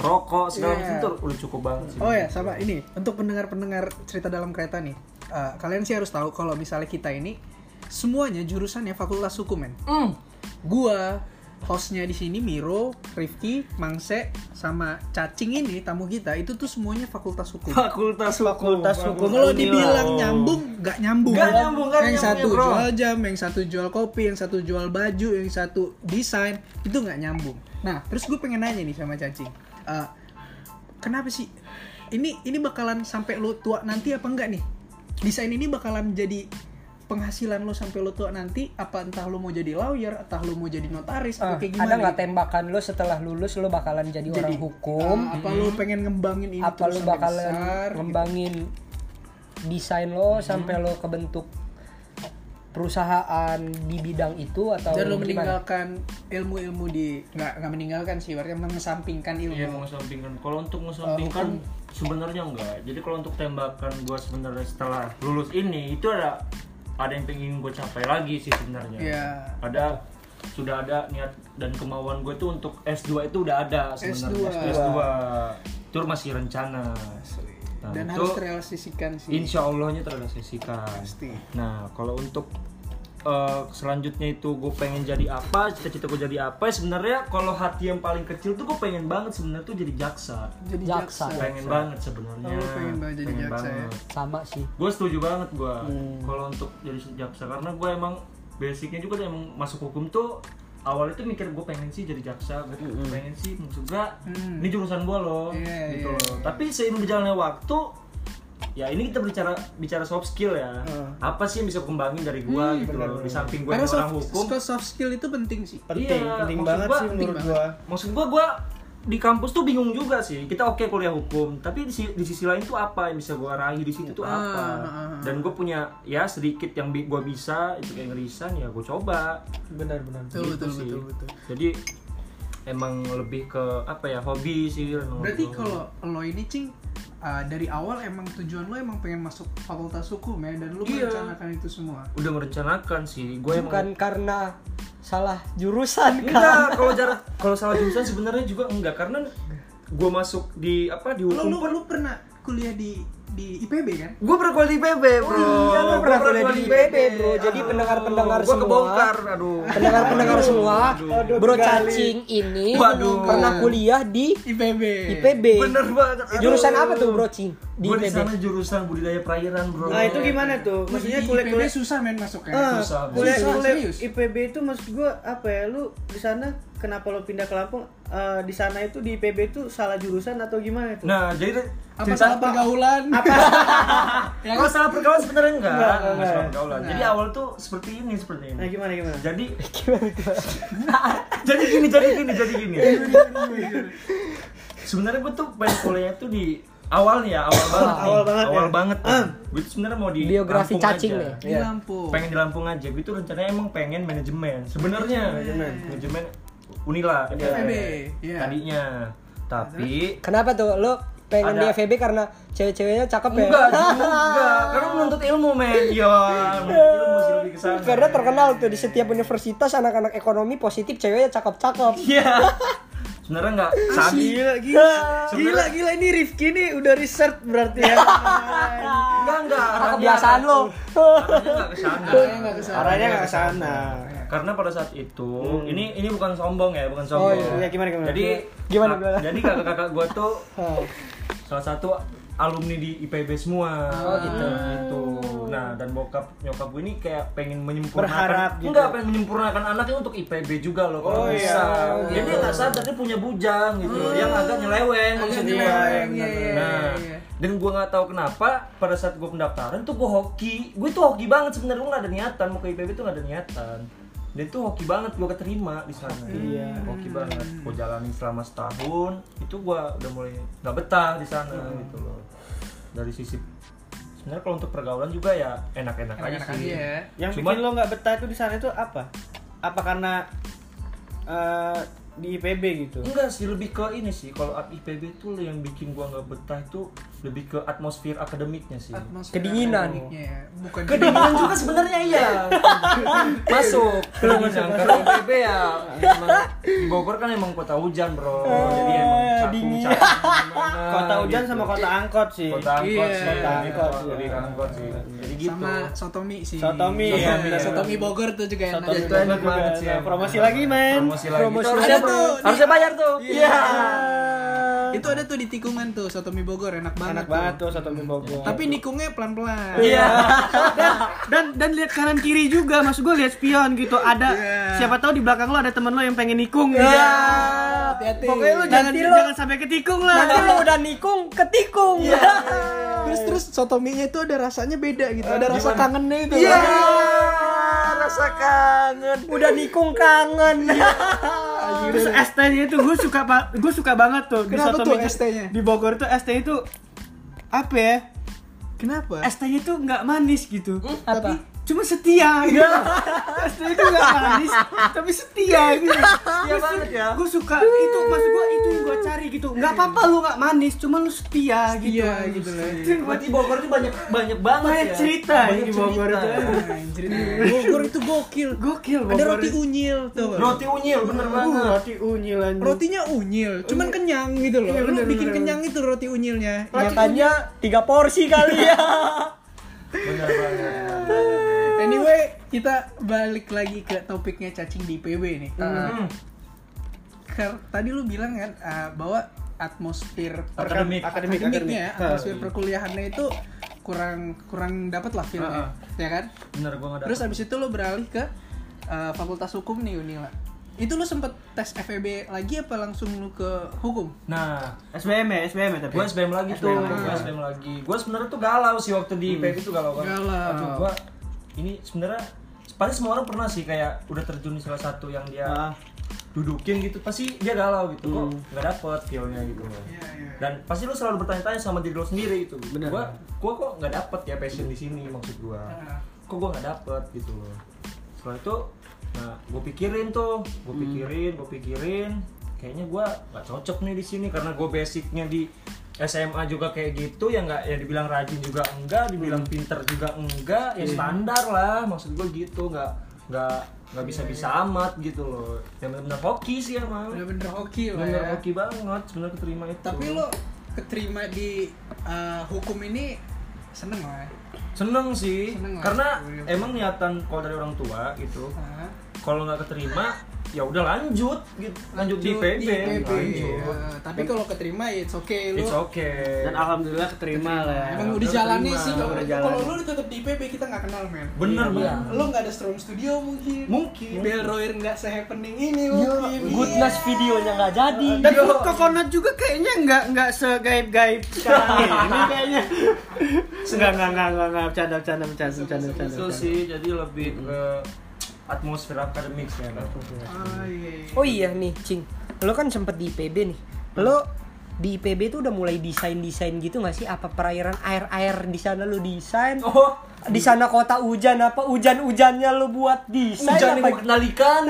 [SPEAKER 5] rokok segala
[SPEAKER 1] Iya.
[SPEAKER 5] macam itu udah cukup banget sih.
[SPEAKER 1] Oh ya, sama ini untuk pendengar-pendengar cerita dalam kereta nih. eh, kalian sih harus tahu kalau misalnya kita ini semuanya jurusannya fakultas hukum, men.
[SPEAKER 3] Hmm.
[SPEAKER 1] Gua hostnya di sini Miro, Rifki, Mangse, sama Cacing ini tamu kita itu tuh semuanya fakultas hukum.
[SPEAKER 5] Fakultas hukum.
[SPEAKER 4] Fakultas hukum.
[SPEAKER 1] Kalau
[SPEAKER 4] Alhamdulillah.
[SPEAKER 1] dibilang nyambung, gak nyambung.
[SPEAKER 5] Nggak nyambung, nggak
[SPEAKER 1] Yang
[SPEAKER 5] nyambung,
[SPEAKER 1] satu
[SPEAKER 5] bro.
[SPEAKER 1] jual jam, yang satu jual kopi, yang satu jual baju, yang satu desain, itu nggak nyambung. Nah, terus gue pengen nanya nih sama Cacing. Eh, kenapa sih ini ini bakalan sampai lo tua nanti apa enggak nih? Desain ini bakalan jadi penghasilan lo sampai lo tua nanti apa entah lo mau jadi lawyer, entah lo mau jadi notaris,
[SPEAKER 3] Ah,
[SPEAKER 1] atau kayak gimana?
[SPEAKER 3] ada nggak
[SPEAKER 1] nih?
[SPEAKER 3] tembakan lo setelah lulus lo bakalan jadi,
[SPEAKER 1] Jadi,
[SPEAKER 3] orang hukum?
[SPEAKER 1] eh, apa lo pengen ngembangin ini
[SPEAKER 3] Hmm. apa
[SPEAKER 1] terus
[SPEAKER 3] lo
[SPEAKER 1] sampai
[SPEAKER 3] bakalan
[SPEAKER 1] besar, gitu?
[SPEAKER 3] ngembangin desain lo sampai lo kebentuk perusahaan di bidang itu atau
[SPEAKER 1] dan lo
[SPEAKER 3] gimana?
[SPEAKER 1] meninggalkan ilmu-ilmu di nggak nggak meninggalkan sih berarti mengesampingkan ilmu
[SPEAKER 5] Iya mau ngesampingkan. Kalau untuk ngesampingkan
[SPEAKER 1] Ah,
[SPEAKER 5] sebenarnya enggak. Jadi kalau untuk tembakan gua sebenarnya setelah lulus ini itu ada ada yang pengen gue capai lagi sih sebenarnya.
[SPEAKER 1] Iya.
[SPEAKER 5] Ada sudah ada niat dan kemauan gue tuh untuk S2 itu udah ada sebenarnya.
[SPEAKER 1] S2.
[SPEAKER 5] S2. Itu masih rencana. Nah,
[SPEAKER 1] dan
[SPEAKER 5] itu
[SPEAKER 1] harus terrealisasikan sih
[SPEAKER 5] Insya Allahnya terrealisasikan.
[SPEAKER 1] Pasti.
[SPEAKER 5] Nah, kalau untuk eh, selanjutnya itu gue pengen jadi apa, cita-cita gue jadi apa? Sebenarnya kalau hati yang paling kecil tuh gue pengen banget sebenarnya tuh jadi jaksa.
[SPEAKER 1] jadi
[SPEAKER 3] Jaksa.
[SPEAKER 1] jaksa,
[SPEAKER 5] Pengen banget sebenarnya.
[SPEAKER 1] Oh, pengen banget jadi jaksa ya?
[SPEAKER 3] sama sih
[SPEAKER 5] Gue setuju banget gue
[SPEAKER 1] Hmm.
[SPEAKER 5] kalau untuk jadi jaksa karena gue emang basicnya juga tuh emang masuk hukum tuh awalnya tuh mikir gue pengen sih jadi jaksa, gue pengen sih maksud gue
[SPEAKER 1] Hmm.
[SPEAKER 5] ini jurusan gue loh,
[SPEAKER 1] Iya, iya,
[SPEAKER 5] gitu loh. Tapi seiring berjalannya waktu, ya ini kita bicara bicara soft skill ya. Apa sih yang bisa kembangin dari gue gitu loh? Di samping gue
[SPEAKER 1] Hmm. karena
[SPEAKER 5] orang
[SPEAKER 1] soft,
[SPEAKER 5] hukum,
[SPEAKER 1] soft skill itu penting sih
[SPEAKER 4] penting
[SPEAKER 5] Iya,
[SPEAKER 4] penting
[SPEAKER 5] maksud
[SPEAKER 4] banget
[SPEAKER 5] gua
[SPEAKER 4] sih
[SPEAKER 5] penting
[SPEAKER 4] menurut
[SPEAKER 1] banget.
[SPEAKER 4] gua
[SPEAKER 5] maksud gua gua di kampus tuh bingung juga sih kita oke kuliah hukum tapi di, si- di sisi lain tuh apa yang bisa gua raih di
[SPEAKER 1] Ah,
[SPEAKER 5] situ tuh apa dan gue punya ya sedikit yang bi- gua bisa itu kayak ngerisan ya gue coba
[SPEAKER 4] benar-benar
[SPEAKER 1] betul
[SPEAKER 5] gitu
[SPEAKER 1] betul
[SPEAKER 5] sih.
[SPEAKER 1] betul betul
[SPEAKER 5] jadi emang lebih ke apa ya hobi sih emang
[SPEAKER 1] berarti
[SPEAKER 5] gua.
[SPEAKER 1] kalau lo ini cing uh, dari awal emang tujuan lo emang pengen masuk fakultas hukum ya dan lo
[SPEAKER 5] Iya.
[SPEAKER 1] merencanakan itu semua
[SPEAKER 5] udah merencanakan sih gue emang
[SPEAKER 3] bukan karena salah jurusan kan
[SPEAKER 5] Enggak, kalau jarak kalau salah jurusan sebenarnya juga enggak karena gue masuk di apa di
[SPEAKER 1] Lu, lu,
[SPEAKER 5] hukum
[SPEAKER 1] lu pernah kuliah di di IPB kan?
[SPEAKER 5] Gue pernah kuliah di IPB, bro.
[SPEAKER 3] iya, lu
[SPEAKER 5] Gua
[SPEAKER 3] pernah kuliah di IPB, bro.
[SPEAKER 5] Aduh,
[SPEAKER 3] Jadi pendengar-pendengar
[SPEAKER 5] gua
[SPEAKER 3] semua-
[SPEAKER 5] kebongkar, aduh.
[SPEAKER 3] pendengar-pendengar semua
[SPEAKER 5] Aduh.
[SPEAKER 3] bro cacing ini
[SPEAKER 5] Waduh.
[SPEAKER 3] pernah kuliah di
[SPEAKER 1] IPB.
[SPEAKER 3] IPB
[SPEAKER 5] Bener banget. aduh.
[SPEAKER 3] Eh, jurusan apa tuh bro cing di
[SPEAKER 5] Gua di
[SPEAKER 3] IPB
[SPEAKER 5] sana jurusan budidaya perairan, bro.
[SPEAKER 4] Nah
[SPEAKER 3] gitu.
[SPEAKER 4] itu gimana tuh? Maksudnya
[SPEAKER 1] Maksudnya
[SPEAKER 4] kuliah
[SPEAKER 1] kuliah
[SPEAKER 4] kuliah
[SPEAKER 1] susah men masuknya.
[SPEAKER 4] Eh,
[SPEAKER 5] Susah, bro.
[SPEAKER 4] kuliah
[SPEAKER 1] Susah,
[SPEAKER 4] kuliah
[SPEAKER 1] serius.
[SPEAKER 4] IPB itu maksud gua apa ya? Lu di sana kenapa lo pindah ke Lampung? Eh, di sana itu di IPB itu salah jurusan atau gimana tuh?
[SPEAKER 5] Nah, jadi
[SPEAKER 1] Apa salah pergaulan? Ya
[SPEAKER 5] Kalau salah pergaulan sebenarnya enggak.
[SPEAKER 4] Enggak,
[SPEAKER 5] Enggak,
[SPEAKER 4] enggak, enggak.
[SPEAKER 5] salah pergaulan. Jadi
[SPEAKER 3] Nah.
[SPEAKER 5] awal tuh seperti ini, seperti ini.
[SPEAKER 4] Nah gimana gimana?
[SPEAKER 5] Jadi Nah, jadi gini, jadi gini, jadi gini. sebenarnya gue tuh pengen kuliahnya tuh di awal nih ya, awal banget. nih.
[SPEAKER 4] Awal banget
[SPEAKER 5] Awal
[SPEAKER 4] ya?
[SPEAKER 5] banget. Gue tuh sebenarnya mau di
[SPEAKER 3] biografi
[SPEAKER 5] Lampung
[SPEAKER 3] cacing
[SPEAKER 5] aja. Iya.
[SPEAKER 3] nih
[SPEAKER 1] di Lampung.
[SPEAKER 5] pengen di Lampung aja gitu rencananya emang pengen manajemen sebenarnya manajemen manajemen Unila ya kan?
[SPEAKER 1] FEB, iya.
[SPEAKER 5] tadinya tapi
[SPEAKER 3] Kenapa tuh lo pengen
[SPEAKER 5] Ada.
[SPEAKER 3] di FEB karena cewek-ceweknya cakep ya? [laughs]
[SPEAKER 5] enggak juga karena menuntut ilmu men iya menuntut ilmu sih lebih kesana
[SPEAKER 3] karena terkenal tuh di setiap universitas anak-anak ekonomi positif ceweknya cakep-cakep.
[SPEAKER 5] iya sebenarnya enggak sabi
[SPEAKER 4] Ah, Gila gila gila
[SPEAKER 5] Sebenarnya-
[SPEAKER 4] gila ini Rifki nih udah research berarti ya.
[SPEAKER 5] enggak enggak
[SPEAKER 3] Apa
[SPEAKER 5] arahnya-
[SPEAKER 3] kebiasaan lo.
[SPEAKER 5] arahnya enggak kesana
[SPEAKER 1] Arahnya nggak kesana.
[SPEAKER 4] Arahnya nggak ke sana.
[SPEAKER 5] karena pada saat itu ini ini bukan sombong ya bukan sombong
[SPEAKER 4] Hmm. iya. Ya, gimana, gimana? Oh.
[SPEAKER 5] jadi
[SPEAKER 3] Gimana,
[SPEAKER 5] kak-
[SPEAKER 3] gimana?
[SPEAKER 5] jadi kakak-kakak gua
[SPEAKER 4] [laughs]
[SPEAKER 5] tuh salah satu alumni di IPB semua oh gitu gitu nah dan bokap nyokap gue ini kayak pengen menyempurnakan
[SPEAKER 4] Berharap gitu.
[SPEAKER 5] enggak pengen menyempurnakan anaknya untuk IPB juga loh
[SPEAKER 4] Oh,
[SPEAKER 5] kalau
[SPEAKER 4] Hmm. iya.
[SPEAKER 5] bisa jadi dia nggak sadar dia punya bujang gitu loh yang agak nyeleweng maksudnya
[SPEAKER 1] nyeleweng, iya, iya,
[SPEAKER 5] nah
[SPEAKER 1] iya, iya.
[SPEAKER 5] dan gue nggak tahu kenapa pada saat gue pendaftaran tuh gue hoki gue tuh hoki banget sebenarnya gue nggak ada niatan mau ke IPB tuh nggak ada niatan dan tuh hoki banget gue keterima di sana iya hoki
[SPEAKER 1] Hmm.
[SPEAKER 5] banget gue jalanin selama setahun itu gue udah mulai nggak betah di sana
[SPEAKER 1] Hmm.
[SPEAKER 5] gitu loh dari sisi sebenarnya kalau untuk pergaulan juga ya enak-enak aja
[SPEAKER 1] Enak-enak aja
[SPEAKER 5] sih
[SPEAKER 1] ya.
[SPEAKER 4] Yang
[SPEAKER 5] Cuman-
[SPEAKER 4] bikin lo nggak betah itu di sana itu apa? Apa karena eh, di IPB gitu?
[SPEAKER 5] Enggak sih, lebih ke ini sih. Kalau at IPB tuh yang bikin gua nggak betah itu lebih ke atmosfer akademiknya sih.
[SPEAKER 1] Atmosfer
[SPEAKER 3] Kedinginan.
[SPEAKER 1] akademiknya ya. Bukan
[SPEAKER 5] Kedinginan juga sebenarnya iya. [laughs] Masuk. Kedinginan karena IPB ya. Emang, di Bogor kan emang kota hujan, Bro. Jadi emang cakung cakung
[SPEAKER 4] Kota hujan sama kota angkot sih.
[SPEAKER 5] gitu. kota angkot
[SPEAKER 1] Iya.
[SPEAKER 5] sih.
[SPEAKER 4] Kota angkot,
[SPEAKER 5] Gitu,
[SPEAKER 4] iya.
[SPEAKER 5] Jadi angkot sih. Jadi gitu.
[SPEAKER 1] sama Sotomi sih.
[SPEAKER 4] Sotomi,
[SPEAKER 1] Sotomi,
[SPEAKER 4] iya.
[SPEAKER 1] ya. Sotomi Bogor tuh juga enak.
[SPEAKER 4] Sotomi.
[SPEAKER 5] itu enak banget sih. emang.
[SPEAKER 4] Promosi lagi, men.
[SPEAKER 5] Promosi lagi.
[SPEAKER 3] Promosi
[SPEAKER 5] Itu harusnya
[SPEAKER 1] lagi.
[SPEAKER 5] promo- harusnya bayar tuh. Iya.
[SPEAKER 1] Itu ada tuh di tikungan tuh Sotomi Bogor enak banget.
[SPEAKER 4] Enak banget tuh satu mie Bogor.
[SPEAKER 1] Tapi nikungnya pelan-pelan.
[SPEAKER 5] Iya.
[SPEAKER 4] dan dan lihat kanan kiri juga maksud gue lihat spion gitu ada
[SPEAKER 1] Iya.
[SPEAKER 4] siapa tahu di belakang lo ada temen lo yang pengen nikung ya
[SPEAKER 1] Hati-hati.
[SPEAKER 4] pokoknya lo jangan
[SPEAKER 3] Nanti lo-
[SPEAKER 4] jangan sampai ketikung
[SPEAKER 5] Iya.
[SPEAKER 4] lah
[SPEAKER 3] Nanti lo udah nikung, ketikung.
[SPEAKER 1] Terus terus sotominya itu ada rasanya beda gitu. Ada rasa
[SPEAKER 5] Gimana?
[SPEAKER 1] kangennya itu.
[SPEAKER 3] Iya. Rasa kangen. Udah nikung kangen.
[SPEAKER 4] terus ST nya itu gue suka gue suka banget tuh
[SPEAKER 1] Kenapa
[SPEAKER 4] soto
[SPEAKER 1] tuh
[SPEAKER 4] mie-
[SPEAKER 1] ST-nya?
[SPEAKER 4] di Bogor tuh ST itu apa ya
[SPEAKER 1] Kenapa?
[SPEAKER 4] ST nya tuh nggak manis gitu
[SPEAKER 3] [laughs] Apa?
[SPEAKER 4] cuma setia gitu. ST itu nggak manis tapi setia gitu
[SPEAKER 5] Iya banget ya.
[SPEAKER 4] gue suka itu maksud gue itu yang gue cari gitu nggak apa-apa lu nggak manis cuma lu setia, gitu
[SPEAKER 1] Iya gitu lah.
[SPEAKER 4] Itu yang gua
[SPEAKER 5] Berarti Bogor tuh banyak banyak banget
[SPEAKER 4] banyak
[SPEAKER 5] ya.
[SPEAKER 4] cerita
[SPEAKER 5] Banyak
[SPEAKER 4] di Bogor
[SPEAKER 5] cerita.
[SPEAKER 4] itu
[SPEAKER 1] Anjir, Bogor itu gokil.
[SPEAKER 4] gokil Bogor
[SPEAKER 1] Ada roti unyil tuh.
[SPEAKER 5] Roti unyil bener
[SPEAKER 4] Uh,
[SPEAKER 5] banget.
[SPEAKER 4] roti unyil anjing.
[SPEAKER 1] Rotinya unyil, Iya, cuman kenyang gitu loh.
[SPEAKER 4] Iya,
[SPEAKER 1] Lu
[SPEAKER 4] bener,
[SPEAKER 1] bikin
[SPEAKER 4] bener.
[SPEAKER 1] kenyang itu roti unyilnya.
[SPEAKER 3] Makannya tiga porsi kali ya.
[SPEAKER 5] Bener banget.
[SPEAKER 1] Anyway, kita balik lagi ke topiknya cacing di IPB nih.
[SPEAKER 5] Hmm.
[SPEAKER 1] Kar- Tadi lu bilang kan eh, bahwa atmosfer
[SPEAKER 5] Akademik.
[SPEAKER 4] akademik akademik
[SPEAKER 1] akademiknya ya, atmosfer perkuliahannya itu kurang kurang dapat lah filmnya, ya kan?
[SPEAKER 5] Bener gua enggak
[SPEAKER 1] Terus abis itu lo beralih ke eh, Fakultas Hukum nih Unila. Itu lo sempet tes FEB lagi apa langsung lo ke hukum?
[SPEAKER 5] Nah,
[SPEAKER 4] SBM ya SBM ya tapi
[SPEAKER 5] gue SBM lagi tuh, gue SBM lagi. Gue sebenarnya tuh galau sih waktu di IPB tuh galau banget.
[SPEAKER 1] Galau.
[SPEAKER 5] Aduh, gue ini sebenarnya pasti semua orang pernah sih kayak udah terjun di salah satu yang dia
[SPEAKER 4] Ah.
[SPEAKER 5] dudukin gitu pasti dia galau gitu kok nggak dapet feelnya gitu dan pasti lu selalu bertanya-tanya sama diri lo sendiri gitu
[SPEAKER 4] Bener.
[SPEAKER 5] gua gua kok nggak dapet ya passion di sini maksud gua kok gua nggak dapet gitu loh setelah itu nah gua pikirin tuh gua
[SPEAKER 1] Hmm.
[SPEAKER 5] pikirin gua pikirin kayaknya gua nggak cocok nih di sini karena gua basicnya di SMA juga kayak gitu ya nggak ya dibilang
[SPEAKER 1] Hmm. Iya.
[SPEAKER 5] rajin juga enggak dibilang pinter juga enggak ya standar lah maksud gua gitu nggak nggak nggak
[SPEAKER 1] Iya,
[SPEAKER 5] bisa bisa amat gitu loh yang benar-benar hoki sih emang
[SPEAKER 1] bener-bener hoki lah
[SPEAKER 5] benar
[SPEAKER 1] ya.
[SPEAKER 5] hoki banget sebenarnya keterima itu
[SPEAKER 1] Iya, tapi lo keterima di eh, hukum ini seneng lah ya.
[SPEAKER 5] seneng sih
[SPEAKER 1] Seneng Iya. lah.
[SPEAKER 5] karena emang niatan kalau dari orang tua gitu
[SPEAKER 1] Hah?
[SPEAKER 5] kalau nggak keterima ya udah lanjut gitu lanjut, di Iya. PB,
[SPEAKER 1] di PB.
[SPEAKER 5] lanjut
[SPEAKER 1] Ya, tapi kalau keterima ya it's okay lo
[SPEAKER 5] it's okay
[SPEAKER 4] Dan alhamdulillah keterima lah.
[SPEAKER 1] emang udah
[SPEAKER 5] Ya, udah
[SPEAKER 1] jalani
[SPEAKER 5] keterima.
[SPEAKER 1] sih kalau
[SPEAKER 4] Udah
[SPEAKER 1] kalau
[SPEAKER 4] jalani.
[SPEAKER 1] lo tetap di PB kita nggak kenal men
[SPEAKER 5] bener
[SPEAKER 3] Iya.
[SPEAKER 5] banget
[SPEAKER 1] lo nggak ada strong studio mungkin Iya,
[SPEAKER 5] Mungkin.
[SPEAKER 1] Bel Royer nggak sehappening ini mungkin
[SPEAKER 3] Yo, goodness videonya nggak jadi.
[SPEAKER 4] Dan Food Coconut juga kayaknya nggak nggak segaib-gaib sekarang [laughs] ini kayaknya. Enggak enggak enggak enggak enggak bercanda bercanda bercanda bercanda bercanda.
[SPEAKER 5] itu sih jadi lebih ke atmosfer akademik ya
[SPEAKER 1] Ah, iya, iya.
[SPEAKER 3] Oh iya nih, Cing. Lo kan sempet di IPB nih. Lo di IPB tuh udah mulai desain-desain gitu nggak sih? Apa perairan air-air di sana lo desain?
[SPEAKER 5] [laughs] oh
[SPEAKER 3] Di sana kota hujan apa hujan-hujannya lo buat desain
[SPEAKER 5] hujan yang
[SPEAKER 3] apa?
[SPEAKER 5] gua [laughs] kenalikan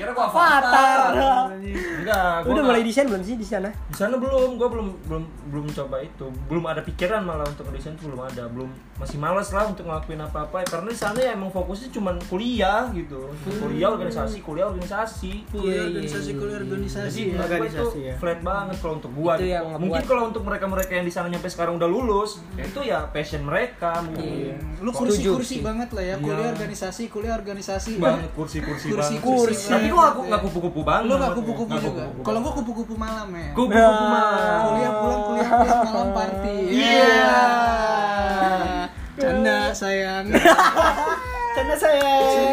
[SPEAKER 5] kira gua
[SPEAKER 3] Avatar.
[SPEAKER 5] enggak gua
[SPEAKER 3] Udah mulai
[SPEAKER 5] nggak-
[SPEAKER 3] desain belum sih di sana?
[SPEAKER 5] di sana belum gua belum belum belum coba itu belum ada pikiran malah untuk desain itu belum ada belum masih malas lah untuk ngelakuin apa-apa karena di sana ya emang fokusnya cuman kuliah gitu kuliah organisasi kuliah organisasi
[SPEAKER 4] Iya,
[SPEAKER 1] kuliah
[SPEAKER 3] Iya,
[SPEAKER 1] organisasi kuliah organisasi ya.
[SPEAKER 5] Jadi menurut gua itu
[SPEAKER 4] Organisasi, ya.
[SPEAKER 5] flat banget kalau untuk gua.
[SPEAKER 3] Itu
[SPEAKER 5] gitu.
[SPEAKER 3] yang ngebuat-
[SPEAKER 5] Mungkin kalau untuk mereka-mereka yang di sana nyampe sekarang udah lulus,
[SPEAKER 1] Hmm.
[SPEAKER 5] ya itu ya passion mereka mungkin.
[SPEAKER 1] lu
[SPEAKER 3] Setuju
[SPEAKER 1] kursi-kursi
[SPEAKER 3] sih.
[SPEAKER 1] banget lah ya kuliah organisasi kuliah organisasi
[SPEAKER 5] Banget kursi-kursi
[SPEAKER 1] Kursi-kursi
[SPEAKER 5] banget.
[SPEAKER 1] kursi.
[SPEAKER 5] Tapi gua aku nggak kupu-kupu banget.
[SPEAKER 1] lu nggak kupu-kupu
[SPEAKER 5] Nggak
[SPEAKER 1] juga
[SPEAKER 5] kupu-kupu
[SPEAKER 1] kalau
[SPEAKER 5] banget.
[SPEAKER 1] gua kupu-kupu malam ya
[SPEAKER 5] kupu-kupu mah.
[SPEAKER 1] kuliah pulang kuliah pulang malam party Iya.
[SPEAKER 5] Iya.
[SPEAKER 1] canda sayang
[SPEAKER 4] Canda saya.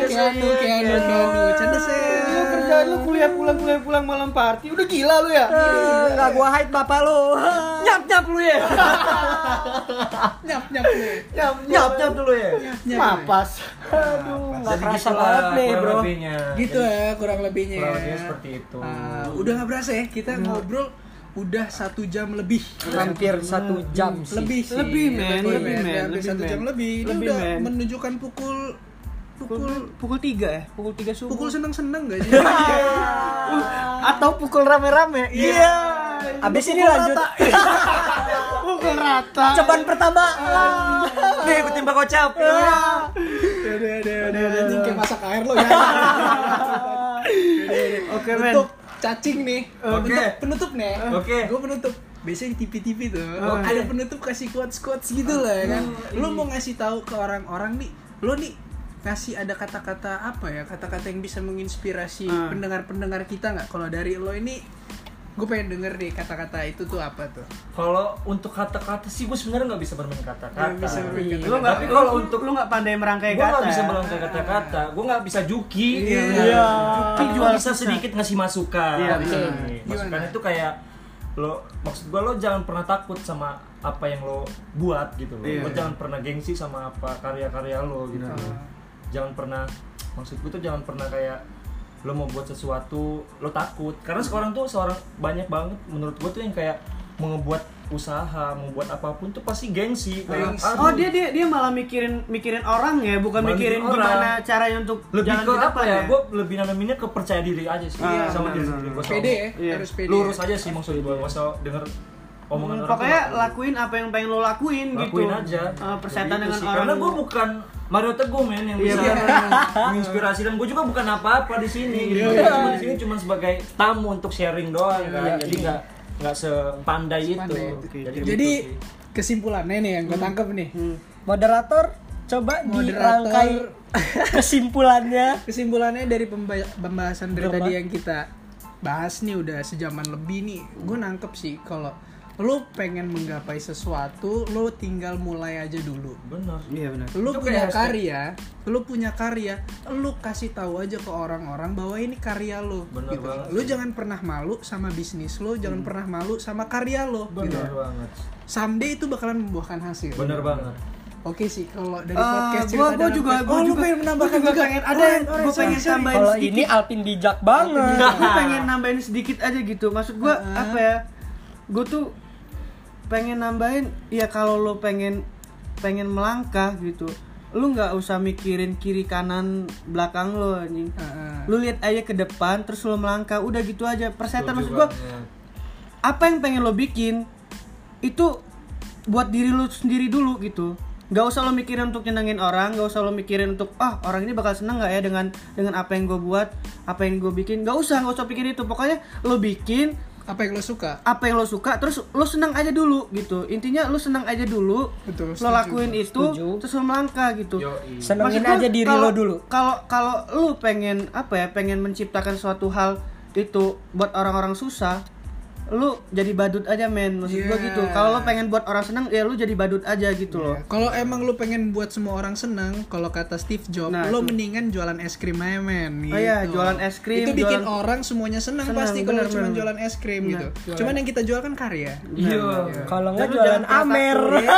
[SPEAKER 1] kianu kianu kianu canda
[SPEAKER 4] Lu
[SPEAKER 1] sayang
[SPEAKER 4] kerjaan lu kuliah pulang kuliah pulang malam party udah gila lu ya.
[SPEAKER 3] Enggak gua hide bapak lo. nyap nyap lu ya.
[SPEAKER 1] nyap nyap nih
[SPEAKER 4] Nyam
[SPEAKER 5] Nyap nyap dulu ya.
[SPEAKER 1] nyap
[SPEAKER 4] Mapas. Aduh.
[SPEAKER 3] Nggak
[SPEAKER 5] Jadi
[SPEAKER 3] kerasa
[SPEAKER 5] gitulah
[SPEAKER 3] banget nih,
[SPEAKER 5] kurang
[SPEAKER 3] bro.
[SPEAKER 5] lebihnya.
[SPEAKER 1] gitu
[SPEAKER 5] Jadi
[SPEAKER 1] ya kurang lebihnya
[SPEAKER 5] Kurang lebihnya seperti itu.
[SPEAKER 1] Ah, udah nggak berasa ya kita ngobrol udah satu jam lebih
[SPEAKER 3] Hampir satu jam sih.
[SPEAKER 1] lebih sih.
[SPEAKER 4] Lebih, men.
[SPEAKER 1] lebih,
[SPEAKER 4] Lebih, men.
[SPEAKER 1] Hampir
[SPEAKER 4] Lebih,
[SPEAKER 1] satu
[SPEAKER 4] men.
[SPEAKER 1] jam lebih ini
[SPEAKER 4] Lebih,
[SPEAKER 1] udah
[SPEAKER 4] men.
[SPEAKER 1] menunjukkan pukul pukul
[SPEAKER 4] Pukul 3 ya, pukul 3 subuh.
[SPEAKER 1] pukul seneng seneng gak
[SPEAKER 5] [laughs] Iya,
[SPEAKER 1] sih
[SPEAKER 4] atau pukul rame-rame. Iya.
[SPEAKER 3] Abis ini lanjut
[SPEAKER 4] Pukul rata.
[SPEAKER 3] ceban pertama. Nih ikutin Pak Kocap.
[SPEAKER 1] Iya. udah
[SPEAKER 5] iya,
[SPEAKER 1] udah udah anjing kayak masak air lo ya
[SPEAKER 4] Oke, men.
[SPEAKER 1] untuk cacing nih
[SPEAKER 5] Oke.
[SPEAKER 1] penutup penutup nih
[SPEAKER 5] Oke.
[SPEAKER 1] gue penutup biasanya di TV-TV tuh
[SPEAKER 4] Oke.
[SPEAKER 1] ada penutup kasih quotes quotes gitu lah ya kan
[SPEAKER 5] Hmm,
[SPEAKER 1] lo
[SPEAKER 5] iya.
[SPEAKER 1] mau ngasih tahu ke orang-orang nih lo nih ngasih ada kata-kata apa ya kata-kata yang bisa menginspirasi
[SPEAKER 4] Ah.
[SPEAKER 5] Hmm.
[SPEAKER 1] pendengar-pendengar kita nggak kalau dari lo ini gue pengen denger deh kata-kata itu tuh apa tuh
[SPEAKER 5] Kalau untuk kata-kata sih gue sebenarnya nggak bisa bermain kata-kata.
[SPEAKER 1] Nggak bisa bermain
[SPEAKER 5] Iya.
[SPEAKER 4] Lu nggak
[SPEAKER 5] Tapi kalau untuk
[SPEAKER 4] lu nggak pandai merangkai
[SPEAKER 5] gue
[SPEAKER 4] kata.
[SPEAKER 5] nggak bisa melangkai kata-kata gue nggak bisa
[SPEAKER 1] Iya.
[SPEAKER 5] juki Iya. tapi
[SPEAKER 4] Juki
[SPEAKER 5] gue
[SPEAKER 4] jual
[SPEAKER 5] bisa
[SPEAKER 4] susah.
[SPEAKER 5] sedikit ngasih masukan
[SPEAKER 4] Iya,
[SPEAKER 5] Oke.
[SPEAKER 4] betul.
[SPEAKER 5] masukan
[SPEAKER 1] Gimana?
[SPEAKER 5] itu kayak lo maksud gue lo jangan pernah takut sama apa yang lo buat gitu lo
[SPEAKER 4] Iya.
[SPEAKER 5] Lo jangan pernah gengsi sama apa karya-karya lo gitu jangan pernah maksud gue tuh jangan pernah kayak lo mau buat sesuatu lo takut karena sekarang tuh seorang banyak banget menurut gue tuh yang kayak mau ngebuat usaha mau buat apapun tuh pasti gengsi Kayak,
[SPEAKER 1] Gengsi.
[SPEAKER 5] "Aduh,
[SPEAKER 4] Oh dia dia dia malah mikirin mikirin orang ya, bukan
[SPEAKER 5] Malah
[SPEAKER 4] mikirin
[SPEAKER 5] mikirin
[SPEAKER 4] gimana
[SPEAKER 5] orang.
[SPEAKER 4] caranya untuk
[SPEAKER 5] lebih
[SPEAKER 4] jalan
[SPEAKER 5] ke
[SPEAKER 4] ke
[SPEAKER 5] apa
[SPEAKER 4] depan
[SPEAKER 5] ya? Gue lebih nanaminnya ke percaya diri aja sih
[SPEAKER 4] Iya, benar,
[SPEAKER 5] sama diri
[SPEAKER 4] benar,
[SPEAKER 5] sendiri gue.
[SPEAKER 1] pede ya
[SPEAKER 4] Iya.
[SPEAKER 1] harus pede
[SPEAKER 5] Lurus
[SPEAKER 1] ya.
[SPEAKER 5] aja sih maksud gue. Gak usah denger omongan
[SPEAKER 4] Hmm,
[SPEAKER 5] orang.
[SPEAKER 4] Pokoknya
[SPEAKER 5] tuh nggak perlu.
[SPEAKER 4] lakuin apa yang pengen lo lakuin,
[SPEAKER 5] lakuin
[SPEAKER 4] gitu.
[SPEAKER 5] aja.
[SPEAKER 4] Eh, persetan
[SPEAKER 5] Gitu
[SPEAKER 4] dengan
[SPEAKER 5] sih.
[SPEAKER 4] orang.
[SPEAKER 5] Karena gue bukan Mario Teguh men yang
[SPEAKER 4] Iya,
[SPEAKER 5] bisa
[SPEAKER 4] iya.
[SPEAKER 5] [laughs] menginspirasi dan gue juga bukan apa-apa di sini. Gitu. Gua Cuma di sini cuma sebagai tamu untuk sharing doang kan. Jadi nggak nggak sepandai itu.
[SPEAKER 1] Sepandai itu.
[SPEAKER 5] Oke,
[SPEAKER 1] jadi
[SPEAKER 5] gitu sih.
[SPEAKER 1] kesimpulannya nih yang gue tangkep nih
[SPEAKER 3] Moderator coba
[SPEAKER 1] Moderator.
[SPEAKER 3] dirangkai kesimpulannya.
[SPEAKER 1] kesimpulannya dari pemba- pembahasan dari tadi yang kita bahas nih udah sejaman lebih nih gue nangkep sih kalau lo pengen menggapai sesuatu lo tinggal mulai aja dulu
[SPEAKER 5] benar.
[SPEAKER 4] Iya benar.
[SPEAKER 1] lu
[SPEAKER 5] Itu
[SPEAKER 1] punya
[SPEAKER 5] kayak hashtag.
[SPEAKER 1] karya lu punya karya lu kasih tahu aja ke orang-orang bahwa ini karya lu
[SPEAKER 5] Bener
[SPEAKER 1] gitu.
[SPEAKER 5] banget.
[SPEAKER 1] lu jangan pernah malu sama bisnis lu jangan pernah malu sama karya lu gitu.
[SPEAKER 5] Benar banget.
[SPEAKER 1] someday itu bakalan membuahkan hasil
[SPEAKER 5] Benar banget.
[SPEAKER 1] oke sih kalau dari
[SPEAKER 4] Eh,
[SPEAKER 1] podcast
[SPEAKER 4] gua
[SPEAKER 1] cerita
[SPEAKER 4] gua
[SPEAKER 1] dalam
[SPEAKER 4] juga
[SPEAKER 1] podcast- oh
[SPEAKER 4] gua
[SPEAKER 1] lu
[SPEAKER 4] juga-
[SPEAKER 1] pengen
[SPEAKER 4] gua
[SPEAKER 1] menambahkan juga,
[SPEAKER 4] pengen ada yang
[SPEAKER 1] Keren,
[SPEAKER 4] gua
[SPEAKER 1] keren,
[SPEAKER 4] pengen
[SPEAKER 1] sorry.
[SPEAKER 4] tambahin
[SPEAKER 3] Kalau
[SPEAKER 4] sedikit.
[SPEAKER 3] ini Alpin bijak banget.
[SPEAKER 5] [laughs]
[SPEAKER 4] gue pengen nambahin sedikit aja gitu maksud gue
[SPEAKER 1] Heeh.
[SPEAKER 4] apa ya gue tuh pengen nambahin ya kalau lo pengen pengen melangkah gitu lu nggak usah mikirin kiri kanan belakang lo anjing
[SPEAKER 1] Heeh.
[SPEAKER 4] lu lihat aja ke depan terus lo melangkah udah gitu aja persetan
[SPEAKER 5] Setuju
[SPEAKER 4] maksud gue
[SPEAKER 5] banget.
[SPEAKER 4] apa yang pengen lo bikin itu buat diri lo sendiri dulu gitu nggak usah lo mikirin untuk nyenengin orang nggak usah lo mikirin untuk ah orang ini bakal seneng nggak ya dengan dengan apa yang gue buat apa yang gue bikin nggak usah nggak usah pikir itu pokoknya lo bikin
[SPEAKER 1] apa yang lo suka
[SPEAKER 4] apa yang lo suka terus lo senang aja dulu gitu intinya lo senang aja dulu
[SPEAKER 1] Betul,
[SPEAKER 4] lo
[SPEAKER 1] setuju.
[SPEAKER 4] lakuin itu
[SPEAKER 3] Setuju.
[SPEAKER 4] terus lo melangkah gitu
[SPEAKER 5] Yoi.
[SPEAKER 3] Senengin
[SPEAKER 4] Maksud gua,
[SPEAKER 3] aja diri
[SPEAKER 4] kalau-
[SPEAKER 3] lo dulu.
[SPEAKER 4] Kalau kalau lu pengen apa ya? Pengen menciptakan suatu hal itu buat orang-orang susah, lu jadi badut aja men. Maksud gua
[SPEAKER 1] Yeah.
[SPEAKER 4] gitu. Kalau lu pengen buat orang seneng, ya lu jadi badut aja gitu loh.
[SPEAKER 1] kalau emang lo pengen buat semua orang seneng kalau kata Steve Jobs
[SPEAKER 4] Nah,
[SPEAKER 1] lo
[SPEAKER 4] itu.
[SPEAKER 1] mendingan jualan es krim aja men
[SPEAKER 4] Oh iya,
[SPEAKER 1] gitu.
[SPEAKER 4] jualan es krim,
[SPEAKER 1] itu bikin
[SPEAKER 4] jualan-
[SPEAKER 1] orang semuanya seneng,
[SPEAKER 4] Seneng,
[SPEAKER 1] pasti kalau
[SPEAKER 4] bener,
[SPEAKER 1] cuma
[SPEAKER 4] bener.
[SPEAKER 1] jualan es krim
[SPEAKER 4] Bener,
[SPEAKER 1] gitu
[SPEAKER 4] jualan.
[SPEAKER 1] cuman yang kita jual kan karya
[SPEAKER 5] Iya.
[SPEAKER 3] Kalau
[SPEAKER 4] Dan
[SPEAKER 3] nggak
[SPEAKER 4] lu
[SPEAKER 3] jualan
[SPEAKER 4] pernah
[SPEAKER 3] Amer.
[SPEAKER 4] takut,
[SPEAKER 1] [laughs]
[SPEAKER 4] ya.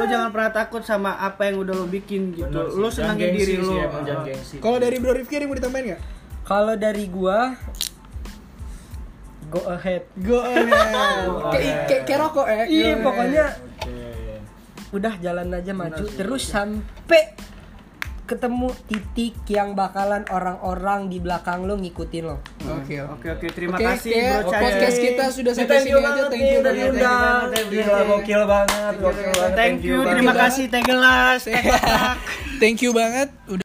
[SPEAKER 4] Lu jangan pernah takut sama apa yang udah lu bikin gitu.
[SPEAKER 5] Bener sih.
[SPEAKER 4] Lu
[SPEAKER 5] Jangan
[SPEAKER 4] senangin
[SPEAKER 5] gengsi
[SPEAKER 4] diri
[SPEAKER 5] sih
[SPEAKER 4] lu.
[SPEAKER 5] ya, Bang, jangan gengsi.
[SPEAKER 1] kalau dari Bro Rifki ada yang mau ditambahin nggak
[SPEAKER 3] Kalau dari gua go ahead.
[SPEAKER 1] go
[SPEAKER 4] [laughs]
[SPEAKER 1] ahead
[SPEAKER 4] Oh,
[SPEAKER 1] Kayak- kayak kayak rokok ya
[SPEAKER 3] Iya, pokoknya
[SPEAKER 5] Oke.
[SPEAKER 3] udah jalan aja maju terus sampai ketemu titik yang bakalan orang-orang di belakang lo ngikutin lo.
[SPEAKER 1] oke oke
[SPEAKER 4] Oke oke, terima
[SPEAKER 1] Oke,
[SPEAKER 4] kasih
[SPEAKER 1] kayak
[SPEAKER 4] Bro Cahyo.
[SPEAKER 1] podcast kita sudah sampai
[SPEAKER 5] Thank you
[SPEAKER 1] sini aja.
[SPEAKER 5] banget
[SPEAKER 1] Thank
[SPEAKER 5] nih,
[SPEAKER 1] you
[SPEAKER 5] udah
[SPEAKER 1] banget.
[SPEAKER 5] diundang.
[SPEAKER 1] Thank you
[SPEAKER 5] Gila,
[SPEAKER 1] banget.
[SPEAKER 5] gokil banget. gokil banget.
[SPEAKER 4] Thank you,
[SPEAKER 5] banget.
[SPEAKER 4] terima kasih Tegelas.
[SPEAKER 1] Thank you banget udah